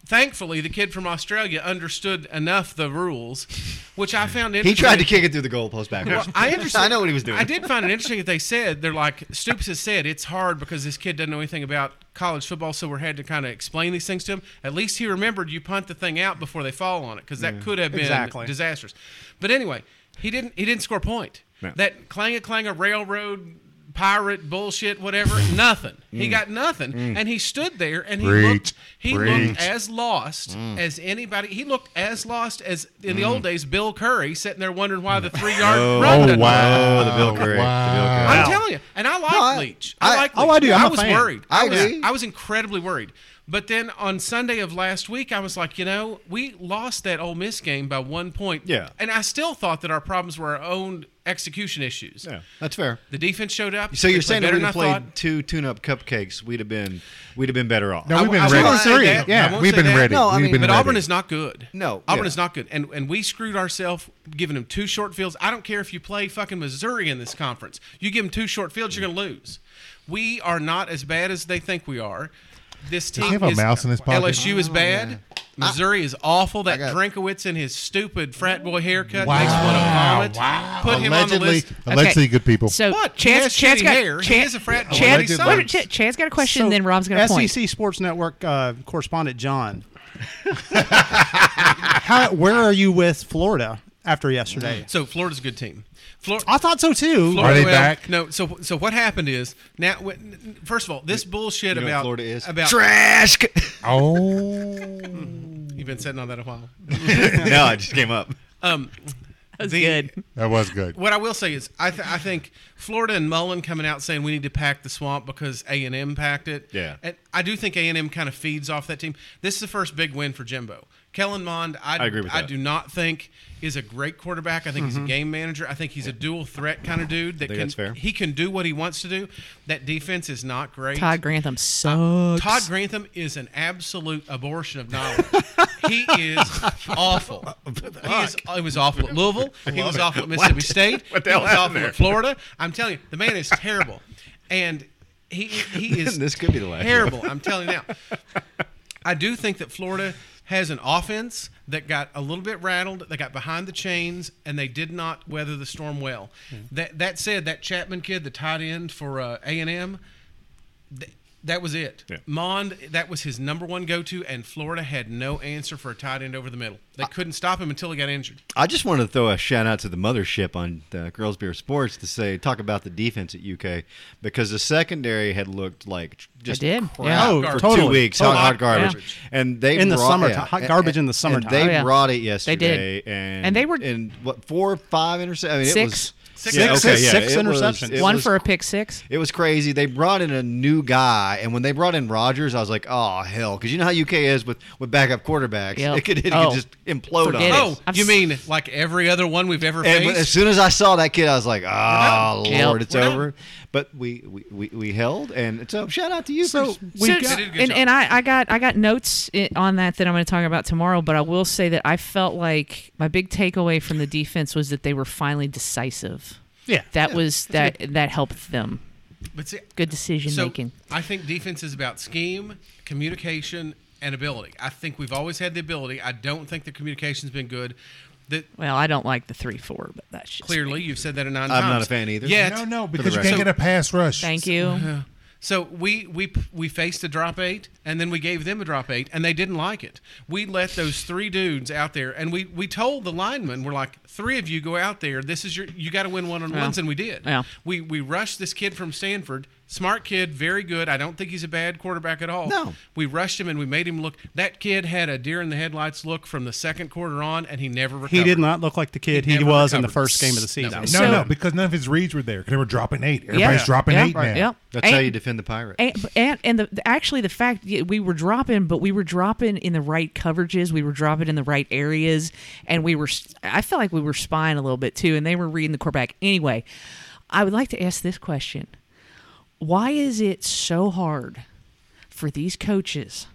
Speaker 5: Thankfully, the kid from Australia understood enough the rules, which I found
Speaker 2: he
Speaker 5: interesting.
Speaker 2: tried to kick it through the goalpost
Speaker 5: Well,
Speaker 2: backwards.
Speaker 5: I understand.
Speaker 2: I know what he was doing.
Speaker 5: I did find it interesting that they said they're like Stoops has said it's hard because this kid doesn't know anything about college football, so we're had to kind of explain these things to him. At least he remembered you punt the thing out before they fall on it because that could have been
Speaker 4: Exactly.
Speaker 5: disastrous. But anyway, he didn't. He didn't score a point.
Speaker 2: No.
Speaker 5: That clang a clang a railroad pirate bullshit whatever nothing.
Speaker 2: Mm.
Speaker 5: He got nothing, and he stood there and he
Speaker 3: Preach.
Speaker 5: looked. He
Speaker 3: Preach. Mm.
Speaker 5: looked as lost as anybody. He looked as lost as in the old days Bill Curry sitting there wondering why the three yard run.
Speaker 3: Oh
Speaker 5: doesn't work.
Speaker 3: wow!
Speaker 2: the Bill Curry. The Bill Curry.
Speaker 3: Wow.
Speaker 5: I'm telling you, and I like
Speaker 2: I-
Speaker 5: Leach. I,
Speaker 2: I-
Speaker 5: like.
Speaker 4: oh,
Speaker 5: Leach.
Speaker 4: I do. I'm a
Speaker 5: was
Speaker 4: fan.
Speaker 5: worried.
Speaker 2: I
Speaker 5: was.
Speaker 2: agree.
Speaker 5: I was incredibly worried. But then on Sunday of last week, I was like, you know, we lost that Ole Miss game by one point.
Speaker 2: Yeah.
Speaker 5: And I still thought that our problems were our own execution issues.
Speaker 2: Yeah, that's fair.
Speaker 5: The defense showed up.
Speaker 2: So
Speaker 5: They
Speaker 2: you're
Speaker 5: played
Speaker 2: saying if
Speaker 5: better
Speaker 2: we'd
Speaker 5: than I
Speaker 2: have played
Speaker 5: thought.
Speaker 2: two tune-up cupcakes, we'd have been we'd have been better off.
Speaker 3: No, we've been
Speaker 5: I
Speaker 3: ready.
Speaker 5: won't say
Speaker 3: Three.
Speaker 5: that. I
Speaker 3: Yeah,
Speaker 5: won't
Speaker 3: we've
Speaker 5: say
Speaker 3: been
Speaker 5: that.
Speaker 3: ready.
Speaker 2: No, I
Speaker 3: we've
Speaker 2: mean-
Speaker 3: been
Speaker 5: But
Speaker 3: ready.
Speaker 5: Auburn is not good.
Speaker 2: No,
Speaker 5: Auburn
Speaker 2: yeah.
Speaker 5: is not good, and and we screwed ourselves giving them two short fields. I don't care if you play fucking Missouri in this conference. You give them two short fields, you're going to lose. We are not as bad as they think we are. This team
Speaker 3: he have a
Speaker 5: is,
Speaker 3: mouse in his pocket?
Speaker 5: LSU
Speaker 2: Oh,
Speaker 5: is bad. Missouri is awful. That
Speaker 2: got-
Speaker 5: Drinkowitz and his stupid frat boy haircut makes one to vomit. Put him on the
Speaker 2: Allegedly-
Speaker 5: list.
Speaker 3: Allegedly good people.
Speaker 1: So
Speaker 5: What? He
Speaker 1: Chance,
Speaker 5: has
Speaker 1: Chance
Speaker 5: shitty
Speaker 1: got
Speaker 5: hair. He
Speaker 1: Chance,
Speaker 5: is a frat boy.
Speaker 1: Chance,
Speaker 3: Allegedly.
Speaker 1: wait a minute, Ch- Chance got a question.
Speaker 4: So,
Speaker 1: then Rob's got a
Speaker 5: E
Speaker 1: point.
Speaker 4: SEC E Sports Network uh, correspondent John. How, where are you with Florida after yesterday?
Speaker 5: So Florida's a good team. Flor-
Speaker 4: I thought so too.
Speaker 5: Mm. Florida,
Speaker 3: Are they
Speaker 5: well,
Speaker 3: back?
Speaker 5: No. So so what happened is now. when- First of all, this bullshit
Speaker 2: You know what
Speaker 5: about
Speaker 2: Florida is
Speaker 5: about.
Speaker 2: trash. c-
Speaker 3: Oh,
Speaker 5: You've been sitting on that a while.
Speaker 2: no, it just came up.
Speaker 5: Um,
Speaker 1: That's
Speaker 5: the-
Speaker 1: good.
Speaker 3: that was good.
Speaker 5: What I will say is, I, th- I think Florida and Mullen coming out saying we need to pack the swamp because A and M packed it.
Speaker 2: Yeah.
Speaker 5: and I do think A and M kind of feeds off that team. This is the first big win for Jimbo. Kellen Mond, I,
Speaker 2: I agree with
Speaker 5: I
Speaker 2: that.
Speaker 5: do not think is a great quarterback. I think he's a game manager. I think he's a dual threat kind of dude that
Speaker 2: think
Speaker 5: can
Speaker 2: that's fair.
Speaker 5: he can do what he wants to do. That defense is not great.
Speaker 1: Todd Grantham sucks.
Speaker 5: Todd Grantham is an absolute abortion of knowledge. he is awful. He, is, he was awful at Louisville. He was awful at Mississippi State.
Speaker 2: What the
Speaker 5: he
Speaker 2: hell
Speaker 5: was
Speaker 2: happened
Speaker 5: awful
Speaker 2: there?
Speaker 5: at Florida. I'm telling you, the man is terrible. And he he is
Speaker 2: This could be the last one.
Speaker 5: terrible. I'm telling you now. I do think that Florida has an offense that got a little bit rattled. They got behind the chains, and they did not weather the storm well.
Speaker 2: Hmm.
Speaker 5: That that said, that Chapman kid, the tight end for uh, A and M, that was it.
Speaker 2: Yeah.
Speaker 5: Mond, that was his number one go-to, and Florida had no answer for a tight end over the middle. They couldn't stop him until he got injured.
Speaker 2: I just wanted to throw a shout out to the mothership on uh, Girls Beer Sports to say talk about the defense at UK because the secondary had looked like tr- just
Speaker 1: did, yeah.
Speaker 2: crap
Speaker 5: Oh,
Speaker 2: for two
Speaker 5: totally.
Speaker 2: weeks hot,
Speaker 5: Totally.
Speaker 2: hot garbage and they
Speaker 4: In the
Speaker 2: brought,
Speaker 4: summerti-
Speaker 2: yeah,
Speaker 4: hot
Speaker 2: and-
Speaker 4: garbage
Speaker 2: and-
Speaker 4: in the summertime.
Speaker 2: and
Speaker 1: Oh,
Speaker 2: they
Speaker 1: yeah.
Speaker 2: brought it
Speaker 1: They did.
Speaker 2: yesterday and
Speaker 1: And they were-
Speaker 2: in what four or five interceptions I mean, it
Speaker 1: Six.
Speaker 2: was
Speaker 5: Six.
Speaker 2: yeah,
Speaker 4: Six-
Speaker 2: okay, yeah,
Speaker 4: six
Speaker 2: it was-
Speaker 4: interceptions.
Speaker 2: it
Speaker 1: One
Speaker 2: was
Speaker 1: for a pick six.
Speaker 2: it was crazy. They brought in a new guy, and when they brought in Rogers, I was like, "Oh hell!" Because you know how UK is with with backup quarterbacks.
Speaker 1: Yep.
Speaker 2: It could it
Speaker 1: Oh.
Speaker 2: could just implode
Speaker 1: Forget
Speaker 2: on.
Speaker 1: it.
Speaker 5: Oh,
Speaker 2: us.
Speaker 1: I've
Speaker 5: you
Speaker 1: s-
Speaker 5: mean like every other one we've ever
Speaker 2: And when-
Speaker 5: faced?
Speaker 2: as soon as I saw that kid, I was like, "Ah,
Speaker 1: Yep.
Speaker 2: Lord, it's
Speaker 5: We're done.
Speaker 2: over." But we, we we we held, and so shout out to you.
Speaker 4: So,
Speaker 2: for,
Speaker 4: we
Speaker 1: So-
Speaker 4: got-
Speaker 5: They did a good
Speaker 1: and,
Speaker 5: job.
Speaker 1: and I, I got I got notes i- on that that I'm going to talk about tomorrow. But I will say that I felt like my big takeaway from the defense was that they were finally decisive.
Speaker 4: yeah.
Speaker 1: That was that that helped them.
Speaker 5: but see,
Speaker 1: Good decision
Speaker 5: so
Speaker 1: making.
Speaker 5: I think defense is about scheme, communication, and ability. I think we've always had the ability. I don't think the communication's been good. That
Speaker 1: Well, I don't like the three four, but that's just
Speaker 5: clearly you've said that a 9
Speaker 2: I'm
Speaker 5: times.
Speaker 2: not a fan either.
Speaker 5: Yet,
Speaker 3: No, no,
Speaker 2: the
Speaker 3: because you
Speaker 2: record.
Speaker 3: can't get a pass rush.
Speaker 1: Thank you.
Speaker 5: So we we we faced a drop eight, and then we gave them a drop eight, and they didn't like it. We let those three dudes out there, and we we told the linemen, we're like, three of you go out there. This is your you got to win one on ones, and we did.
Speaker 1: Yeah.
Speaker 5: We we rushed this kid from Stanford, smart kid, very good. I don't think he's a bad quarterback at all.
Speaker 2: No.
Speaker 5: We rushed him and we made him look. That kid had a deer in the headlights look from the second quarter on, and he never recovered.
Speaker 4: He did not look like the kid
Speaker 5: He
Speaker 4: he,
Speaker 5: never
Speaker 4: was in the
Speaker 5: recovered.
Speaker 4: first game of the season.
Speaker 3: No,
Speaker 1: So-
Speaker 3: no, because none of his reads were there. 'cause They were dropping eight. Everybody's
Speaker 1: Yeah.
Speaker 3: dropping
Speaker 1: Yeah.
Speaker 3: eight now.
Speaker 1: Right. Yep.
Speaker 2: That's
Speaker 1: And-
Speaker 2: how you defend the pirate.
Speaker 1: And, but- and and the, the- actually the fact yeah, we were dropping, but we were dropping in the right coverages. We were dropping in the right areas, and we were. s- I felt like we were spying a little bit too, and they were reading the quarterback anyway. I would like to ask this question: Why is it so hard for these coaches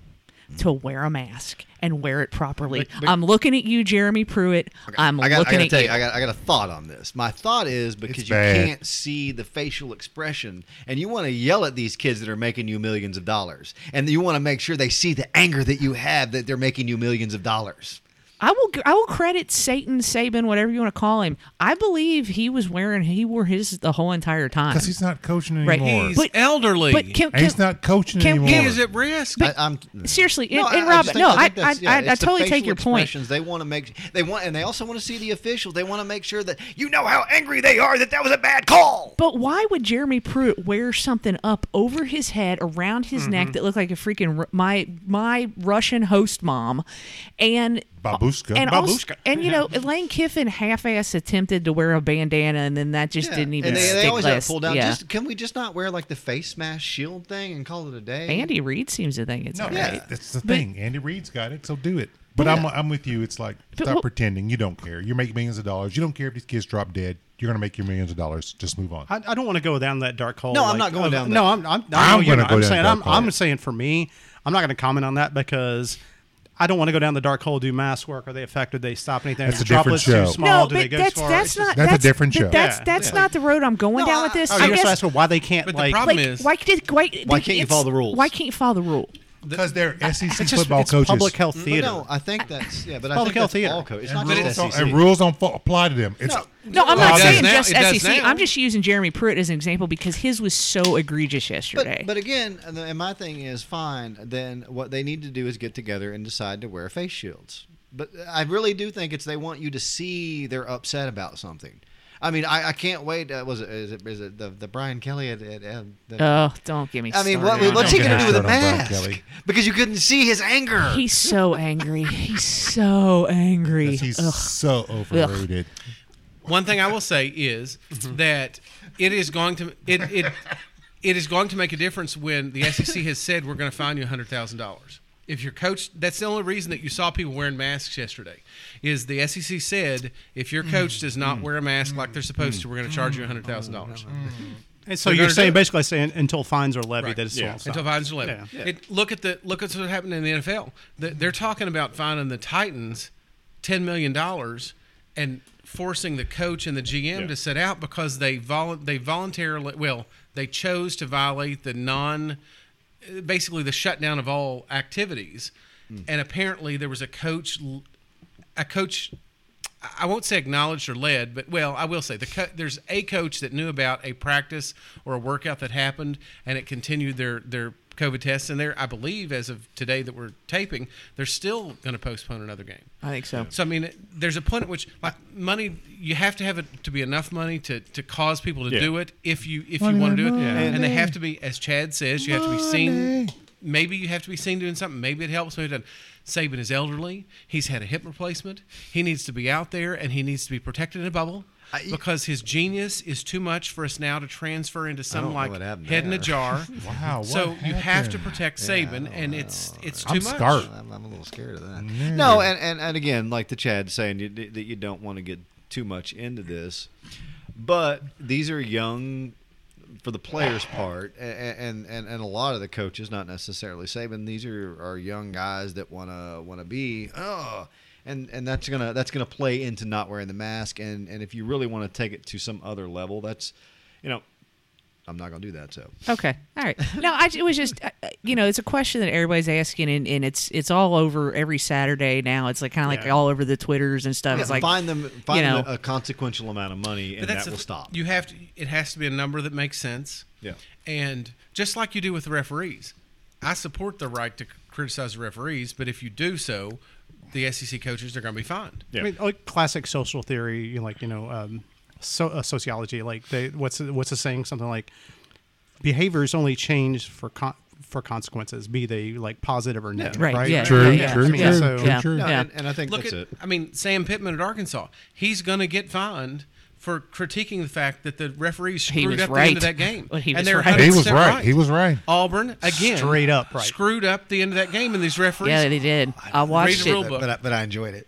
Speaker 1: to wear a mask and wear it properly? I'm looking at you, Jeremy Pruitt. I'm
Speaker 2: I got, I
Speaker 1: looking
Speaker 2: got to
Speaker 1: at
Speaker 2: tell
Speaker 1: you.
Speaker 2: you, I got, I got a thought on this. My thought is because
Speaker 3: It's
Speaker 2: you
Speaker 3: bad.
Speaker 2: can't see the facial expression, and you want to yell at these kids that are making you millions of dollars, and you want to make sure they see the anger that you have that they're making you millions of dollars.
Speaker 1: I will I will credit Satan Saban, whatever you want to call him. I believe he was wearing he wore his the whole entire time.
Speaker 3: Because he's not coaching anymore.
Speaker 1: Right.
Speaker 5: He's
Speaker 1: But-
Speaker 5: elderly.
Speaker 1: but can,
Speaker 3: and
Speaker 1: can,
Speaker 3: he's not coaching
Speaker 1: Can-
Speaker 3: anymore.
Speaker 5: he is at risk.
Speaker 2: I, am
Speaker 1: seriously, and, and Rob, no, I I, I, I totally take your point.
Speaker 2: They want to make they want, and they also want to see the officials. They want to make sure that you know how angry they are that that was a bad call.
Speaker 1: But why would Jeremy Pruitt wear something up over his head,
Speaker 5: Mm-hmm.
Speaker 1: around his neck that looked like a freaking Ru- my my Russian host mom, and
Speaker 3: Babushka.
Speaker 1: And also,
Speaker 4: Babushka.
Speaker 1: and you know, Lane Kiffin half-ass attempted to wear a bandana, and then that just
Speaker 2: Yeah.
Speaker 1: didn't even
Speaker 2: and they,
Speaker 1: stick.
Speaker 2: they always have
Speaker 1: last-
Speaker 2: to pull down.
Speaker 1: Yeah.
Speaker 2: Just, can we just not wear like the face mask shield thing and call it a day?
Speaker 1: Andy Reid seems to think it's
Speaker 3: no,
Speaker 1: all
Speaker 2: yeah.
Speaker 1: right.
Speaker 3: that's the thing. Andy Reid's got it, so do it. But I'm, I'm with you. It's like
Speaker 1: But
Speaker 3: stop
Speaker 1: what-
Speaker 3: pretending. You don't care. You're making millions of dollars. You don't care if these kids drop dead. You're going to make your millions of dollars. Just move on.
Speaker 4: I, I don't want to go down that dark hole.
Speaker 2: No, I'm
Speaker 4: like,
Speaker 2: not going
Speaker 4: of-
Speaker 2: down
Speaker 4: No,
Speaker 2: that.
Speaker 4: I'm. I'm,
Speaker 3: I'm
Speaker 4: I know you're
Speaker 3: gonna
Speaker 4: not.
Speaker 3: go
Speaker 4: I'm
Speaker 3: down
Speaker 4: saying.
Speaker 3: that
Speaker 4: I'm, I'm
Speaker 3: path.
Speaker 4: saying for me, I'm not going to comment on that because I don't want to go down the dark hole. Do mass work? Are they affected? They stop anything?
Speaker 3: That's
Speaker 4: Are
Speaker 3: a different
Speaker 4: droplets
Speaker 3: show.
Speaker 4: Too small? Do they
Speaker 1: but
Speaker 4: go
Speaker 1: that's
Speaker 4: too far?
Speaker 1: that's
Speaker 4: It's just-
Speaker 1: not
Speaker 3: That's a different
Speaker 1: but
Speaker 3: show.
Speaker 1: That's
Speaker 4: Yeah.
Speaker 1: that's
Speaker 2: Yeah.
Speaker 1: not the road I'm going
Speaker 2: No,
Speaker 1: down
Speaker 2: I-
Speaker 1: with this.
Speaker 4: Oh,
Speaker 1: I
Speaker 4: you're so
Speaker 1: guess,
Speaker 4: asking why they can't
Speaker 5: But the
Speaker 4: like.
Speaker 5: problem
Speaker 1: like,
Speaker 5: is-
Speaker 1: why can't why,
Speaker 2: Why can't you
Speaker 1: it's-
Speaker 2: follow the rules?
Speaker 1: Why can't you follow the rule?
Speaker 3: Because they're SEC
Speaker 4: it's just
Speaker 3: football
Speaker 4: it's
Speaker 3: coaches.
Speaker 4: public health
Speaker 2: Mm,
Speaker 1: Mm,
Speaker 2: But
Speaker 4: theater.
Speaker 2: no, I think that's yeah, but I
Speaker 4: Public
Speaker 2: think
Speaker 4: health
Speaker 2: that's
Speaker 4: theater.
Speaker 2: all co- It's not
Speaker 3: And rules
Speaker 2: just E
Speaker 3: don't,
Speaker 2: SEC.
Speaker 3: and rules don't fo- apply to them. It's
Speaker 1: No, I'm not
Speaker 5: It does
Speaker 1: saying
Speaker 5: now.
Speaker 1: just
Speaker 5: It does
Speaker 1: SEC.
Speaker 5: now.
Speaker 1: I'm just using Jeremy Pruitt as an example because his was so egregious yesterday.
Speaker 2: But, but again, and the- and my thing is fine. Then what they need to do is get together and decide to wear face shields. But uh, I really do think it's they want you to see they're upset about something. I mean, I, I can't wait. Uh, was it is it, is it the, the Brian Kelly at, at uh, the,
Speaker 1: oh, don't get me.
Speaker 2: I mean,
Speaker 1: started
Speaker 2: what,
Speaker 1: on
Speaker 2: what's
Speaker 1: that.
Speaker 2: he going to do with a
Speaker 3: Don't get me
Speaker 2: mask?
Speaker 3: started on Brian Kelly.
Speaker 2: Because you couldn't see his anger.
Speaker 1: He's so angry. He's so angry.
Speaker 3: he's
Speaker 1: Ugh.
Speaker 3: so overrated.
Speaker 5: One thing I will say is that it is going to it it it is going to make a difference when the SEC has said we're going to fine you hundred thousand dollars. If your coach, that's the only reason that you saw people wearing masks yesterday, is the SEC said if your coach does not wear a mask like they're supposed to, we're going to charge you hundred thousand dollars.
Speaker 4: And so
Speaker 5: They're
Speaker 4: you're
Speaker 5: gonna
Speaker 4: saying
Speaker 5: do it.
Speaker 4: basically saying until fines are levied that it's
Speaker 5: yeah.
Speaker 4: still
Speaker 5: until
Speaker 4: stopped.
Speaker 5: fines are levied.
Speaker 4: Yeah.
Speaker 5: It, look at the look at what happened in the NFL. The, they're talking about fining the Titans ten million dollars and forcing the coach and the GM to sit out because they vol- they voluntarily well they chose to violate the non uh, basically the shutdown of all activities and apparently there was a coach l- a coach I won't say acknowledged or led, but well, I will say the co- there's a coach that knew about a practice or a workout that happened, and it continued their their COVID tests. And there, I believe, as of today that we're taping, they're still going to postpone another game.
Speaker 1: I think so.
Speaker 5: So I mean, there's a point at which like money you have to have it to be enough money to, to cause people to do it if you if you want to do it, and they have to be as Chad says, you have to be seen. Maybe you have to be seen doing something. Maybe it helps. Maybe it doesn't. Saban is elderly. He's had a hip replacement. He needs to be out there and he needs to be protected in a bubble.
Speaker 2: e
Speaker 5: because his genius is too much for us now to transfer into some
Speaker 2: don't know
Speaker 5: like
Speaker 2: what
Speaker 5: head
Speaker 2: happened
Speaker 5: in a
Speaker 2: there.
Speaker 5: jar.
Speaker 3: Wow, what
Speaker 5: So you have to
Speaker 3: happened?
Speaker 5: protect Saban, and it's it's too
Speaker 3: I'm
Speaker 5: much.
Speaker 3: scarred.
Speaker 2: I'm, I'm a little scared of that. No, and, and, and again, like the Chad saying, you, that you don't want to get too much into this. But these are young, for the players' part, a- a- and and, and a lot of the coaches, not necessarily Saban. These are, are young guys that wanna wanna be. Oh, and and that's gonna that's gonna play into not wearing the mask. And and if you really want to take it to some other level, that's, you know, I'm not gonna do that. So
Speaker 1: Okay. All right. No, I, it was just, uh, uh, you know, it's a question that everybody's asking, and, and it's it's all over every Saturday now. It's like kind of like all over the Twitters and stuff.
Speaker 2: Yeah,
Speaker 1: it's like
Speaker 2: find them find
Speaker 1: you
Speaker 2: them
Speaker 1: know.
Speaker 2: a consequential amount of money, and
Speaker 5: But
Speaker 2: that
Speaker 5: the
Speaker 2: will
Speaker 5: th-
Speaker 2: stop.
Speaker 5: You have to. It has to be a number that makes sense.
Speaker 2: Yeah.
Speaker 5: And just like you do with the referees, I support the right to c- criticize the referees, but if you do so, the SEC coaches are going to be fined.
Speaker 4: I mean, like classic social theory, you know, like you know, um, so, uh, sociology. Like they, what's the- what's the saying? Something like behavior is only changed for con- for consequences, be they like positive or negative.
Speaker 1: Right,
Speaker 4: Right.
Speaker 1: yeah, yeah,
Speaker 3: True,
Speaker 1: yeah.
Speaker 3: true,
Speaker 4: I mean,
Speaker 1: true,
Speaker 4: so-
Speaker 1: yeah.
Speaker 3: true.
Speaker 2: No,
Speaker 1: Yeah.
Speaker 2: and, and I think
Speaker 5: Look
Speaker 2: that's
Speaker 5: at.
Speaker 2: it.
Speaker 5: I mean, Sam Pittman at Arkansas. He's going to get fined. For critiquing the fact that the referees
Speaker 1: He
Speaker 5: screwed
Speaker 1: was
Speaker 5: up the end
Speaker 1: right.
Speaker 5: of that game,
Speaker 1: Well, he
Speaker 5: and
Speaker 1: was
Speaker 5: they were
Speaker 1: right.
Speaker 3: He was
Speaker 5: 100%
Speaker 3: right. He was right.
Speaker 5: Auburn again,
Speaker 4: Straight up right.
Speaker 5: screwed up the end of that game, and these referees.
Speaker 1: Yeah, they did. I watched
Speaker 5: the
Speaker 1: it.
Speaker 5: rule book.
Speaker 2: I, but I enjoyed it.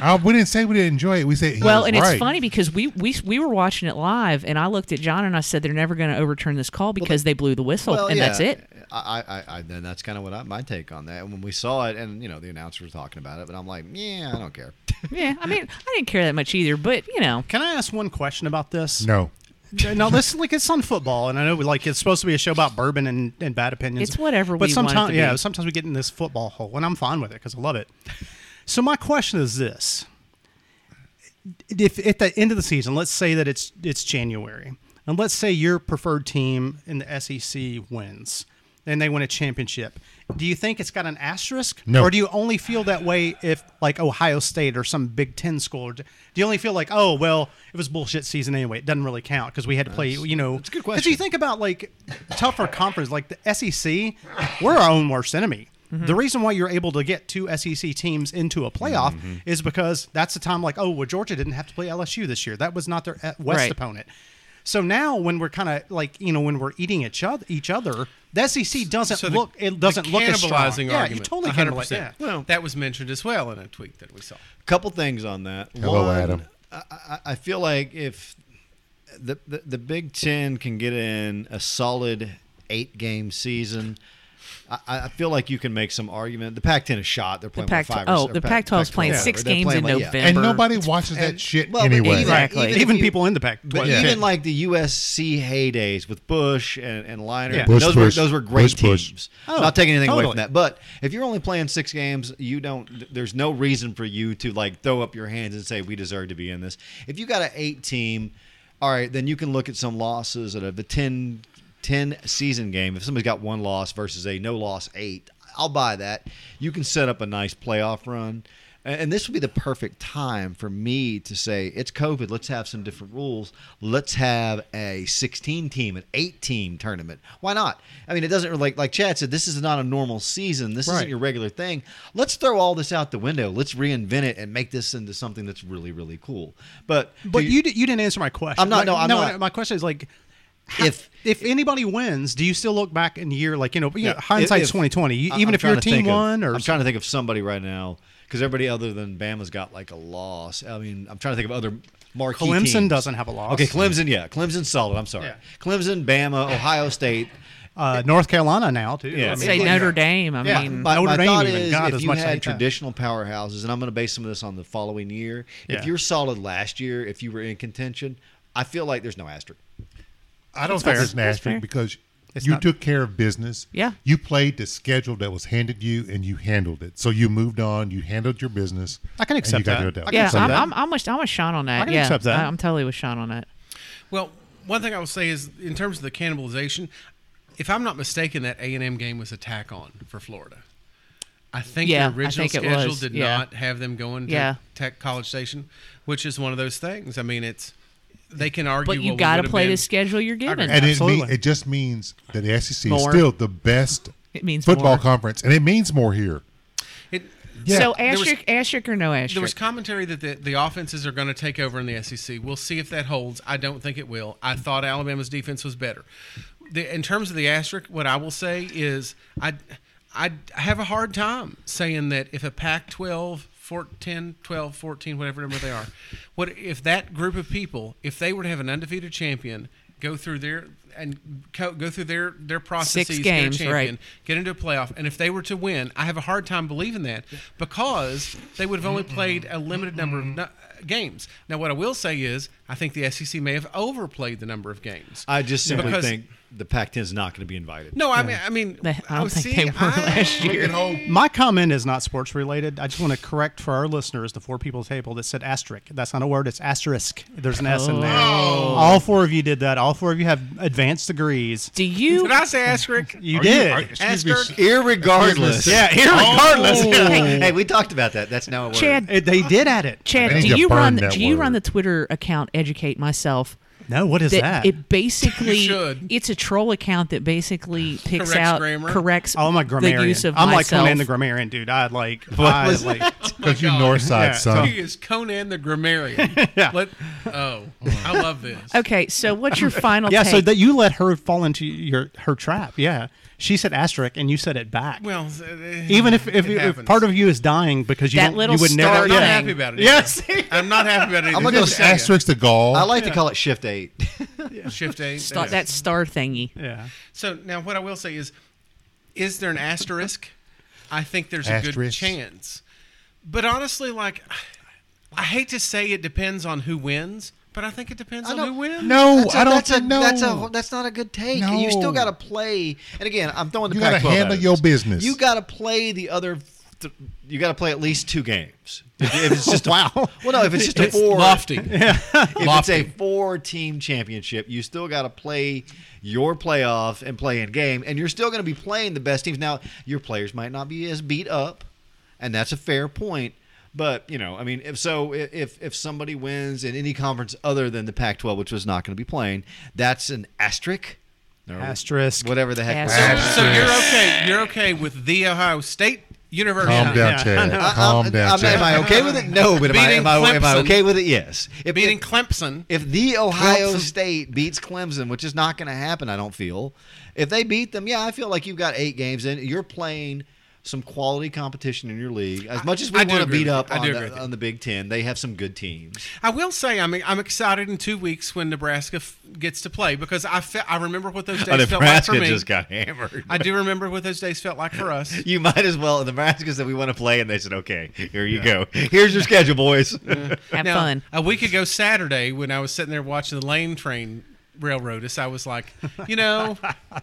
Speaker 3: I, we didn't say we didn't enjoy it. We said he
Speaker 1: Well,
Speaker 3: was
Speaker 1: and
Speaker 3: right.
Speaker 1: it's funny because we, we we were watching it live, and I looked at John and I said they're never going to overturn this call because they blew the whistle,
Speaker 2: Well,
Speaker 1: and
Speaker 2: yeah.
Speaker 1: that's it.
Speaker 2: I, I- I, I then that's kind of what I, my take on that. And when we saw it, and you know, the announcer was talking about it, but I'm like, yeah, I don't care.
Speaker 1: Yeah, I mean, I didn't care that much either, but you know,
Speaker 4: Can I ask one question about this?
Speaker 3: No,
Speaker 4: no, this is like it's on football, and I know like it's supposed to be a show about bourbon and, and bad opinions.
Speaker 1: It's whatever
Speaker 4: But
Speaker 1: we want it
Speaker 4: sometimes,
Speaker 1: to
Speaker 4: yeah,
Speaker 1: be.
Speaker 4: sometimes we get in this football hole, and I'm fine with it because I love it. So my question is this: If at the end of the season, let's say that it's it's January, and let's say your preferred team in the SEC wins. And they win a championship. Do you think it's got an asterisk,
Speaker 3: No.
Speaker 4: or do you only feel that way if, like, Ohio State or some Big Ten school? Or do you only feel like, oh, well, it was bullshit season anyway. It doesn't really count because we had to play. you know,
Speaker 2: that's a good
Speaker 4: Because you
Speaker 2: question.
Speaker 4: think about like tougher conference, like the SEC, we're E our own worst enemy.
Speaker 1: Mm-hmm.
Speaker 4: The reason why you're able to get two SEC teams into a playoff
Speaker 1: Mm-hmm.
Speaker 4: is because that's the time, like, oh, well, Georgia didn't have to play LSU this year. That was not their uh, West
Speaker 1: Right.
Speaker 4: opponent. So now, when we're kind of like, you know, when we're eating each other, each other, the SEC doesn't
Speaker 5: So the-
Speaker 4: look. It doesn't
Speaker 5: the
Speaker 4: look as strong.
Speaker 5: cannibalizing
Speaker 4: Yeah, you
Speaker 5: argument,
Speaker 4: totally
Speaker 5: 100%.
Speaker 4: cannibalize. Yeah.
Speaker 5: Well, that was mentioned as well in a tweet that we saw.
Speaker 2: couple things on that.
Speaker 3: Hello,
Speaker 2: One,
Speaker 3: Adam.
Speaker 2: I, I- I feel like if the, the the Big Ten can get in a solid eight game season. I- I I feel like you can make some argument. The Pac-10 is shot. They're playing
Speaker 1: Pac-
Speaker 2: like five. or
Speaker 1: oh,
Speaker 2: s- or
Speaker 1: the
Speaker 2: Pac-
Speaker 1: Pac-12 's playing
Speaker 2: Pac-12,
Speaker 1: six
Speaker 2: they're
Speaker 1: games
Speaker 2: playing
Speaker 1: in
Speaker 2: like- yeah.
Speaker 1: November.
Speaker 3: and
Speaker 1: Denver-
Speaker 3: nobody watches that
Speaker 2: and-
Speaker 3: shit
Speaker 2: well, but
Speaker 3: anyway.
Speaker 2: even-
Speaker 1: Exactly.
Speaker 2: if
Speaker 4: Even
Speaker 2: you-
Speaker 4: people in the back.
Speaker 2: But
Speaker 4: yeah.
Speaker 2: even like the USC heydays with Bush and, and Liner,
Speaker 4: Yeah.
Speaker 3: Bush,
Speaker 2: those
Speaker 3: Bush,
Speaker 2: were those were great
Speaker 3: Bush, Bush.
Speaker 2: teams.
Speaker 4: Oh,
Speaker 2: Not taking anything away
Speaker 4: totally.
Speaker 2: from that, but if you're only playing six games, you don't. th- There's no reason for you to like throw up your hands and say we deserve to be in this. If you got an eight team, all right, then you can look at some losses out of the 10, 10 season game. If somebody's got one loss versus a no loss eight, I'll buy that. You can set up a nice playoff run. And and this would be the perfect time for me to say it's COVID. Let's have some different rules. Let's have a 16 team, an 8 team tournament. Why not? I mean, it doesn't really, like Chad said. This is not a normal season. This
Speaker 4: Right.
Speaker 2: isn't your regular thing. Let's throw all this out the window. Let's reinvent it and make this into something that's really, really cool. But
Speaker 4: But
Speaker 2: do
Speaker 4: you, di- you didn't answer my question.
Speaker 2: I'm not-
Speaker 4: Like,
Speaker 2: no, I'm
Speaker 4: no.
Speaker 2: not.
Speaker 4: My question is like, ha-
Speaker 2: If-
Speaker 4: if if anybody wins, do you still look back in the year like you know, you know
Speaker 2: Yeah,
Speaker 4: hindsight's
Speaker 2: if-
Speaker 4: twenty twenty? You,
Speaker 2: I-
Speaker 4: even
Speaker 2: I'm
Speaker 4: if your
Speaker 2: trying to
Speaker 4: team
Speaker 2: think of-
Speaker 4: won, or
Speaker 2: I'm trying to think of somebody right now because everybody other than Bama's got like a loss. I mean, I'm trying to think of other marquee
Speaker 4: Clemson
Speaker 2: teams.
Speaker 4: doesn't have a loss.
Speaker 2: Okay, Clemson, yeah, Clemson's solid. I'm sorry,
Speaker 4: Yeah.
Speaker 2: Clemson, Bama, Ohio State.
Speaker 4: uh, North Carolina now too.
Speaker 2: Yeah.
Speaker 1: Say Notre Dame. I
Speaker 4: Yeah.
Speaker 1: mean,
Speaker 4: But-
Speaker 2: My,
Speaker 4: Mm. Notre
Speaker 2: my
Speaker 4: Dame
Speaker 2: thought
Speaker 4: even
Speaker 2: is,
Speaker 4: got
Speaker 2: if
Speaker 4: as
Speaker 2: you
Speaker 4: much
Speaker 2: had
Speaker 4: hate that.
Speaker 2: traditional powerhouses, and I'm going to base some of this on the following year,
Speaker 4: Yeah.
Speaker 2: if you're solid last year, if you were in contention, I feel like there's no asterisk.
Speaker 3: I don't
Speaker 4: fair.
Speaker 3: think it's an
Speaker 1: That's
Speaker 3: asterisk
Speaker 1: fair.
Speaker 3: because
Speaker 4: It's
Speaker 3: you
Speaker 4: not-
Speaker 3: took care of business.
Speaker 1: Yeah.
Speaker 3: You played the schedule that was handed you and you handled it. So you moved on, you handled your business.
Speaker 4: I can
Speaker 3: and
Speaker 4: accept
Speaker 3: you got
Speaker 4: that.
Speaker 3: to adapt.
Speaker 1: yeah,
Speaker 3: So
Speaker 1: I'm,
Speaker 3: that-
Speaker 1: I'm, I'm, with, I'm with Sean on that.
Speaker 4: I can
Speaker 1: yeah,
Speaker 4: accept that.
Speaker 1: I- I'm totally with Sean on that.
Speaker 5: Well, one thing I will say is in terms of the cannibalization, if I'm not mistaken, that A and M game was a tack on for Florida. I think
Speaker 1: Yeah, I
Speaker 5: the original
Speaker 1: think it
Speaker 5: schedule
Speaker 1: was,
Speaker 5: did
Speaker 1: yeah.
Speaker 5: not have them going to
Speaker 1: Yeah.
Speaker 5: Tech College Station, which is one of those things. I mean, it's they can argue,
Speaker 1: But you
Speaker 5: well, we
Speaker 1: got to
Speaker 5: would've
Speaker 1: play
Speaker 5: been-
Speaker 1: the schedule you're given.
Speaker 3: and it, mean,
Speaker 4: Absolutely.
Speaker 3: it just means that the SEC
Speaker 1: More.
Speaker 3: is still the best
Speaker 1: It means
Speaker 3: football
Speaker 1: more.
Speaker 3: conference, and it means more
Speaker 2: Oh
Speaker 3: here.
Speaker 5: It,
Speaker 3: Yeah.
Speaker 1: So
Speaker 5: There was-
Speaker 1: asterisk, asterisk or no asterisk?
Speaker 5: There was commentary that the, the offenses are going to take over in the SEC. We'll see if that holds. I don't think it will. I thought Alabama's defense was better. The, in terms of the asterisk, what I will say is I, I have a hard time saying that if a Pac 12, 10, 12, 14, whatever number they are, what if that group of people, if they were to have an undefeated champion, go through their and co- go through their their processes,
Speaker 1: games,
Speaker 5: get a champion,
Speaker 1: right.
Speaker 5: get into a playoff. And if they were to win, I have a hard time believing that because they would have only played a limited number of nu- games. Now, what I will say is, I think the SEC may have overplayed the number of games.
Speaker 2: I just simply
Speaker 5: Because-
Speaker 2: think the Pac-10 is not going to be invited.
Speaker 5: no, I mean, I mean,
Speaker 1: I don't
Speaker 5: oh,
Speaker 1: think
Speaker 5: see,
Speaker 1: they were
Speaker 5: I-
Speaker 1: last year.
Speaker 4: My comment is not sports related. I just want to correct for our listeners the four people table that said asterisk. That's not a word. It's asterisk. There's an S in there.
Speaker 1: Oh.
Speaker 4: All four of you did that. All four of you have advanced degrees.
Speaker 1: Do you?
Speaker 5: Did I say Oh asterisk?
Speaker 4: You
Speaker 3: Are you- are-
Speaker 4: did.
Speaker 3: excuse me,
Speaker 5: Asterisk.
Speaker 2: Irregardless,
Speaker 4: yeah, irregardless.
Speaker 3: Oh.
Speaker 2: hey, we talked about that. That's now a word.
Speaker 1: Chad,
Speaker 4: It- they did at it.
Speaker 3: I
Speaker 1: Chad,
Speaker 3: need
Speaker 1: do
Speaker 3: to
Speaker 1: you
Speaker 3: burn
Speaker 1: run?
Speaker 3: that
Speaker 1: Do you run
Speaker 3: word.
Speaker 1: the Twitter account? Educate myself.
Speaker 4: No, what is that?
Speaker 1: That it basically
Speaker 5: You should.
Speaker 1: it's a troll account that basically picks
Speaker 5: Corrects
Speaker 1: out
Speaker 5: grammar.
Speaker 1: corrects
Speaker 4: Oh, I'm a grammarian.
Speaker 1: the use of
Speaker 4: I'm like
Speaker 1: myself.
Speaker 4: Conan the grammarian, dude. I like. I
Speaker 2: was
Speaker 4: like.
Speaker 3: Because you north side,
Speaker 4: Yeah.
Speaker 3: son.
Speaker 5: He is Conan the Grammarian. Let- oh, I love this.
Speaker 1: okay, so what's your final?
Speaker 4: Yeah,
Speaker 1: take?
Speaker 4: so that you let her fall into your her trap. Yeah, she said asterisk, and you said it back.
Speaker 5: Well, uh,
Speaker 4: even if if, if part of you is dying because you
Speaker 1: That
Speaker 4: don't,
Speaker 1: little
Speaker 4: you would
Speaker 1: star
Speaker 4: never.
Speaker 5: I'm not
Speaker 1: thing.
Speaker 4: Yeah.
Speaker 5: happy about it.
Speaker 4: Yes.
Speaker 5: either. I'm not happy about it.
Speaker 2: I'm gonna
Speaker 5: either.
Speaker 2: go
Speaker 5: Just
Speaker 2: with
Speaker 5: saying.
Speaker 3: Asterisk the gall.
Speaker 2: I like to call it shift eight.
Speaker 5: shift A.
Speaker 1: Star- that star thingy.
Speaker 4: yeah.
Speaker 5: So now, what I will say is, is there an asterisk? I think there's a good
Speaker 3: Asterisk.
Speaker 5: chance. But honestly, like, I hate to say it depends on who wins, but I think it depends on
Speaker 2: don't-
Speaker 5: who wins.
Speaker 3: No,
Speaker 2: That's a-
Speaker 3: I don't
Speaker 2: that's a,
Speaker 3: think- no.
Speaker 2: That's a that's not a good take. You still
Speaker 3: No.
Speaker 2: got to play. And again, I'm throwing the
Speaker 3: You gotta
Speaker 2: Pac-12
Speaker 3: handle
Speaker 2: out of
Speaker 3: your
Speaker 2: this.
Speaker 3: business.
Speaker 2: You got to play the other. Th- you got to play at least two games. If, if it's just wow. well, no, if it's just a four.
Speaker 5: lofty.
Speaker 2: If it's a four-team championship, you still got to play your playoff and play in game, and you're still going to be playing the best teams. Now, your players might not be as beat up, and that's a fair point. But you know, I mean, if so, i- if if somebody wins in any conference other than the Pac-12, which was not going to be playing, that's an asterisk. Or
Speaker 4: Asterisk.
Speaker 2: Whatever the heck.
Speaker 1: Asterisk.
Speaker 2: Asterisk.
Speaker 5: So you're okay. You're okay with the Ohio State University.
Speaker 3: Calm down,
Speaker 4: yeah, I
Speaker 3: Chad.
Speaker 4: know.
Speaker 2: I-
Speaker 3: Calm
Speaker 2: I-
Speaker 3: down,
Speaker 2: I'm- Uh, Am
Speaker 3: Chad.
Speaker 2: I okay with it? No, but am I,
Speaker 5: Beating
Speaker 2: am, I, am I
Speaker 5: Clemson.
Speaker 2: okay with it? Yes. If,
Speaker 5: Beating
Speaker 2: if,
Speaker 5: Clemson.
Speaker 2: if the Ohio
Speaker 5: Clemson.
Speaker 2: State beats Clemson, which is not going to happen, I don't feel. If they beat them, yeah, I feel like you've got eight games in. You're playing some quality competition in your league. As much as we
Speaker 5: I do
Speaker 2: want to
Speaker 5: agree
Speaker 2: beat
Speaker 5: with
Speaker 2: up
Speaker 5: you. I
Speaker 2: on
Speaker 5: do agree with
Speaker 2: the,
Speaker 5: you.
Speaker 2: on the Big Ten, they have some good teams.
Speaker 5: I will say I'm I'm excited in two weeks when Nebraska f- gets to play because I fe- I remember what
Speaker 3: Oh,
Speaker 5: those days felt like for me.
Speaker 2: got hammered.
Speaker 5: I do remember what those days felt like for us.
Speaker 2: You might as well. The Nebraska's that we want to play, and they said, "Okay, here you go. Here's your schedule, boys."
Speaker 1: Have
Speaker 5: Now,
Speaker 1: fun.
Speaker 5: A week ago Saturday, when I was sitting there watching the lane train railroad us, I was like, you know,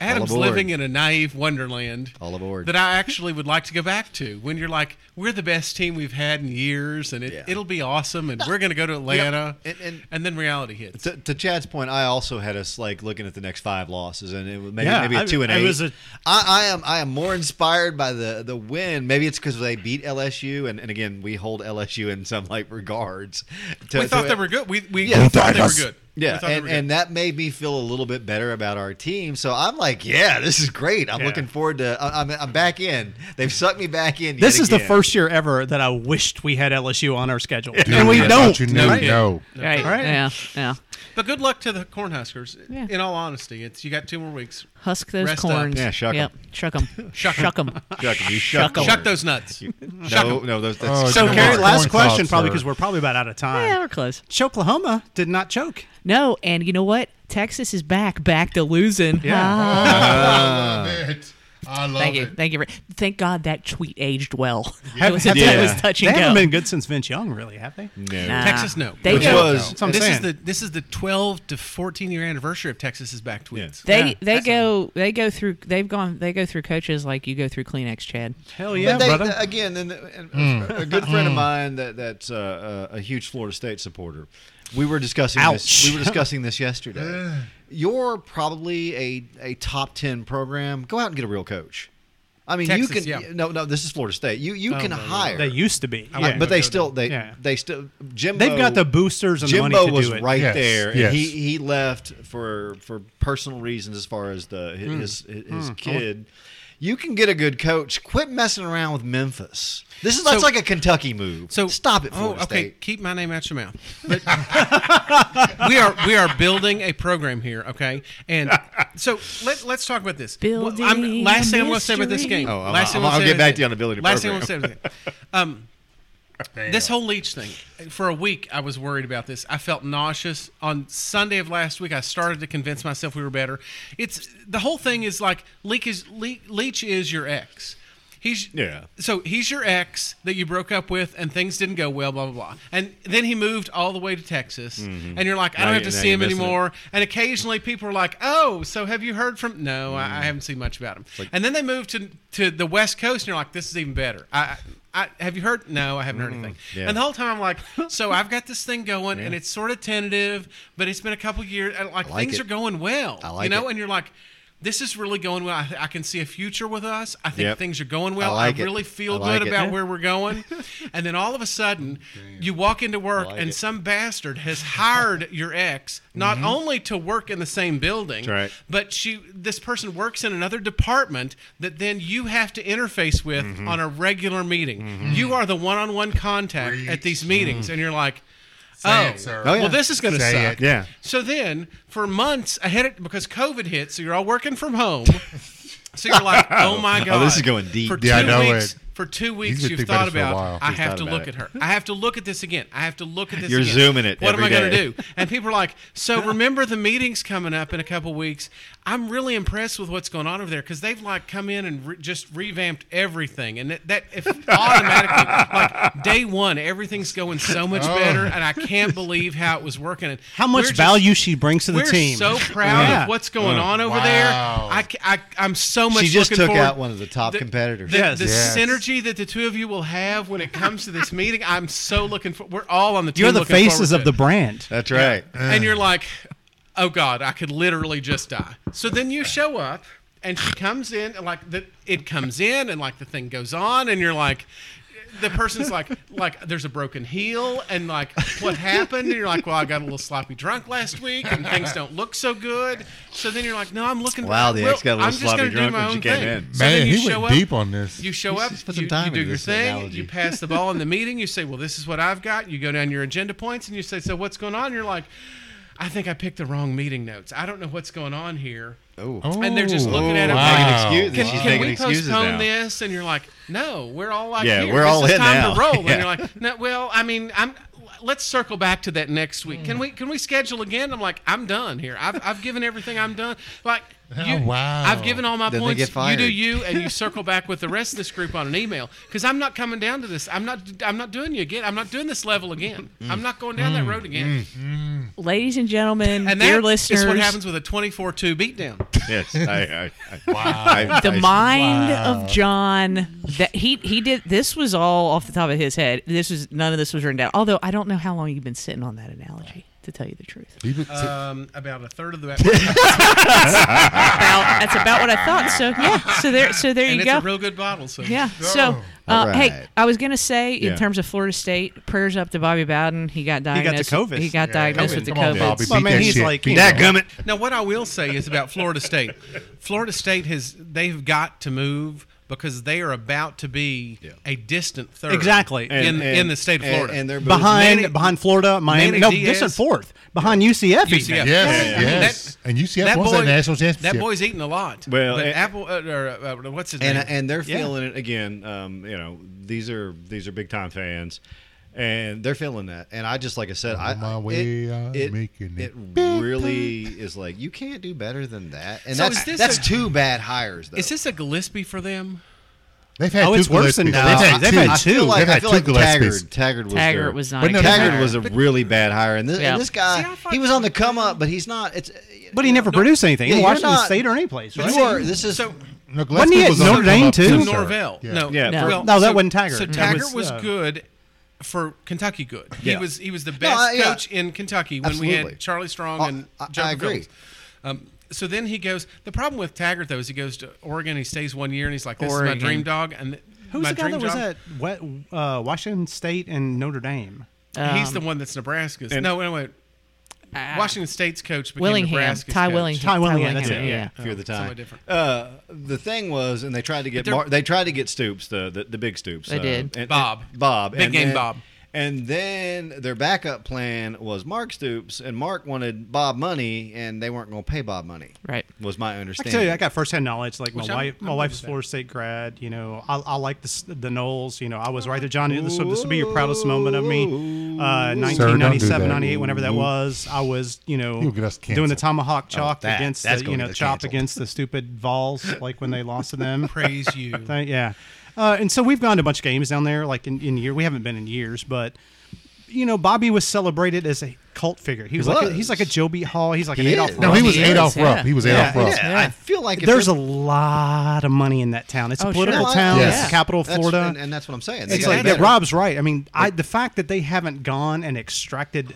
Speaker 5: Adam's
Speaker 2: aboard.
Speaker 5: living in a naive wonderland.
Speaker 2: All aboard.
Speaker 5: That I actually would like to go back to. When you're like, we're the best team we've had in years, and it,
Speaker 2: Yeah.
Speaker 5: it'll be awesome, and we're going to go to Atlanta,
Speaker 2: And- and-
Speaker 5: then reality hits.
Speaker 2: to, to Chad's point, I also had us like looking at the next five losses, and it was maybe,
Speaker 4: Yeah,
Speaker 2: maybe a
Speaker 4: I-
Speaker 2: two and
Speaker 4: I
Speaker 2: eight.
Speaker 4: was a-
Speaker 2: I, I am I am more inspired by the the win. Maybe it's because they beat LSU, and, and again we hold LSU in some like regards. To,
Speaker 5: we
Speaker 2: to-
Speaker 5: thought they were good. We, we
Speaker 2: Yeah.
Speaker 5: thought they were
Speaker 3: Tigers.
Speaker 5: good. We
Speaker 2: Yeah,
Speaker 5: thought they
Speaker 2: and,
Speaker 5: were good.
Speaker 2: and that made me feel a little bit better about our team. So I'm like, yeah, this is great. I'm
Speaker 4: Yeah.
Speaker 2: looking forward to. I- I'm, I'm back in. They've sucked me back in.
Speaker 4: This
Speaker 2: yet
Speaker 4: is the
Speaker 2: again.
Speaker 4: first year ever that I wished we had LSU on our schedule,
Speaker 3: Dude,
Speaker 4: and we
Speaker 3: I
Speaker 4: don't.
Speaker 3: thought You knew,
Speaker 5: Right.
Speaker 3: no.
Speaker 1: Right.
Speaker 4: Right.
Speaker 1: Yeah. Yeah.
Speaker 5: But good luck to the Cornhuskers.
Speaker 1: Yeah.
Speaker 5: In all honesty, it's you got two more weeks.
Speaker 1: Husk those
Speaker 5: Rest up.
Speaker 1: corns.
Speaker 2: Yeah, shuck 'em.
Speaker 1: Yep. Shuck them.
Speaker 5: Shuck 'em.
Speaker 1: shuck them.
Speaker 2: Shuck 'em, you shuck 'em.
Speaker 5: Shuck those nuts.
Speaker 2: No, no, those. That's,
Speaker 3: Oh,
Speaker 4: So,
Speaker 3: Come
Speaker 4: Carrie,
Speaker 3: on,
Speaker 4: last
Speaker 3: corn
Speaker 4: question,
Speaker 3: thoughts
Speaker 4: probably
Speaker 3: are-
Speaker 4: because we're probably about out of time.
Speaker 1: Yeah, we're close.
Speaker 4: Choklahoma did not choke.
Speaker 1: No, and you know what? Texas is back, back to losing.
Speaker 4: Yeah.
Speaker 1: Ah.
Speaker 3: I love it. I love
Speaker 1: Thank you,
Speaker 3: it.
Speaker 1: thank you. for- Thank God that tweet aged well.
Speaker 4: Have-
Speaker 1: it, was,
Speaker 4: have-
Speaker 1: it was
Speaker 2: Yeah.
Speaker 1: touch
Speaker 4: They
Speaker 1: and go.
Speaker 4: haven't been good since Vince Young, really, have they?
Speaker 2: no.
Speaker 1: Nah.
Speaker 5: Texas, no.
Speaker 1: They
Speaker 2: Which
Speaker 1: go-
Speaker 2: was
Speaker 4: That's what I'm
Speaker 5: this
Speaker 4: saying.
Speaker 5: is the this is the 12 to 14 year anniversary of Texas's back tweets.
Speaker 1: They
Speaker 4: Yeah.
Speaker 1: they go they go through they've gone they go through coaches like you go through Kleenex, Chad.
Speaker 4: Hell Oh,
Speaker 2: but
Speaker 4: yeah,
Speaker 2: they, uh,
Speaker 4: brother. Hmm.
Speaker 2: Again, and, and a good friend of mine that that's uh, a a huge Florida State supporter. We were discussing this.
Speaker 4: Ouch.
Speaker 2: We were discussing this yesterday. You're probably a, a top ten program. Go out and get a real coach. I mean, you
Speaker 5: Texas,
Speaker 2: can
Speaker 5: yeah.
Speaker 2: no no. This is Florida State. You you can hire.
Speaker 4: Oh, they used to be.
Speaker 5: like
Speaker 4: Yeah.
Speaker 2: but they still they
Speaker 4: Yeah.
Speaker 2: they still Jimbo.
Speaker 4: They've got the boosters and the
Speaker 2: Jimbo
Speaker 4: money to
Speaker 2: was
Speaker 4: do it.
Speaker 2: right
Speaker 3: Yes,
Speaker 2: there, and
Speaker 3: yes.
Speaker 2: he, he left for for personal reasons as far as the
Speaker 4: Hmm.
Speaker 2: his his, his kid. You can get a good coach. Quit messing around with Memphis. This is that's
Speaker 5: So-
Speaker 2: like a Kentucky move. So stop it, Florida
Speaker 5: oh, okay.
Speaker 2: State.
Speaker 5: Keep my name out your mouth. But we are we are building a program here, okay? And so let, let's talk about this. Well,
Speaker 1: Building
Speaker 5: I'm, last
Speaker 1: a
Speaker 5: thing I'm going to say about this
Speaker 1: mystery.
Speaker 5: game.
Speaker 2: Oh, I'm-
Speaker 5: last thing
Speaker 2: I'm-
Speaker 5: gonna
Speaker 2: I'll
Speaker 5: say
Speaker 2: get
Speaker 5: about
Speaker 2: back
Speaker 5: this-
Speaker 2: to you on the building
Speaker 5: Last thing I'm
Speaker 2: program.
Speaker 5: going to say. About this. Um, this whole leech thing. For a week, I was worried about this. I felt nauseous. On Sunday of last week, I started to convince myself we were better. It's the whole thing is like leak is leech, leech is your ex. He's
Speaker 2: Yeah.
Speaker 5: So he's your ex that you broke up with, and things didn't go well. Blah blah blah. And then he moved all the way to Texas, and you're like,
Speaker 2: Mm-hmm.
Speaker 5: I
Speaker 2: Now
Speaker 5: don't
Speaker 2: you-
Speaker 5: have to
Speaker 2: now
Speaker 5: see
Speaker 2: you're
Speaker 5: him
Speaker 2: missing it.
Speaker 5: anymore. And occasionally, people are like, Oh, so have you heard from? No,
Speaker 2: Mm-hmm.
Speaker 5: I, I haven't seen much about him. and then they moved to to the West Coast, and you're like, This is even better. I. I, have you heard? No, I haven't heard anything.
Speaker 2: Mm-hmm. Yeah.
Speaker 5: And the whole time I'm like, so I've got this thing going, and it's sort of tentative, but it's been a couple years. And like,
Speaker 2: like
Speaker 5: things
Speaker 2: it.
Speaker 5: are going well,
Speaker 2: I like
Speaker 5: you know.
Speaker 2: it.
Speaker 5: And you're like, this is really going well. I, I can see a future with us. I think
Speaker 2: Yep.
Speaker 5: things are going
Speaker 2: I
Speaker 5: well. I,
Speaker 2: like it.
Speaker 5: really feel
Speaker 2: I like
Speaker 5: good
Speaker 2: it.
Speaker 5: about
Speaker 2: Yeah.
Speaker 5: where we're going. and then all of a sudden, you walk into work
Speaker 2: like
Speaker 5: and
Speaker 2: it.
Speaker 5: some bastard has hired your ex not only to work in the same building,
Speaker 2: That's right.
Speaker 5: but she this person works in another department that then you have to interface with on a regular meeting. You are the one-on-one contact at these meetings and you're like,
Speaker 3: Say
Speaker 5: "Oh,
Speaker 3: it, sir.
Speaker 2: Oh, yeah.
Speaker 5: well this is going to
Speaker 3: Say
Speaker 5: suck."
Speaker 3: it.
Speaker 2: Yeah.
Speaker 5: So then, for months ahead, of, because COVID hit, so you're all working from home. so you're like, oh my god,
Speaker 2: this is going deep.
Speaker 5: For two
Speaker 3: Yeah, I know
Speaker 5: weeks,
Speaker 3: it.
Speaker 5: for two
Speaker 3: He's
Speaker 5: weeks,
Speaker 3: been
Speaker 5: you've
Speaker 3: thinking about
Speaker 5: thought
Speaker 3: it for a
Speaker 5: about.
Speaker 3: while.
Speaker 5: I
Speaker 2: He's
Speaker 5: have
Speaker 2: thought
Speaker 5: to
Speaker 2: about
Speaker 5: look
Speaker 2: it.
Speaker 5: at her. I have to look at this again. I have to look at this.
Speaker 2: You're
Speaker 5: again.
Speaker 2: zooming it
Speaker 5: What am
Speaker 2: every
Speaker 5: I going
Speaker 2: day.
Speaker 5: to do? And people are like, so remember the meetings coming up in a couple weeks. I'm really impressed with what's going on over there because they've like come in and re- just revamped everything, and that, that if automatically like day one everything's going so much
Speaker 2: Oh.
Speaker 5: better, and I can't believe how it was working. And
Speaker 4: How
Speaker 5: we're
Speaker 4: much
Speaker 5: just-
Speaker 4: value she brings to the
Speaker 5: we're
Speaker 4: team.
Speaker 5: so proud
Speaker 4: Yeah.
Speaker 5: of what's going on over
Speaker 3: Wow.
Speaker 5: there. I, ca- I, I'm so much.
Speaker 2: She just
Speaker 5: looking
Speaker 2: took
Speaker 5: forward-
Speaker 2: out one of the top competitors.
Speaker 5: The,
Speaker 4: Yes.
Speaker 5: the
Speaker 3: Yes.
Speaker 5: synergy that the two of you will have when it comes to this meeting, I'm so looking for. We're all on the.
Speaker 4: You're
Speaker 5: team
Speaker 4: the
Speaker 5: looking
Speaker 4: faces
Speaker 5: forward
Speaker 4: of
Speaker 5: to
Speaker 4: the brand.
Speaker 2: That's right.
Speaker 5: it. and you're like, oh God, I could literally just die. So then you show up. And she comes in, and like the, it comes in, and like the thing goes on, and you're like, the person's like, like there's a broken heel, and like what happened? And you're like, well, I got a little sloppy drunk last week, and things don't look so good. So then you're like, no, I'm looking.
Speaker 2: Wow, the
Speaker 5: well,
Speaker 2: ex got a little
Speaker 5: I'm just
Speaker 2: sloppy
Speaker 5: gonna do
Speaker 2: drunk
Speaker 5: my
Speaker 2: when she
Speaker 5: own
Speaker 2: came
Speaker 5: thing.
Speaker 2: in.
Speaker 5: So then
Speaker 3: Man,
Speaker 5: you
Speaker 3: he
Speaker 5: show
Speaker 3: went
Speaker 5: up,
Speaker 3: deep on this.
Speaker 5: You show up,
Speaker 2: just put some
Speaker 5: you,
Speaker 2: time
Speaker 5: you do
Speaker 2: into
Speaker 5: your
Speaker 2: this
Speaker 5: thing,
Speaker 2: analogy.
Speaker 5: you pass the ball in the meeting, you say, Well, this is what I've got. You go down your agenda points and you say, So what's going on? You're like, I think I picked the wrong meeting notes. I don't know what's going on here.
Speaker 2: Oh,
Speaker 5: And they're just
Speaker 3: Oh,
Speaker 5: looking at it
Speaker 3: wow.
Speaker 2: Making excuses.
Speaker 5: Can,
Speaker 2: She's
Speaker 5: can
Speaker 2: making
Speaker 5: we
Speaker 2: excuses now.
Speaker 5: postpone this? And you're like, No, we're all like,
Speaker 2: Yeah,
Speaker 5: here.
Speaker 2: we're
Speaker 5: This
Speaker 2: all
Speaker 5: is
Speaker 2: in
Speaker 5: time
Speaker 2: now."
Speaker 5: to roll.
Speaker 2: Yeah.
Speaker 5: And you're like, No, well, I mean, I'm. Let's circle back to that next week. Can we can we schedule again? I'm like, I'm done here. I've, I've given everything. I'm done. Like, you,
Speaker 3: Oh, wow.
Speaker 5: I've given all my
Speaker 2: Then they
Speaker 5: points.
Speaker 2: get fired.
Speaker 5: You do you, and you circle back with the rest of this group on an email. Because I'm not coming down to this. I'm not. I'm not doing you again. I'm not doing this level again.
Speaker 2: Mm.
Speaker 5: I'm not going down that road again.
Speaker 1: Ladies and gentlemen,
Speaker 5: And
Speaker 1: dear
Speaker 5: that is
Speaker 1: listeners,
Speaker 5: what happens with a 24-2 beatdown.
Speaker 2: Yes. I, I, I,
Speaker 3: Wow.
Speaker 2: I,
Speaker 1: the
Speaker 2: I-
Speaker 1: mind of John that he he did this was all off the top of his head. This was none of this was written down. Although I don't know how long you've been sitting on that analogy to tell you the truth.
Speaker 3: Leave it to-
Speaker 5: Um, about a third of the.
Speaker 1: About- that's about what I thought. So yeah. So there so there
Speaker 5: and
Speaker 1: you
Speaker 5: it's
Speaker 1: go.
Speaker 5: a real good bottle. So
Speaker 1: yeah. So uh,
Speaker 2: All
Speaker 1: hey,
Speaker 2: right.
Speaker 1: I was gonna say
Speaker 2: Yeah.
Speaker 1: in terms of Florida State, prayers up to Bobby Bowden. He got
Speaker 4: got the
Speaker 1: diagnosed.
Speaker 4: COVID.
Speaker 1: He got
Speaker 4: Yeah,
Speaker 1: diagnosed
Speaker 5: COVID.
Speaker 1: with the
Speaker 3: Come on,
Speaker 1: COVID.
Speaker 3: Bobby.
Speaker 4: Well,
Speaker 3: beat
Speaker 4: I mean,
Speaker 3: that
Speaker 4: he's
Speaker 3: shit.
Speaker 4: like,
Speaker 3: Beat
Speaker 4: you
Speaker 3: that
Speaker 4: know,
Speaker 2: Dadgummit.
Speaker 5: Now, what I will say is about Florida State. Florida State has they've got to move because they are about to be a distant third.
Speaker 4: Exactly.
Speaker 5: in
Speaker 2: And-
Speaker 5: in the state of
Speaker 2: and-
Speaker 5: Florida.
Speaker 2: And they're
Speaker 4: behind
Speaker 5: Manny-
Speaker 4: behind Florida, Miami.
Speaker 5: Manny
Speaker 4: No,
Speaker 5: Diaz.
Speaker 4: distant fourth behind UCF. even.
Speaker 5: UCF.
Speaker 3: Yes,
Speaker 5: I mean,
Speaker 3: yes. and UCF won that national championship.
Speaker 5: That boy's eating a lot.
Speaker 2: Well,
Speaker 5: but
Speaker 2: and-
Speaker 5: Apple uh, or, uh, what's his
Speaker 2: and
Speaker 5: name?
Speaker 2: and they're
Speaker 5: Yeah.
Speaker 2: feeling it again. Um, you know, these are these are big time fans, and they're feeling that. And I just like I said, I
Speaker 3: On my
Speaker 2: I-
Speaker 3: way,
Speaker 2: it,
Speaker 3: I'm
Speaker 2: it,
Speaker 3: making
Speaker 2: it
Speaker 3: it big
Speaker 2: really is like you can't do better than that. And
Speaker 5: So
Speaker 2: that's
Speaker 5: is this
Speaker 2: that's
Speaker 5: a-
Speaker 2: two bad hires. Though.
Speaker 5: Is this a Gillespie for them?
Speaker 3: They've had
Speaker 4: Oh,
Speaker 3: two
Speaker 4: it's worse than
Speaker 3: Gillespies.
Speaker 4: that.
Speaker 3: They've
Speaker 2: I-
Speaker 3: had
Speaker 4: They've
Speaker 3: two.
Speaker 4: had
Speaker 2: Uh, I feel
Speaker 4: two.
Speaker 2: like,
Speaker 3: They've
Speaker 2: I
Speaker 3: had
Speaker 2: feel
Speaker 3: two
Speaker 2: like Taggart,
Speaker 3: Gillespies.
Speaker 2: Taggart was
Speaker 1: Taggart
Speaker 2: their-
Speaker 1: was
Speaker 3: But
Speaker 1: not.
Speaker 3: no,
Speaker 1: a good
Speaker 3: Taggart
Speaker 1: hire.
Speaker 2: Taggart was a really bad hire, and this,
Speaker 1: Yeah.
Speaker 2: and this guy
Speaker 5: See, I thought-
Speaker 2: he was on the come up, but he's not. It's
Speaker 4: But he never produced anything
Speaker 2: Yeah,
Speaker 4: in
Speaker 2: you're
Speaker 4: Washington
Speaker 2: not-
Speaker 4: State or any place, right?
Speaker 2: You are. This is
Speaker 5: So
Speaker 3: No,
Speaker 4: Wasn't
Speaker 3: Gillespie
Speaker 4: he at
Speaker 3: was on
Speaker 4: Notre
Speaker 3: the come
Speaker 4: Dame,
Speaker 3: up
Speaker 4: too?
Speaker 5: to
Speaker 4: Sure.
Speaker 5: Norvell. No,
Speaker 2: Yeah, No.
Speaker 5: Well,
Speaker 4: No, that
Speaker 5: so-
Speaker 4: wasn't Taggart.
Speaker 5: So
Speaker 4: That
Speaker 5: Taggart
Speaker 4: was,
Speaker 5: was,
Speaker 4: uh,
Speaker 5: good for Kentucky. Good.
Speaker 4: Yeah.
Speaker 5: He was he was the best
Speaker 2: I- yeah.
Speaker 5: coach in Kentucky when we
Speaker 2: Absolutely.
Speaker 5: had Charlie Strong
Speaker 2: I-
Speaker 5: and
Speaker 2: I-
Speaker 5: uh, Joe
Speaker 2: I agree.
Speaker 5: Phillips. Um, so then he goes. The problem with Taggart though is he goes to Oregon. He stays one year and he's like, "This is
Speaker 4: Oregon.
Speaker 5: my dream dog." And th-
Speaker 4: Who's
Speaker 5: my
Speaker 4: the guy
Speaker 5: dream
Speaker 4: that was
Speaker 5: job-
Speaker 4: at what, uh, Washington State and Notre Dame?
Speaker 5: He's
Speaker 4: Um,
Speaker 5: the one that's Nebraska's.
Speaker 2: and-
Speaker 5: no, wait, wait.
Speaker 1: Ah.
Speaker 5: Washington State's coach became
Speaker 1: Willingham,
Speaker 5: Nebraska's
Speaker 1: Ty
Speaker 5: coach.
Speaker 1: Willingham.
Speaker 4: Ty Willingham, that's it,
Speaker 1: yeah.
Speaker 2: Fear the
Speaker 5: somewhat
Speaker 2: time.
Speaker 5: different.
Speaker 2: Uh, the thing was, and they tried to get
Speaker 5: they're-
Speaker 2: Mar- they tried to get Stoops, the the, the big Stoops.
Speaker 1: They
Speaker 2: uh,
Speaker 1: did.
Speaker 2: and- and-
Speaker 5: Bob.
Speaker 2: Bob,
Speaker 5: Big
Speaker 2: and
Speaker 5: game
Speaker 2: then-
Speaker 5: Bob.
Speaker 2: And then their backup plan was Mark Stoops, and Mark wanted Bob money, and they weren't going to pay Bob money.
Speaker 1: Right.
Speaker 2: was my
Speaker 4: I can tell
Speaker 2: understanding.
Speaker 4: you, I got firsthand knowledge. Like
Speaker 5: Which
Speaker 4: my
Speaker 5: I'm-
Speaker 4: wife, my
Speaker 5: I'm
Speaker 4: wife's
Speaker 5: good with that.
Speaker 4: Florida State grad. You know, I, I like the s- the Knowles. You know, I was right there, John. This, so this will be your proudest moment of me.
Speaker 3: Sir,
Speaker 4: Uh,
Speaker 3: don't do
Speaker 4: 1997,
Speaker 3: that.
Speaker 4: 98, whenever that
Speaker 3: Ooh.
Speaker 4: was, I was you know
Speaker 3: You'll get us canceled.
Speaker 4: doing the tomahawk chalk
Speaker 2: that-
Speaker 4: against
Speaker 2: that's
Speaker 4: the
Speaker 2: gonna
Speaker 4: you
Speaker 2: get
Speaker 4: know
Speaker 2: us
Speaker 4: chop
Speaker 2: canceled.
Speaker 4: against the stupid Vols, like when they lost to them.
Speaker 5: Praise you.
Speaker 4: Thank- yeah. Uh, and so we've gone to a bunch of games down there, like in, in year. We haven't been in years, but you know, Bobby was celebrated as a cult figure. He was, like
Speaker 2: was.
Speaker 4: a, he's like a Joe B. Hall. He's like an
Speaker 2: He
Speaker 4: Adolph.
Speaker 2: is.
Speaker 3: No, he was
Speaker 1: He is,
Speaker 3: Adolph
Speaker 1: yeah.
Speaker 3: Rupp. He was
Speaker 4: Yeah.
Speaker 3: Adolph Rupp.
Speaker 2: yeah, I feel like if
Speaker 4: There's a
Speaker 2: they're-
Speaker 4: lot of money in that town. It's a
Speaker 1: Oh,
Speaker 4: political
Speaker 1: sure.
Speaker 4: town.
Speaker 3: Yes.
Speaker 4: It's the capital of
Speaker 2: That's-
Speaker 4: Florida.
Speaker 2: and, and that's what I'm saying. They
Speaker 4: it's
Speaker 2: got
Speaker 4: like
Speaker 2: better.
Speaker 4: that. Rob's right. I mean, I, the fact that they haven't gone and extracted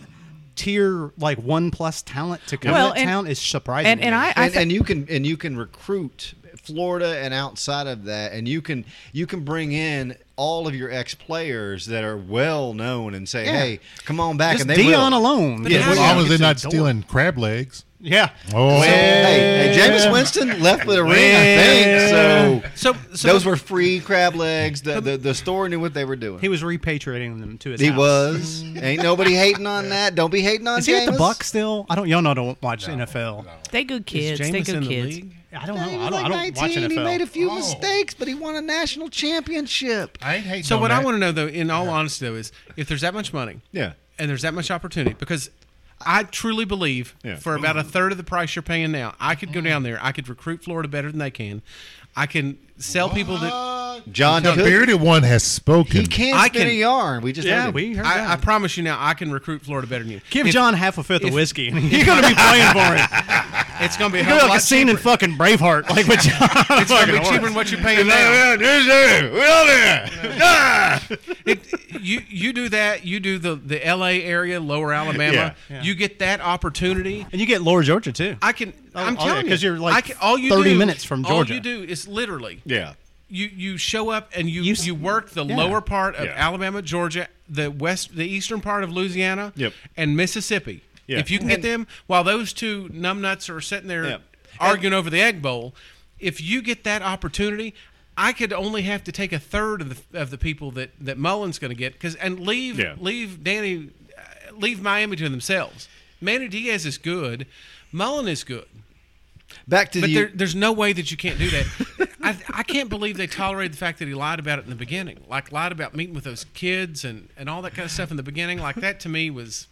Speaker 4: tier like one plus talent to come
Speaker 1: Well,
Speaker 4: to that
Speaker 1: and-
Speaker 4: town is surprising.
Speaker 1: And
Speaker 4: to
Speaker 1: and
Speaker 4: me.
Speaker 1: I, I
Speaker 2: and,
Speaker 1: thi-
Speaker 2: and you can and you can recruit Florida and outside of that, and you can you can bring in all of your ex players that are well known and say,
Speaker 4: Yeah.
Speaker 2: hey, come on back,
Speaker 4: Just
Speaker 2: and they
Speaker 4: Dion
Speaker 2: will.
Speaker 4: alone.
Speaker 2: Yeah.
Speaker 3: As
Speaker 5: Yeah.
Speaker 3: long as they're
Speaker 4: It's a
Speaker 3: not
Speaker 4: door.
Speaker 3: stealing crab legs.
Speaker 4: Yeah.
Speaker 3: Oh,
Speaker 2: Hey, hey, Jameis Winston left with a ring, I think. So,
Speaker 5: So, so
Speaker 2: those were free crab legs. The, the the store knew what they were doing.
Speaker 4: He was repatriating them to his
Speaker 2: He
Speaker 4: house.
Speaker 2: was. Ain't nobody hating on that. Don't be hating on
Speaker 4: Is he at the
Speaker 2: Jameis.
Speaker 4: Buck still? I don't. Y'all know I don't watch NFL.
Speaker 1: they good kids.
Speaker 5: is
Speaker 1: They
Speaker 5: Jameis in
Speaker 1: good
Speaker 5: the
Speaker 1: kids.
Speaker 5: league?
Speaker 4: I don't know.
Speaker 2: Yeah, he was
Speaker 4: I don't.
Speaker 2: like
Speaker 4: I don't watch
Speaker 2: 19.
Speaker 4: NFL.
Speaker 2: He made a few
Speaker 3: Oh.
Speaker 2: mistakes, but he won a national championship.
Speaker 3: I ain't hating
Speaker 5: So
Speaker 3: on
Speaker 5: what I
Speaker 3: that.
Speaker 5: want to know though, in all honesty though, is if there's that much money,
Speaker 2: Yeah.
Speaker 5: and there's that much opportunity because. I truly believe
Speaker 2: Yeah.
Speaker 5: for about a third of the price you're paying now, I could go down there. I could recruit Florida better than they can. I can sell people that.
Speaker 2: John
Speaker 3: The
Speaker 2: Cook.
Speaker 3: bearded one has spoken.
Speaker 2: He can't
Speaker 5: I
Speaker 2: spin a
Speaker 5: can-
Speaker 2: yarn. We just heard
Speaker 4: Yeah,
Speaker 2: him.
Speaker 4: we heard that.
Speaker 5: I, I promise you now, I can recruit Florida better than you.
Speaker 4: Give
Speaker 5: If-
Speaker 4: John half a fifth of
Speaker 5: if-
Speaker 4: whiskey. and You're gonna be playing for it.
Speaker 5: It's gonna be a
Speaker 4: You're gonna be
Speaker 5: hell of a
Speaker 4: like a
Speaker 5: lot
Speaker 4: scene in fucking Braveheart, like with John.
Speaker 5: It's gonna be cheaper than what you're paying now.
Speaker 3: Ah.
Speaker 5: It, you you do that. You do the the L.A. area, Lower Alabama.
Speaker 3: Yeah.
Speaker 4: Yeah.
Speaker 5: You get that opportunity.
Speaker 4: and you get Laura Georgia too.
Speaker 5: I can. I'm
Speaker 4: oh, yeah,
Speaker 5: telling you,
Speaker 4: 'cause you're like
Speaker 5: I can, all you
Speaker 4: 30
Speaker 5: do-
Speaker 4: minutes from
Speaker 5: All
Speaker 4: Georgia.
Speaker 5: you do is literally
Speaker 2: Yeah.
Speaker 5: you you show up and you
Speaker 4: You
Speaker 5: you,
Speaker 4: s-
Speaker 5: work the
Speaker 4: yeah.
Speaker 5: lower part of
Speaker 2: Yeah.
Speaker 5: Alabama, Georgia, the west, the eastern part of Louisiana,
Speaker 2: Yep.
Speaker 5: and Mississippi.
Speaker 2: Yeah.
Speaker 5: If you can get them, while those two numbnuts are sitting there
Speaker 2: Yeah.
Speaker 5: arguing over the egg bowl, if you get that opportunity. I could only have to take a third of the, of the people that, that Mullen's going to get because and leave
Speaker 2: Yeah.
Speaker 5: leave Danny uh, leave Miami to themselves. Manny Diaz is good, Mullen is good.
Speaker 2: Back to
Speaker 5: But
Speaker 2: the
Speaker 5: there, there's no way that you can't do that. I, I can't believe they tolerated the fact that he lied about it in the beginning, like lied about meeting with those kids and, and all that kind of stuff in the beginning. Like that to me was,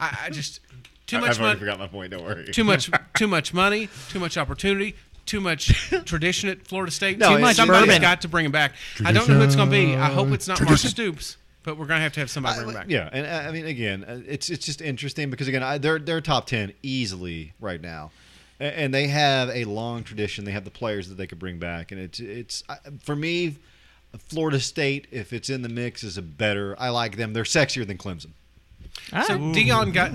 Speaker 5: I, I just too much
Speaker 2: I've already
Speaker 5: money,
Speaker 2: forgot my point. Don't worry.
Speaker 5: too much too much money, too much opportunity, too much tradition at Florida State.
Speaker 2: No, Too much
Speaker 5: Somebody's
Speaker 1: bourbon.
Speaker 5: got to bring him back. I don't know who it's going to be. I hope it's not Mark Stoops, but we're going to have to have somebody bring him back.
Speaker 2: Yeah, and I I mean, again, uh, it's it's just interesting because again, I, they're they're top ten easily right now, A- and they have a long tradition. They have the players that they could bring back, and it's it's I- for me, Florida State, if it's in the mix, is a better. I like them. They're sexier than Clemson.
Speaker 5: So Dion got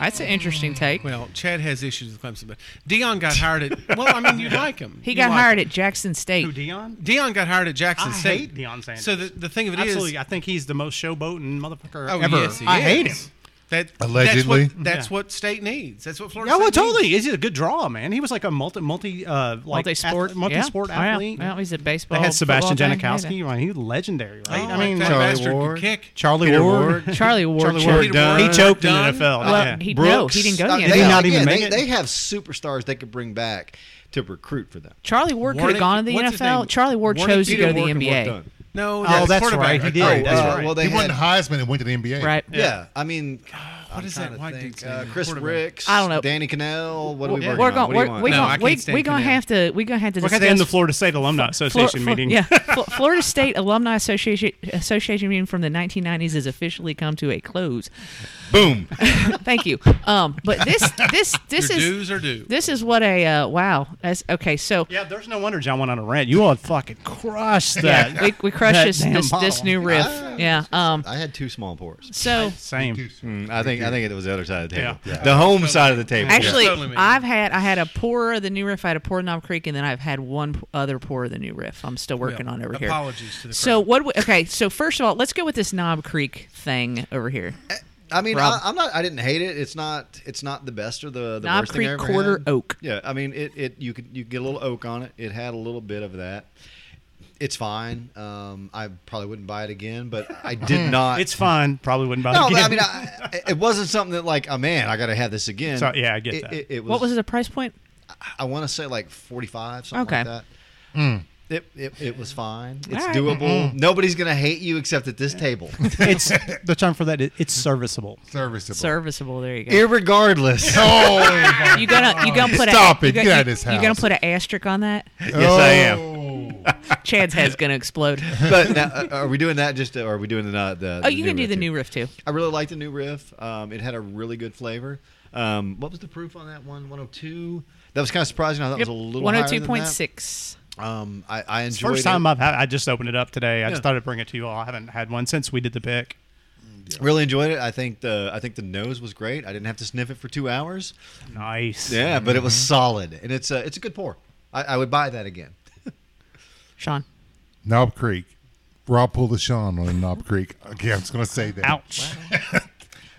Speaker 1: That's an interesting take.
Speaker 5: well. Chad has issues with Clemson, but Dion got hired at. Well, I mean, you like him.
Speaker 1: He
Speaker 5: You
Speaker 1: got
Speaker 5: like
Speaker 1: hired
Speaker 5: him.
Speaker 1: at Jackson State.
Speaker 4: Who, Dion?
Speaker 5: Dion got hired at Jackson
Speaker 4: I
Speaker 5: State.
Speaker 4: hate Deion Sanders.
Speaker 5: So the, the thing of it is,
Speaker 4: Absolutely. I think he's the most showboating motherfucker
Speaker 5: oh,
Speaker 4: ever.
Speaker 5: yes, he
Speaker 4: I hate him.
Speaker 5: is. That
Speaker 3: Allegedly.
Speaker 5: That's what, that's
Speaker 4: Yeah.
Speaker 5: what state needs. That's what Florida.
Speaker 4: Yeah, well,
Speaker 5: State
Speaker 4: totally.
Speaker 5: Needs.
Speaker 4: He's a good draw, man. He was like a multi, multi, uh, like
Speaker 1: multi-sport,
Speaker 4: ath- multi-sport
Speaker 1: yeah.
Speaker 4: athlete.
Speaker 1: Well, he's at baseball.
Speaker 4: They had Sebastian
Speaker 1: football, thing,
Speaker 4: Janikowski. Right? He was legendary,
Speaker 5: Oh,
Speaker 4: right? I mean,
Speaker 5: that
Speaker 4: like,
Speaker 2: Charlie
Speaker 5: bastard
Speaker 2: Ward.
Speaker 5: could kick.
Speaker 4: Charlie
Speaker 2: Peter
Speaker 4: Ward.
Speaker 2: Ward.
Speaker 1: Charlie Ward.
Speaker 4: Charlie
Speaker 1: choked.
Speaker 4: Ward.
Speaker 5: Peter Ward.
Speaker 4: He choked
Speaker 5: Dunn.
Speaker 4: in the NFL.
Speaker 1: Well,
Speaker 4: yeah.
Speaker 1: he, no,
Speaker 2: Brooks,
Speaker 1: he didn't go to
Speaker 2: uh,
Speaker 1: the
Speaker 2: they,
Speaker 1: NFL.
Speaker 4: not even
Speaker 2: again,
Speaker 4: make
Speaker 2: they,
Speaker 4: it?
Speaker 2: they have superstars they could bring back to recruit for them.
Speaker 1: Charlie Ward could have
Speaker 5: Warnick-
Speaker 1: gone to the
Speaker 5: what's his
Speaker 1: NFL.
Speaker 5: name?
Speaker 1: Charlie Ward
Speaker 5: Warnick
Speaker 1: chose to
Speaker 5: Peter
Speaker 1: go to the
Speaker 5: Warnick and
Speaker 1: NBA.
Speaker 2: Done.
Speaker 5: No,
Speaker 4: Oh, that's
Speaker 5: quarterback
Speaker 4: right. He did.
Speaker 5: there.
Speaker 4: That's
Speaker 2: uh,
Speaker 4: right.
Speaker 2: Well, they
Speaker 3: he
Speaker 2: had,
Speaker 3: won Heisman and went to the NBA.
Speaker 1: Right.
Speaker 2: Yeah. I mean,
Speaker 5: What
Speaker 2: I'm
Speaker 5: is
Speaker 2: trying
Speaker 5: that
Speaker 2: to
Speaker 5: white
Speaker 2: think.
Speaker 5: dude's
Speaker 2: Uh,
Speaker 5: name?
Speaker 2: Chris
Speaker 5: Quarterback.
Speaker 2: Ricks.
Speaker 1: I don't know.
Speaker 2: Danny Cannell. What are
Speaker 1: We're
Speaker 2: we working
Speaker 1: gonna
Speaker 2: on? What do you
Speaker 1: we're,
Speaker 2: want?
Speaker 1: we're
Speaker 5: No, I
Speaker 1: gonna
Speaker 5: can't
Speaker 1: we,
Speaker 5: stand
Speaker 1: we're gonna
Speaker 5: Cannell.
Speaker 1: have to we're gonna have to
Speaker 4: We're going to end
Speaker 1: discuss
Speaker 4: the Florida State Alumni
Speaker 1: Flor-
Speaker 4: Association
Speaker 1: Flor-
Speaker 4: meeting.
Speaker 1: Yeah, Fl- Florida State Alumni Association Association meeting from the 1990s has officially come to a close.
Speaker 2: Boom.
Speaker 1: Thank you. Um, but this this this
Speaker 5: Your
Speaker 1: is
Speaker 5: dues are due.
Speaker 1: this is what a uh, wow. That's okay. So
Speaker 4: Yeah, there's no wonder John went on a rant. You all fucking crushed that.
Speaker 1: we we crush
Speaker 4: That
Speaker 1: this
Speaker 4: damn
Speaker 1: this,
Speaker 4: bottle.
Speaker 1: this new riff.
Speaker 2: Ah,
Speaker 1: yeah. Um.
Speaker 2: I had two small pours.
Speaker 1: So
Speaker 4: Same.
Speaker 2: Mm, I think I think it was the other side of the table.
Speaker 4: Yeah.
Speaker 2: The home side of the table.
Speaker 1: Actually,
Speaker 5: Totally me.
Speaker 1: I've had I had a pour of the new riff. I had a pour of Knob Creek, and then I've had one p- other pour of the new riff. I'm still working
Speaker 5: Well,
Speaker 1: on over here.
Speaker 5: apologies to the
Speaker 1: So
Speaker 5: crowd.
Speaker 1: what? We, okay, so first of all, let's go with this Knob Creek thing over here.
Speaker 2: I mean,
Speaker 1: Rob.
Speaker 2: I, I'm not. I didn't hate it. It's not. It's not the best or the, the
Speaker 1: Knob
Speaker 2: worst
Speaker 1: Creek
Speaker 2: thing I ever
Speaker 1: quarter
Speaker 2: had.
Speaker 1: oak.
Speaker 2: Yeah, I mean, it, it. You could you could get a little oak on it. It had a little bit of that. It's fine. Um, I probably wouldn't buy it again, but I
Speaker 1: Hmm.
Speaker 2: did not.
Speaker 4: It's fine. Probably wouldn't bother
Speaker 2: no.
Speaker 4: you.
Speaker 2: but I mean, I, it wasn't something that like, oh man, I got to have this again.
Speaker 4: So, yeah, I get
Speaker 2: it,
Speaker 4: that.
Speaker 2: It, it was,
Speaker 1: What was the price point?
Speaker 2: I want to say like 45, something
Speaker 1: Okay.
Speaker 2: like that.
Speaker 4: Hmm.
Speaker 2: It, it, it was fine. It's
Speaker 1: right.
Speaker 2: doable.
Speaker 4: Mm-hmm.
Speaker 2: Nobody's gonna hate you except at this table.
Speaker 4: it's the term for that. It, it's serviceable.
Speaker 3: Serviceable.
Speaker 1: Serviceable. There you go.
Speaker 2: Irregardless.
Speaker 3: oh, my-
Speaker 1: You gonna you gonna put
Speaker 3: Stop
Speaker 1: a,
Speaker 3: it.
Speaker 1: You gonna,
Speaker 3: Get out of this
Speaker 1: You gonna
Speaker 3: house.
Speaker 1: put an asterisk on that?
Speaker 2: Yes, I am.
Speaker 3: Oh.
Speaker 1: Chad's head's gonna explode.
Speaker 2: but now, uh, are we doing that just? To, or are we doing the uh, the?
Speaker 1: Oh, you can do
Speaker 2: riff
Speaker 1: the
Speaker 2: too?
Speaker 1: new riff too.
Speaker 2: I really like the new riff. Um, it had a really good flavor. Um, what was the proof on that one? One hundred two. That was kind of surprising. I thought it was a little
Speaker 1: One
Speaker 2: higher
Speaker 1: hundred two
Speaker 2: than that.
Speaker 1: point six.
Speaker 2: Um, I, I
Speaker 4: It's the
Speaker 2: enjoyed
Speaker 4: First
Speaker 2: it.
Speaker 4: time I've had, I just opened it up today. I just thought I'd bring it to you all. I haven't had one since we did the pick.
Speaker 2: Really enjoyed it. I think the I think the nose was great. I didn't have to sniff it for two hours.
Speaker 4: Nice.
Speaker 2: Yeah, but it was solid, and it's a it's a good pour. I, I would buy that again.
Speaker 1: Sean.
Speaker 3: Knob Creek. Rob pulled a Sean on Knob Creek. Okay, I'm just gonna say that.
Speaker 4: Ouch.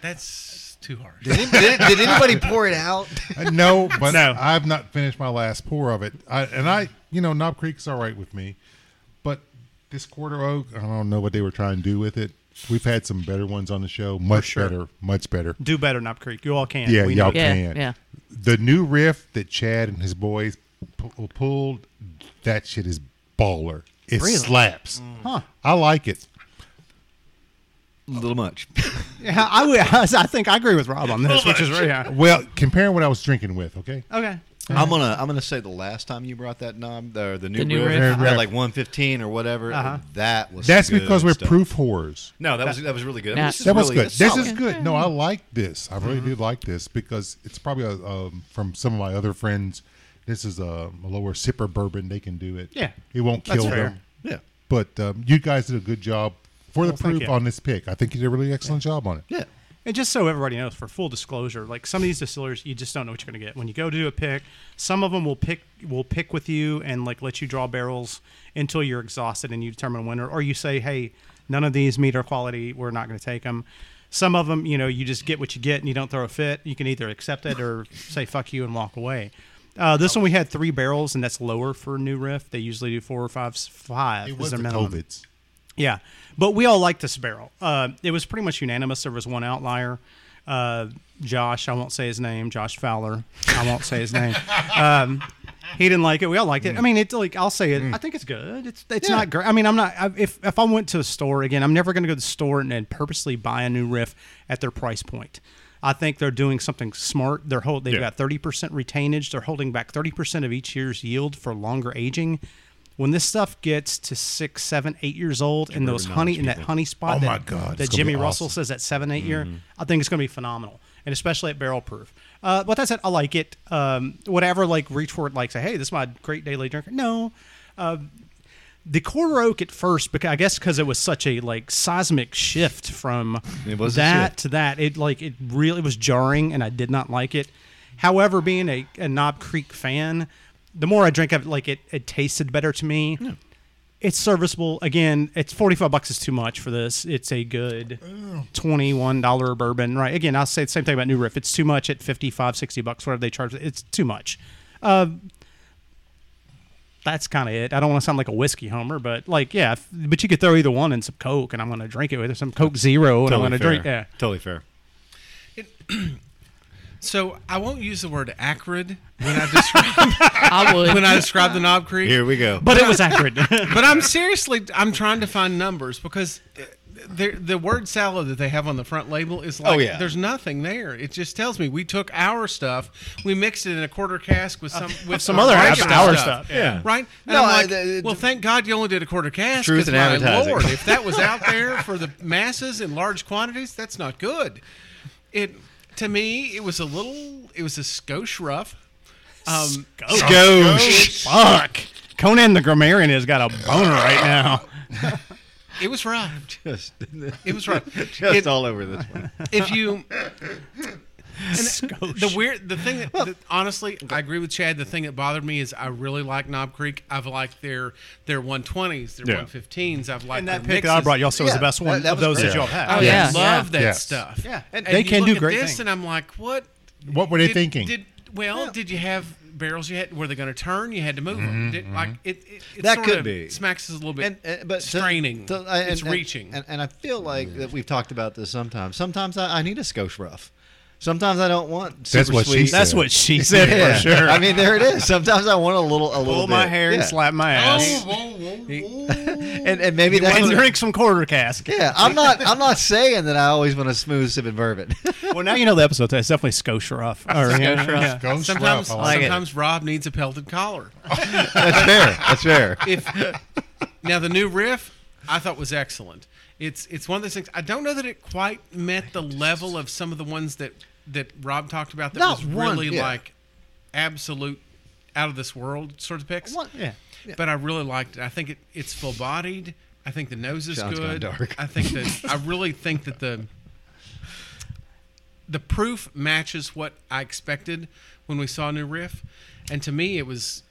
Speaker 5: that's too harsh.
Speaker 2: Did, did, did anybody pour it out?
Speaker 3: Uh, No, but
Speaker 4: No.
Speaker 3: I've not finished my last pour of it. I, and I, you know, Knob Creek's all right with me, but this quarter oak, I don't know what they were trying to do with it. We've had some better ones on the show, much
Speaker 4: sure.
Speaker 3: better, much better.
Speaker 4: Do better, Knob Creek. You all can.
Speaker 3: Yeah,
Speaker 4: We
Speaker 3: y'all
Speaker 4: know.
Speaker 1: Yeah,
Speaker 3: can.
Speaker 1: yeah.
Speaker 3: The new riff that Chad and his boys pu- uh, pulled, that shit is baller. It
Speaker 4: Really?
Speaker 3: slaps.
Speaker 4: Huh.
Speaker 3: I like it.
Speaker 2: a little much.
Speaker 4: Yeah, I, would- I think I agree with Rob on this, which is really
Speaker 3: Well, comparing what I was drinking with, okay?
Speaker 4: Okay.
Speaker 2: I'm gonna I'm gonna say the last time you brought that knob or the new,
Speaker 1: The new
Speaker 2: riff,
Speaker 1: riff.
Speaker 2: at like 115 or whatever. That was
Speaker 3: That's
Speaker 2: good
Speaker 3: because we're
Speaker 2: stuff.
Speaker 3: proof whores.
Speaker 2: No, that was that was really good.
Speaker 1: Nah.
Speaker 2: This is
Speaker 3: That was
Speaker 2: really
Speaker 3: good. This
Speaker 2: solid.
Speaker 3: is good. No, I like this. I really do like this because it's probably uh um, from some of my other friends. This is a, a lower sipper bourbon. They can do it.
Speaker 4: Yeah.
Speaker 3: it won't
Speaker 4: That's
Speaker 3: kill
Speaker 4: fair.
Speaker 3: them.
Speaker 2: Yeah,
Speaker 3: But um, you guys did a good job for the
Speaker 4: Well, thank
Speaker 3: proof
Speaker 4: you.
Speaker 3: on this pick. I think you did a really excellent job on it.
Speaker 2: yeah.
Speaker 4: And just so everybody knows, for full disclosure, like some of these distillers, you just don't know what you're going to get when you go to do a pick. Some of them will pick will pick with you and like let you draw barrels until you're exhausted and you determine a winner, or you say, hey, none of these meet our quality, we're not going to take them. Some of them, you know, you just get what you get and you don't throw a fit. You can either accept it or say fuck you and walk away. Uh, this one we had three barrels, and that's lower for new riff. They usually do four or five. Five
Speaker 3: It
Speaker 4: is
Speaker 3: was the
Speaker 4: their minimum.
Speaker 3: COVIDs.
Speaker 4: Yeah, but we all liked this barrel. Uh, it was pretty much unanimous. There was one outlier. Uh, Josh, I won't say his name. Josh Fowler, I won't say his name. Um, he didn't like it. We all liked
Speaker 3: Mm.
Speaker 4: it. I mean, it's like I'll say it. I think it's good. It's it's not great. I mean, I'm not. I, if if I went to a store again, I'm never going to go to the store and, and purposely buy a new riff at their price point. I think they're doing something smart. They're hold, they've
Speaker 3: Yeah.
Speaker 4: got 30% retainage. They're holding back 30% of each year's yield for longer aging. When this stuff gets to six, seven, eight years old, and those honey in that honey spot
Speaker 3: Oh
Speaker 4: that,
Speaker 3: my God,
Speaker 4: that
Speaker 3: it's gonna be
Speaker 4: Jimmy Russell
Speaker 3: awesome.
Speaker 4: says that seven, eight year,
Speaker 2: Mm-hmm.
Speaker 4: I think it's going to be phenomenal, and especially at barrel proof. Uh, but that said, I like it. Um, whatever, like reach for it, like say, hey, this is my great daily drinker. No, Um, the quarter oak at first because I guess because it was such a like seismic shift from
Speaker 2: It was a
Speaker 4: that
Speaker 2: shift.
Speaker 4: to that. It like it really was jarring and I did not like it. However, being a, a Knob Creek fan, the more I drink of it, like it, it tasted better to me. It's serviceable. Again, it's forty five bucks is too much for this. It's a good twenty one dollar bourbon. Right. Again, I'll say the same thing about New Riff. It's too much at 55 60 bucks, whatever they charge. It's too much that's kind of it. I don't want to sound like a whiskey homer, but like, yeah, if, but you could throw either one in some Coke, and I'm going to drink it with it. some Coke Zero, and I'm going to
Speaker 2: fair.
Speaker 4: drink. Yeah,
Speaker 2: Totally fair.
Speaker 5: So I won't use the word acrid when I describe
Speaker 1: I would.
Speaker 5: when I describe the Knob Creek.
Speaker 2: Here we go.
Speaker 4: but it was accurate.
Speaker 5: But I'm seriously, I'm trying to find numbers because the, the word salad that they have on the front label is like,
Speaker 2: Oh, yeah.
Speaker 5: there's nothing there. It just tells me we took our stuff, we mixed it in a quarter cask with some with
Speaker 4: some other
Speaker 5: our
Speaker 4: extra
Speaker 5: regular
Speaker 4: stuff. Yeah.
Speaker 5: Right? And
Speaker 2: No,
Speaker 5: I'm
Speaker 2: I-
Speaker 5: like,
Speaker 2: the-
Speaker 5: well, thank God you only did a quarter cask.
Speaker 2: Truth
Speaker 5: 'cause
Speaker 2: in
Speaker 5: my
Speaker 2: advertising.
Speaker 5: Lord, if that was out there for the masses in large quantities, that's not good. It to me, it was a little, it was a skosh rough. Um,
Speaker 2: Skosh.
Speaker 4: Fuck, Conan the Grammarian has got a boner right now.
Speaker 5: it was rough.
Speaker 2: Just,
Speaker 5: It was rough.
Speaker 2: just
Speaker 5: It-
Speaker 2: all over this one.
Speaker 5: if you the weird the thing that, that- honestly i agree with chad the thing that bothered me is i really like knob creek i've liked their their 120s their
Speaker 3: Yeah.
Speaker 5: 115s i've liked
Speaker 4: And that
Speaker 5: their
Speaker 4: pick that I
Speaker 5: mixes. Oh,
Speaker 4: brought y'all so was the
Speaker 2: Yeah,
Speaker 4: best one
Speaker 2: that- that
Speaker 4: of
Speaker 2: was
Speaker 4: those that
Speaker 2: great.
Speaker 4: y'all had.
Speaker 5: i
Speaker 1: Yeah.
Speaker 5: love that
Speaker 3: Yes.
Speaker 5: stuff
Speaker 2: Yeah, and
Speaker 4: They
Speaker 5: you
Speaker 4: can
Speaker 5: look
Speaker 4: do
Speaker 5: at
Speaker 4: great
Speaker 5: this
Speaker 4: things.
Speaker 5: and i'm like what
Speaker 3: What were they
Speaker 5: did-
Speaker 3: thinking?
Speaker 5: did well did you have barrels you had were they going to turn you had to move them did, like it, it, it
Speaker 2: That
Speaker 5: sort
Speaker 2: could
Speaker 5: of
Speaker 2: be.
Speaker 5: smacks us a little bit
Speaker 2: and, and- but so-
Speaker 5: straining
Speaker 2: so I-
Speaker 5: it's
Speaker 2: and-
Speaker 5: reaching
Speaker 2: and, and I feel like that we've talked about this sometimes. Sometimes I, I need a skosh rough. Sometimes I don't want super
Speaker 3: That's what she
Speaker 2: sweet.
Speaker 3: said.
Speaker 4: That's what she said
Speaker 2: Yeah.
Speaker 4: for sure.
Speaker 2: I mean, there it is. Sometimes I want a little, a little
Speaker 4: pull my
Speaker 2: bit.
Speaker 4: hair and
Speaker 2: Yeah.
Speaker 4: slap my
Speaker 2: Oh,
Speaker 4: ass,
Speaker 2: and, and maybe that's
Speaker 4: and
Speaker 2: what-
Speaker 4: drink some quarter cask.
Speaker 2: Yeah, I'm not. I'm not saying that I always want a smooth sip of bourbon.
Speaker 4: Well, now you know the episode. It's definitely Scotia rough. Or, yeah, yeah.
Speaker 3: Go
Speaker 5: sometimes
Speaker 3: Schruff. I like it.
Speaker 5: sometimes rob needs a pelted collar
Speaker 2: that's fair. That's fair.
Speaker 5: if now the new riff I thought was excellent. It's it's one of those things. I don't know that it quite met the level of some of the ones that that Rob talked about that
Speaker 2: Not
Speaker 5: was
Speaker 2: one,
Speaker 5: really
Speaker 2: yeah.
Speaker 5: like absolute out of this world sort of picks.
Speaker 2: One-
Speaker 4: Yeah.
Speaker 5: But I really liked it. I think it, it's full bodied. I think the nose is
Speaker 2: John's gone
Speaker 5: good.
Speaker 2: dark.
Speaker 5: I think that I really think that the the proof matches what I expected when we saw New Riff, and to me it was.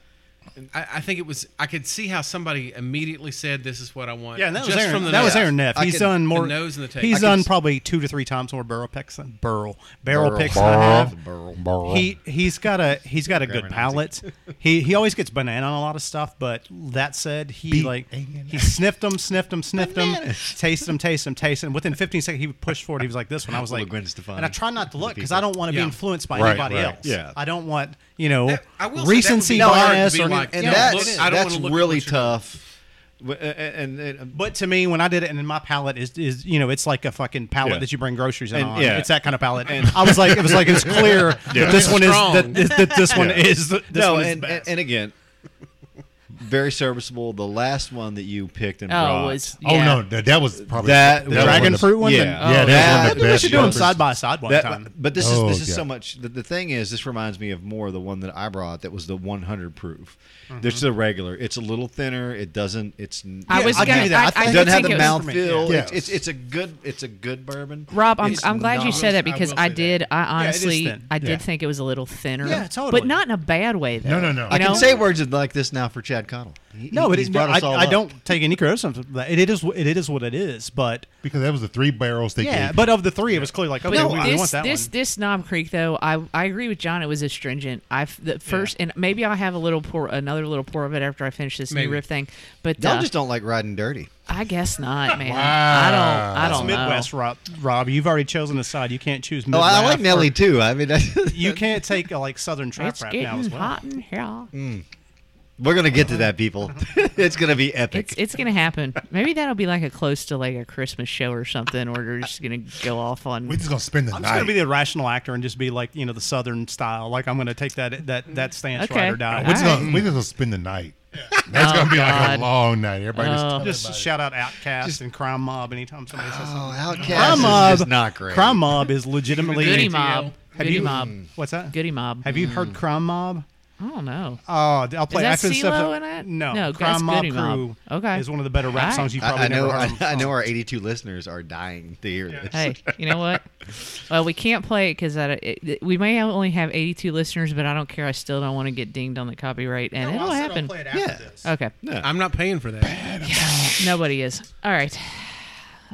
Speaker 5: I, I think it was. I could see how somebody immediately said, "This is what I want."
Speaker 4: Yeah, and that was
Speaker 5: just
Speaker 4: Aaron.
Speaker 5: from the
Speaker 4: That was
Speaker 5: nose.
Speaker 4: Aaron Neff.
Speaker 2: I
Speaker 4: He's
Speaker 2: can-
Speaker 4: done more.
Speaker 5: the nose and the taste.
Speaker 4: He's
Speaker 5: I can
Speaker 4: done
Speaker 5: s-
Speaker 4: probably two to three times more barrel picks than barrel barrel
Speaker 2: Barrel.
Speaker 4: picks. than I have.
Speaker 3: Burl.
Speaker 4: He he's got a he's got a good palate. he he always gets banana on a lot of stuff, but that said, he like he sniffed them, sniffed them, sniffed them, tasted them, tasted them, tasted them. Within 15 seconds, he pushed forward. He was like this one. I was
Speaker 2: Little
Speaker 4: like,
Speaker 2: Gwen Stefani
Speaker 4: and I try not to look because
Speaker 2: people.
Speaker 4: I don't want to
Speaker 5: Yeah.
Speaker 4: be influenced by
Speaker 3: Right,
Speaker 4: anybody
Speaker 3: right.
Speaker 4: else.
Speaker 2: Yeah.
Speaker 4: I don't want you know
Speaker 5: That- I will say that would
Speaker 4: recency
Speaker 5: be hard to
Speaker 4: bias
Speaker 5: be
Speaker 4: or
Speaker 5: like,
Speaker 4: anything.
Speaker 2: And
Speaker 5: Yeah, look,
Speaker 2: that's
Speaker 5: I don't
Speaker 2: that's
Speaker 5: wanna look at
Speaker 2: really
Speaker 5: what you're doing.
Speaker 2: tough. W-
Speaker 4: uh,
Speaker 2: And, and, and
Speaker 4: But to me, when I did it, and in my palette is is you know it's like a fucking palette
Speaker 3: Yeah.
Speaker 4: that you bring groceries in
Speaker 2: And-
Speaker 4: on.
Speaker 2: yeah.
Speaker 4: It's that kind of palette. I was like, it was like it's clear that this one is
Speaker 5: Strong.
Speaker 4: that, that this one is the- this
Speaker 2: no,
Speaker 4: one is
Speaker 2: and,
Speaker 4: the
Speaker 2: and,
Speaker 4: best.
Speaker 2: and again, very serviceable. The last one that you picked and brought.
Speaker 1: Oh, was
Speaker 3: Oh
Speaker 1: yeah.
Speaker 3: no, that, that was probably
Speaker 2: that
Speaker 3: was
Speaker 2: was-
Speaker 4: dragon
Speaker 3: one of the-
Speaker 4: fruit ones
Speaker 2: Yeah,
Speaker 4: and-
Speaker 3: Yeah,
Speaker 1: Oh,
Speaker 2: yeah.
Speaker 3: that was one of the
Speaker 2: I think we
Speaker 3: best.
Speaker 2: should
Speaker 4: do them
Speaker 2: Jumpers.
Speaker 4: side by side one
Speaker 2: That-
Speaker 4: time.
Speaker 2: But this
Speaker 3: Oh,
Speaker 2: is this is
Speaker 3: yeah.
Speaker 2: so much. The, the thing is, this reminds me of more of the one that I brought. That was the 100 proof.
Speaker 4: Mm-hmm.
Speaker 2: This is a regular. It's a little thinner. It doesn't. It's n-
Speaker 1: I
Speaker 4: Yeah,
Speaker 1: was
Speaker 4: I'll give
Speaker 1: gonna.
Speaker 4: you that. I
Speaker 1: I,
Speaker 4: think-
Speaker 1: I
Speaker 2: it doesn't have
Speaker 1: think
Speaker 2: the
Speaker 1: it was,
Speaker 2: mouthfeel.
Speaker 4: increment,
Speaker 3: yeah.
Speaker 2: It's, it's it's a good it's a good bourbon.
Speaker 1: Rob, I'm,
Speaker 2: It's
Speaker 1: I'm glad you
Speaker 2: not-
Speaker 1: said that
Speaker 5: I will
Speaker 1: because
Speaker 5: say
Speaker 1: I
Speaker 5: that.
Speaker 1: did. I honestly,
Speaker 4: thin.
Speaker 1: I did
Speaker 4: Yeah.
Speaker 1: think it was a little thinner.
Speaker 4: Yeah, totally.
Speaker 1: But not in a bad way, though.
Speaker 3: No, no, no.
Speaker 1: You
Speaker 2: I can
Speaker 1: know?
Speaker 2: say words like this now for Chad Connell. He-
Speaker 4: No,
Speaker 2: he-
Speaker 4: but
Speaker 2: he's
Speaker 4: it, no,
Speaker 2: brought
Speaker 4: I,
Speaker 2: us all
Speaker 4: I
Speaker 2: up.
Speaker 4: don't take any criticism. From that. It, it is it is what it is. But
Speaker 3: because that was the three barrels they
Speaker 4: yeah,
Speaker 3: gave.
Speaker 4: but of the three, it was clearly like okay,
Speaker 1: But
Speaker 4: we, we
Speaker 1: this,
Speaker 4: want that
Speaker 1: this,
Speaker 4: one.
Speaker 1: this Knob Creek though, I I agree with John. It was astringent. I the first and maybe I'll have a little pour, another little pour of it after I finish this
Speaker 5: Maybe.
Speaker 1: new riff thing. But
Speaker 2: Y'all
Speaker 1: uh,
Speaker 2: just don't like riding dirty.
Speaker 1: I guess not, man.
Speaker 3: Wow.
Speaker 1: I
Speaker 3: That's
Speaker 1: don't. I don't know.
Speaker 4: Midwest, Rob, Rob, you've already chosen a side. You can't choose.
Speaker 2: Oh, I, I
Speaker 4: Midwest
Speaker 2: like
Speaker 4: or-
Speaker 2: Nelly too. I mean,
Speaker 4: You can't take a, like Southern trap
Speaker 1: It's
Speaker 4: rap
Speaker 1: getting
Speaker 4: now as well. Hmm.
Speaker 1: hot in here.
Speaker 2: we're gonna get to that, people. it's gonna be epic.
Speaker 1: It's it's gonna happen. Maybe that'll be like a close to like a Christmas show or something, or we're just gonna go off on.
Speaker 3: we're just gonna spend the
Speaker 4: I'm just
Speaker 3: night.
Speaker 4: gonna be the rational actor and just be like you know the Southern style. Like I'm gonna take that that that stance
Speaker 1: Okay.
Speaker 4: ride or die.
Speaker 1: All
Speaker 3: we're, just
Speaker 1: right.
Speaker 3: gonna, we're just gonna spend the night. That's
Speaker 1: Oh,
Speaker 3: gonna be like
Speaker 1: God.
Speaker 3: a long night. Everybody just
Speaker 1: Oh.
Speaker 3: tell
Speaker 4: Just
Speaker 3: everybody.
Speaker 4: shout out Outcast and Crime Mob anytime somebody says something.
Speaker 2: oh, Outcast
Speaker 4: Crime
Speaker 2: is
Speaker 4: Mob
Speaker 2: just not great.
Speaker 4: Crime Mob is legitimately
Speaker 1: Goody
Speaker 5: ATL.
Speaker 1: mob.
Speaker 4: Have
Speaker 1: Goody
Speaker 4: you-
Speaker 1: mob.
Speaker 4: What's that?
Speaker 1: Goody mob.
Speaker 4: Have you heard Crime Mob?
Speaker 1: I don't know.
Speaker 4: Mm. Oh, d- I'll play
Speaker 1: that
Speaker 4: after the stuff.
Speaker 1: CeeLo in it?
Speaker 4: No,
Speaker 1: No, that's
Speaker 4: Crime Mob
Speaker 1: Goody
Speaker 4: Crew
Speaker 1: Mob. Okay.
Speaker 4: is one of the better rap
Speaker 1: Alright.
Speaker 4: songs you probably
Speaker 2: I, I know.
Speaker 4: never heard.
Speaker 2: I,
Speaker 4: on-
Speaker 2: I know
Speaker 4: on-
Speaker 2: our 82 listeners are dying to hear this.
Speaker 1: Hey, you know what? Well, we can't play it because we may have- only have 82 listeners, but I don't care. I still don't want to get dinged on the copyright, and it'll happen.
Speaker 2: Yeah.
Speaker 1: Okay,
Speaker 5: I'm not paying for that.
Speaker 1: nobody is. All right,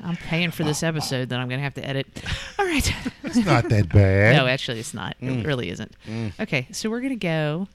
Speaker 1: I'm paying for this episode that I'm going to have to edit. All right.
Speaker 3: It's not that bad.
Speaker 1: no, actually, it's not. It really isn't. Okay, so we're gonna go.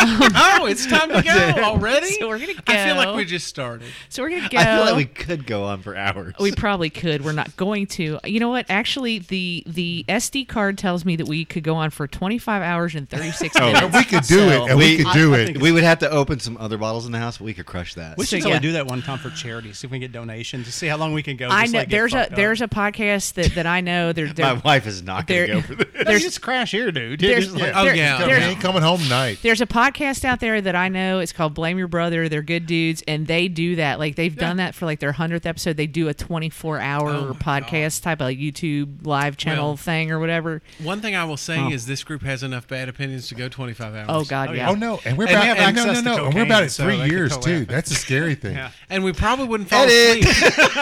Speaker 5: oh, it's time to go already.
Speaker 1: So we're gonna
Speaker 5: I feel
Speaker 1: go.
Speaker 5: like we just started.
Speaker 1: So we're gonna go.
Speaker 2: I feel like we could go on for hours.
Speaker 1: We probably could. We're not going to. You know what? Actually, the the SD card tells me that we could go on for 25 hours and 36
Speaker 3: Oh,
Speaker 1: minutes.
Speaker 3: and we could do it, and we,
Speaker 2: We-
Speaker 3: could do
Speaker 4: I- I
Speaker 3: it.
Speaker 4: think
Speaker 2: we would have to open some other bottles in the house, but we could crush that.
Speaker 4: We
Speaker 1: So,
Speaker 4: should totally
Speaker 1: yeah.
Speaker 4: do that one time for charity. See if we can get donations. To see how long we can go.
Speaker 1: I
Speaker 4: just,
Speaker 1: know
Speaker 4: like, get
Speaker 1: there's a
Speaker 4: fucked up.
Speaker 1: there's a podcast that, that I know. They're,
Speaker 2: My
Speaker 1: they're,
Speaker 2: wife is not going
Speaker 1: there-
Speaker 2: to go for this.
Speaker 4: No, you just crash here, dude. You
Speaker 1: there's,
Speaker 4: just, like,
Speaker 1: there-
Speaker 5: Oh, yeah.
Speaker 3: Come-
Speaker 1: there's-
Speaker 3: man, coming home night.
Speaker 1: there's a podcast out there that I know. It's called Blame Your Brother. They're good dudes, and they do that. Like they've done that for like their hundredth episode. They do a 24 hour
Speaker 5: Oh, my
Speaker 1: podcast type of YouTube live channel
Speaker 5: Well-
Speaker 1: thing or whatever.
Speaker 5: One thing I will say
Speaker 4: Oh.
Speaker 5: is this group has enough bad opinions to go 25 hours.
Speaker 1: Oh God, yeah.
Speaker 3: Oh no, and we're
Speaker 4: And
Speaker 3: about
Speaker 4: they have
Speaker 3: and no, no,
Speaker 4: access to
Speaker 3: no, and we're
Speaker 4: cocaine,
Speaker 3: about at
Speaker 4: so
Speaker 3: three
Speaker 4: they could
Speaker 3: years
Speaker 4: totally
Speaker 3: too.
Speaker 4: happen.
Speaker 3: That's a scary thing.
Speaker 4: Yeah.
Speaker 5: And we probably wouldn't fall
Speaker 2: Edit.
Speaker 5: asleep.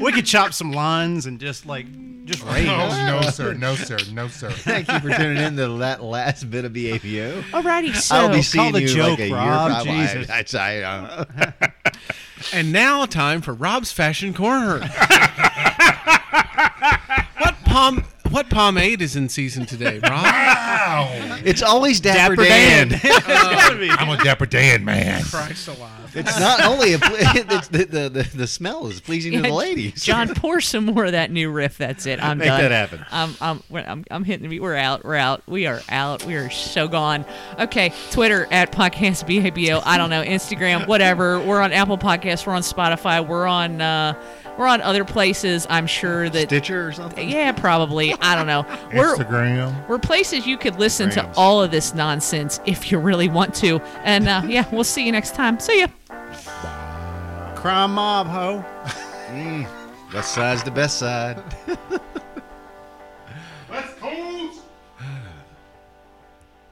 Speaker 4: we could chop some lines and just like just rage.
Speaker 3: Oh, no, sir, no, sir, no, sir.
Speaker 2: Thank you for tuning in to that last bit of BAPO.
Speaker 1: Alrighty, so
Speaker 2: I'll be seeing
Speaker 4: the
Speaker 2: you
Speaker 4: joke,
Speaker 2: like a year
Speaker 4: Rob.
Speaker 2: from now.
Speaker 4: Jesus.
Speaker 2: I, I, I, uh,
Speaker 5: and now time for Rob's fashion corner. what pom what pomade is in season today, Rob?
Speaker 3: Ow!
Speaker 2: it's always Dapper, Dan.
Speaker 4: Dan.
Speaker 3: I'm a dapper Dan man.
Speaker 5: Christ alive.
Speaker 2: It's not only a ple- it's the, the, the, the smell is pleasing to
Speaker 1: Yeah,
Speaker 2: the ladies.
Speaker 1: John, pour some more of that new riff. That's it. I'm
Speaker 2: Make
Speaker 1: done.
Speaker 2: that happen.
Speaker 1: I'm, I'm, we're- I'm, I'm hitting the beat. We're out. We're out. We are out. We are so gone. Okay. Twitter at podcast BABO. I don't know. Instagram, whatever. We're on Apple Podcasts. We're on Spotify. We're on, uh, we're on other places. I'm sure that.
Speaker 2: Stitcher or something.
Speaker 1: Yeah, probably. I don't know. We're,
Speaker 3: Instagram.
Speaker 1: we're places you could listen to
Speaker 2: Grams.
Speaker 1: all of this nonsense if you really want to. And uh, yeah, we'll see you next time. See ya.
Speaker 4: Crime mob, ho.
Speaker 2: Mm, West side's the best side.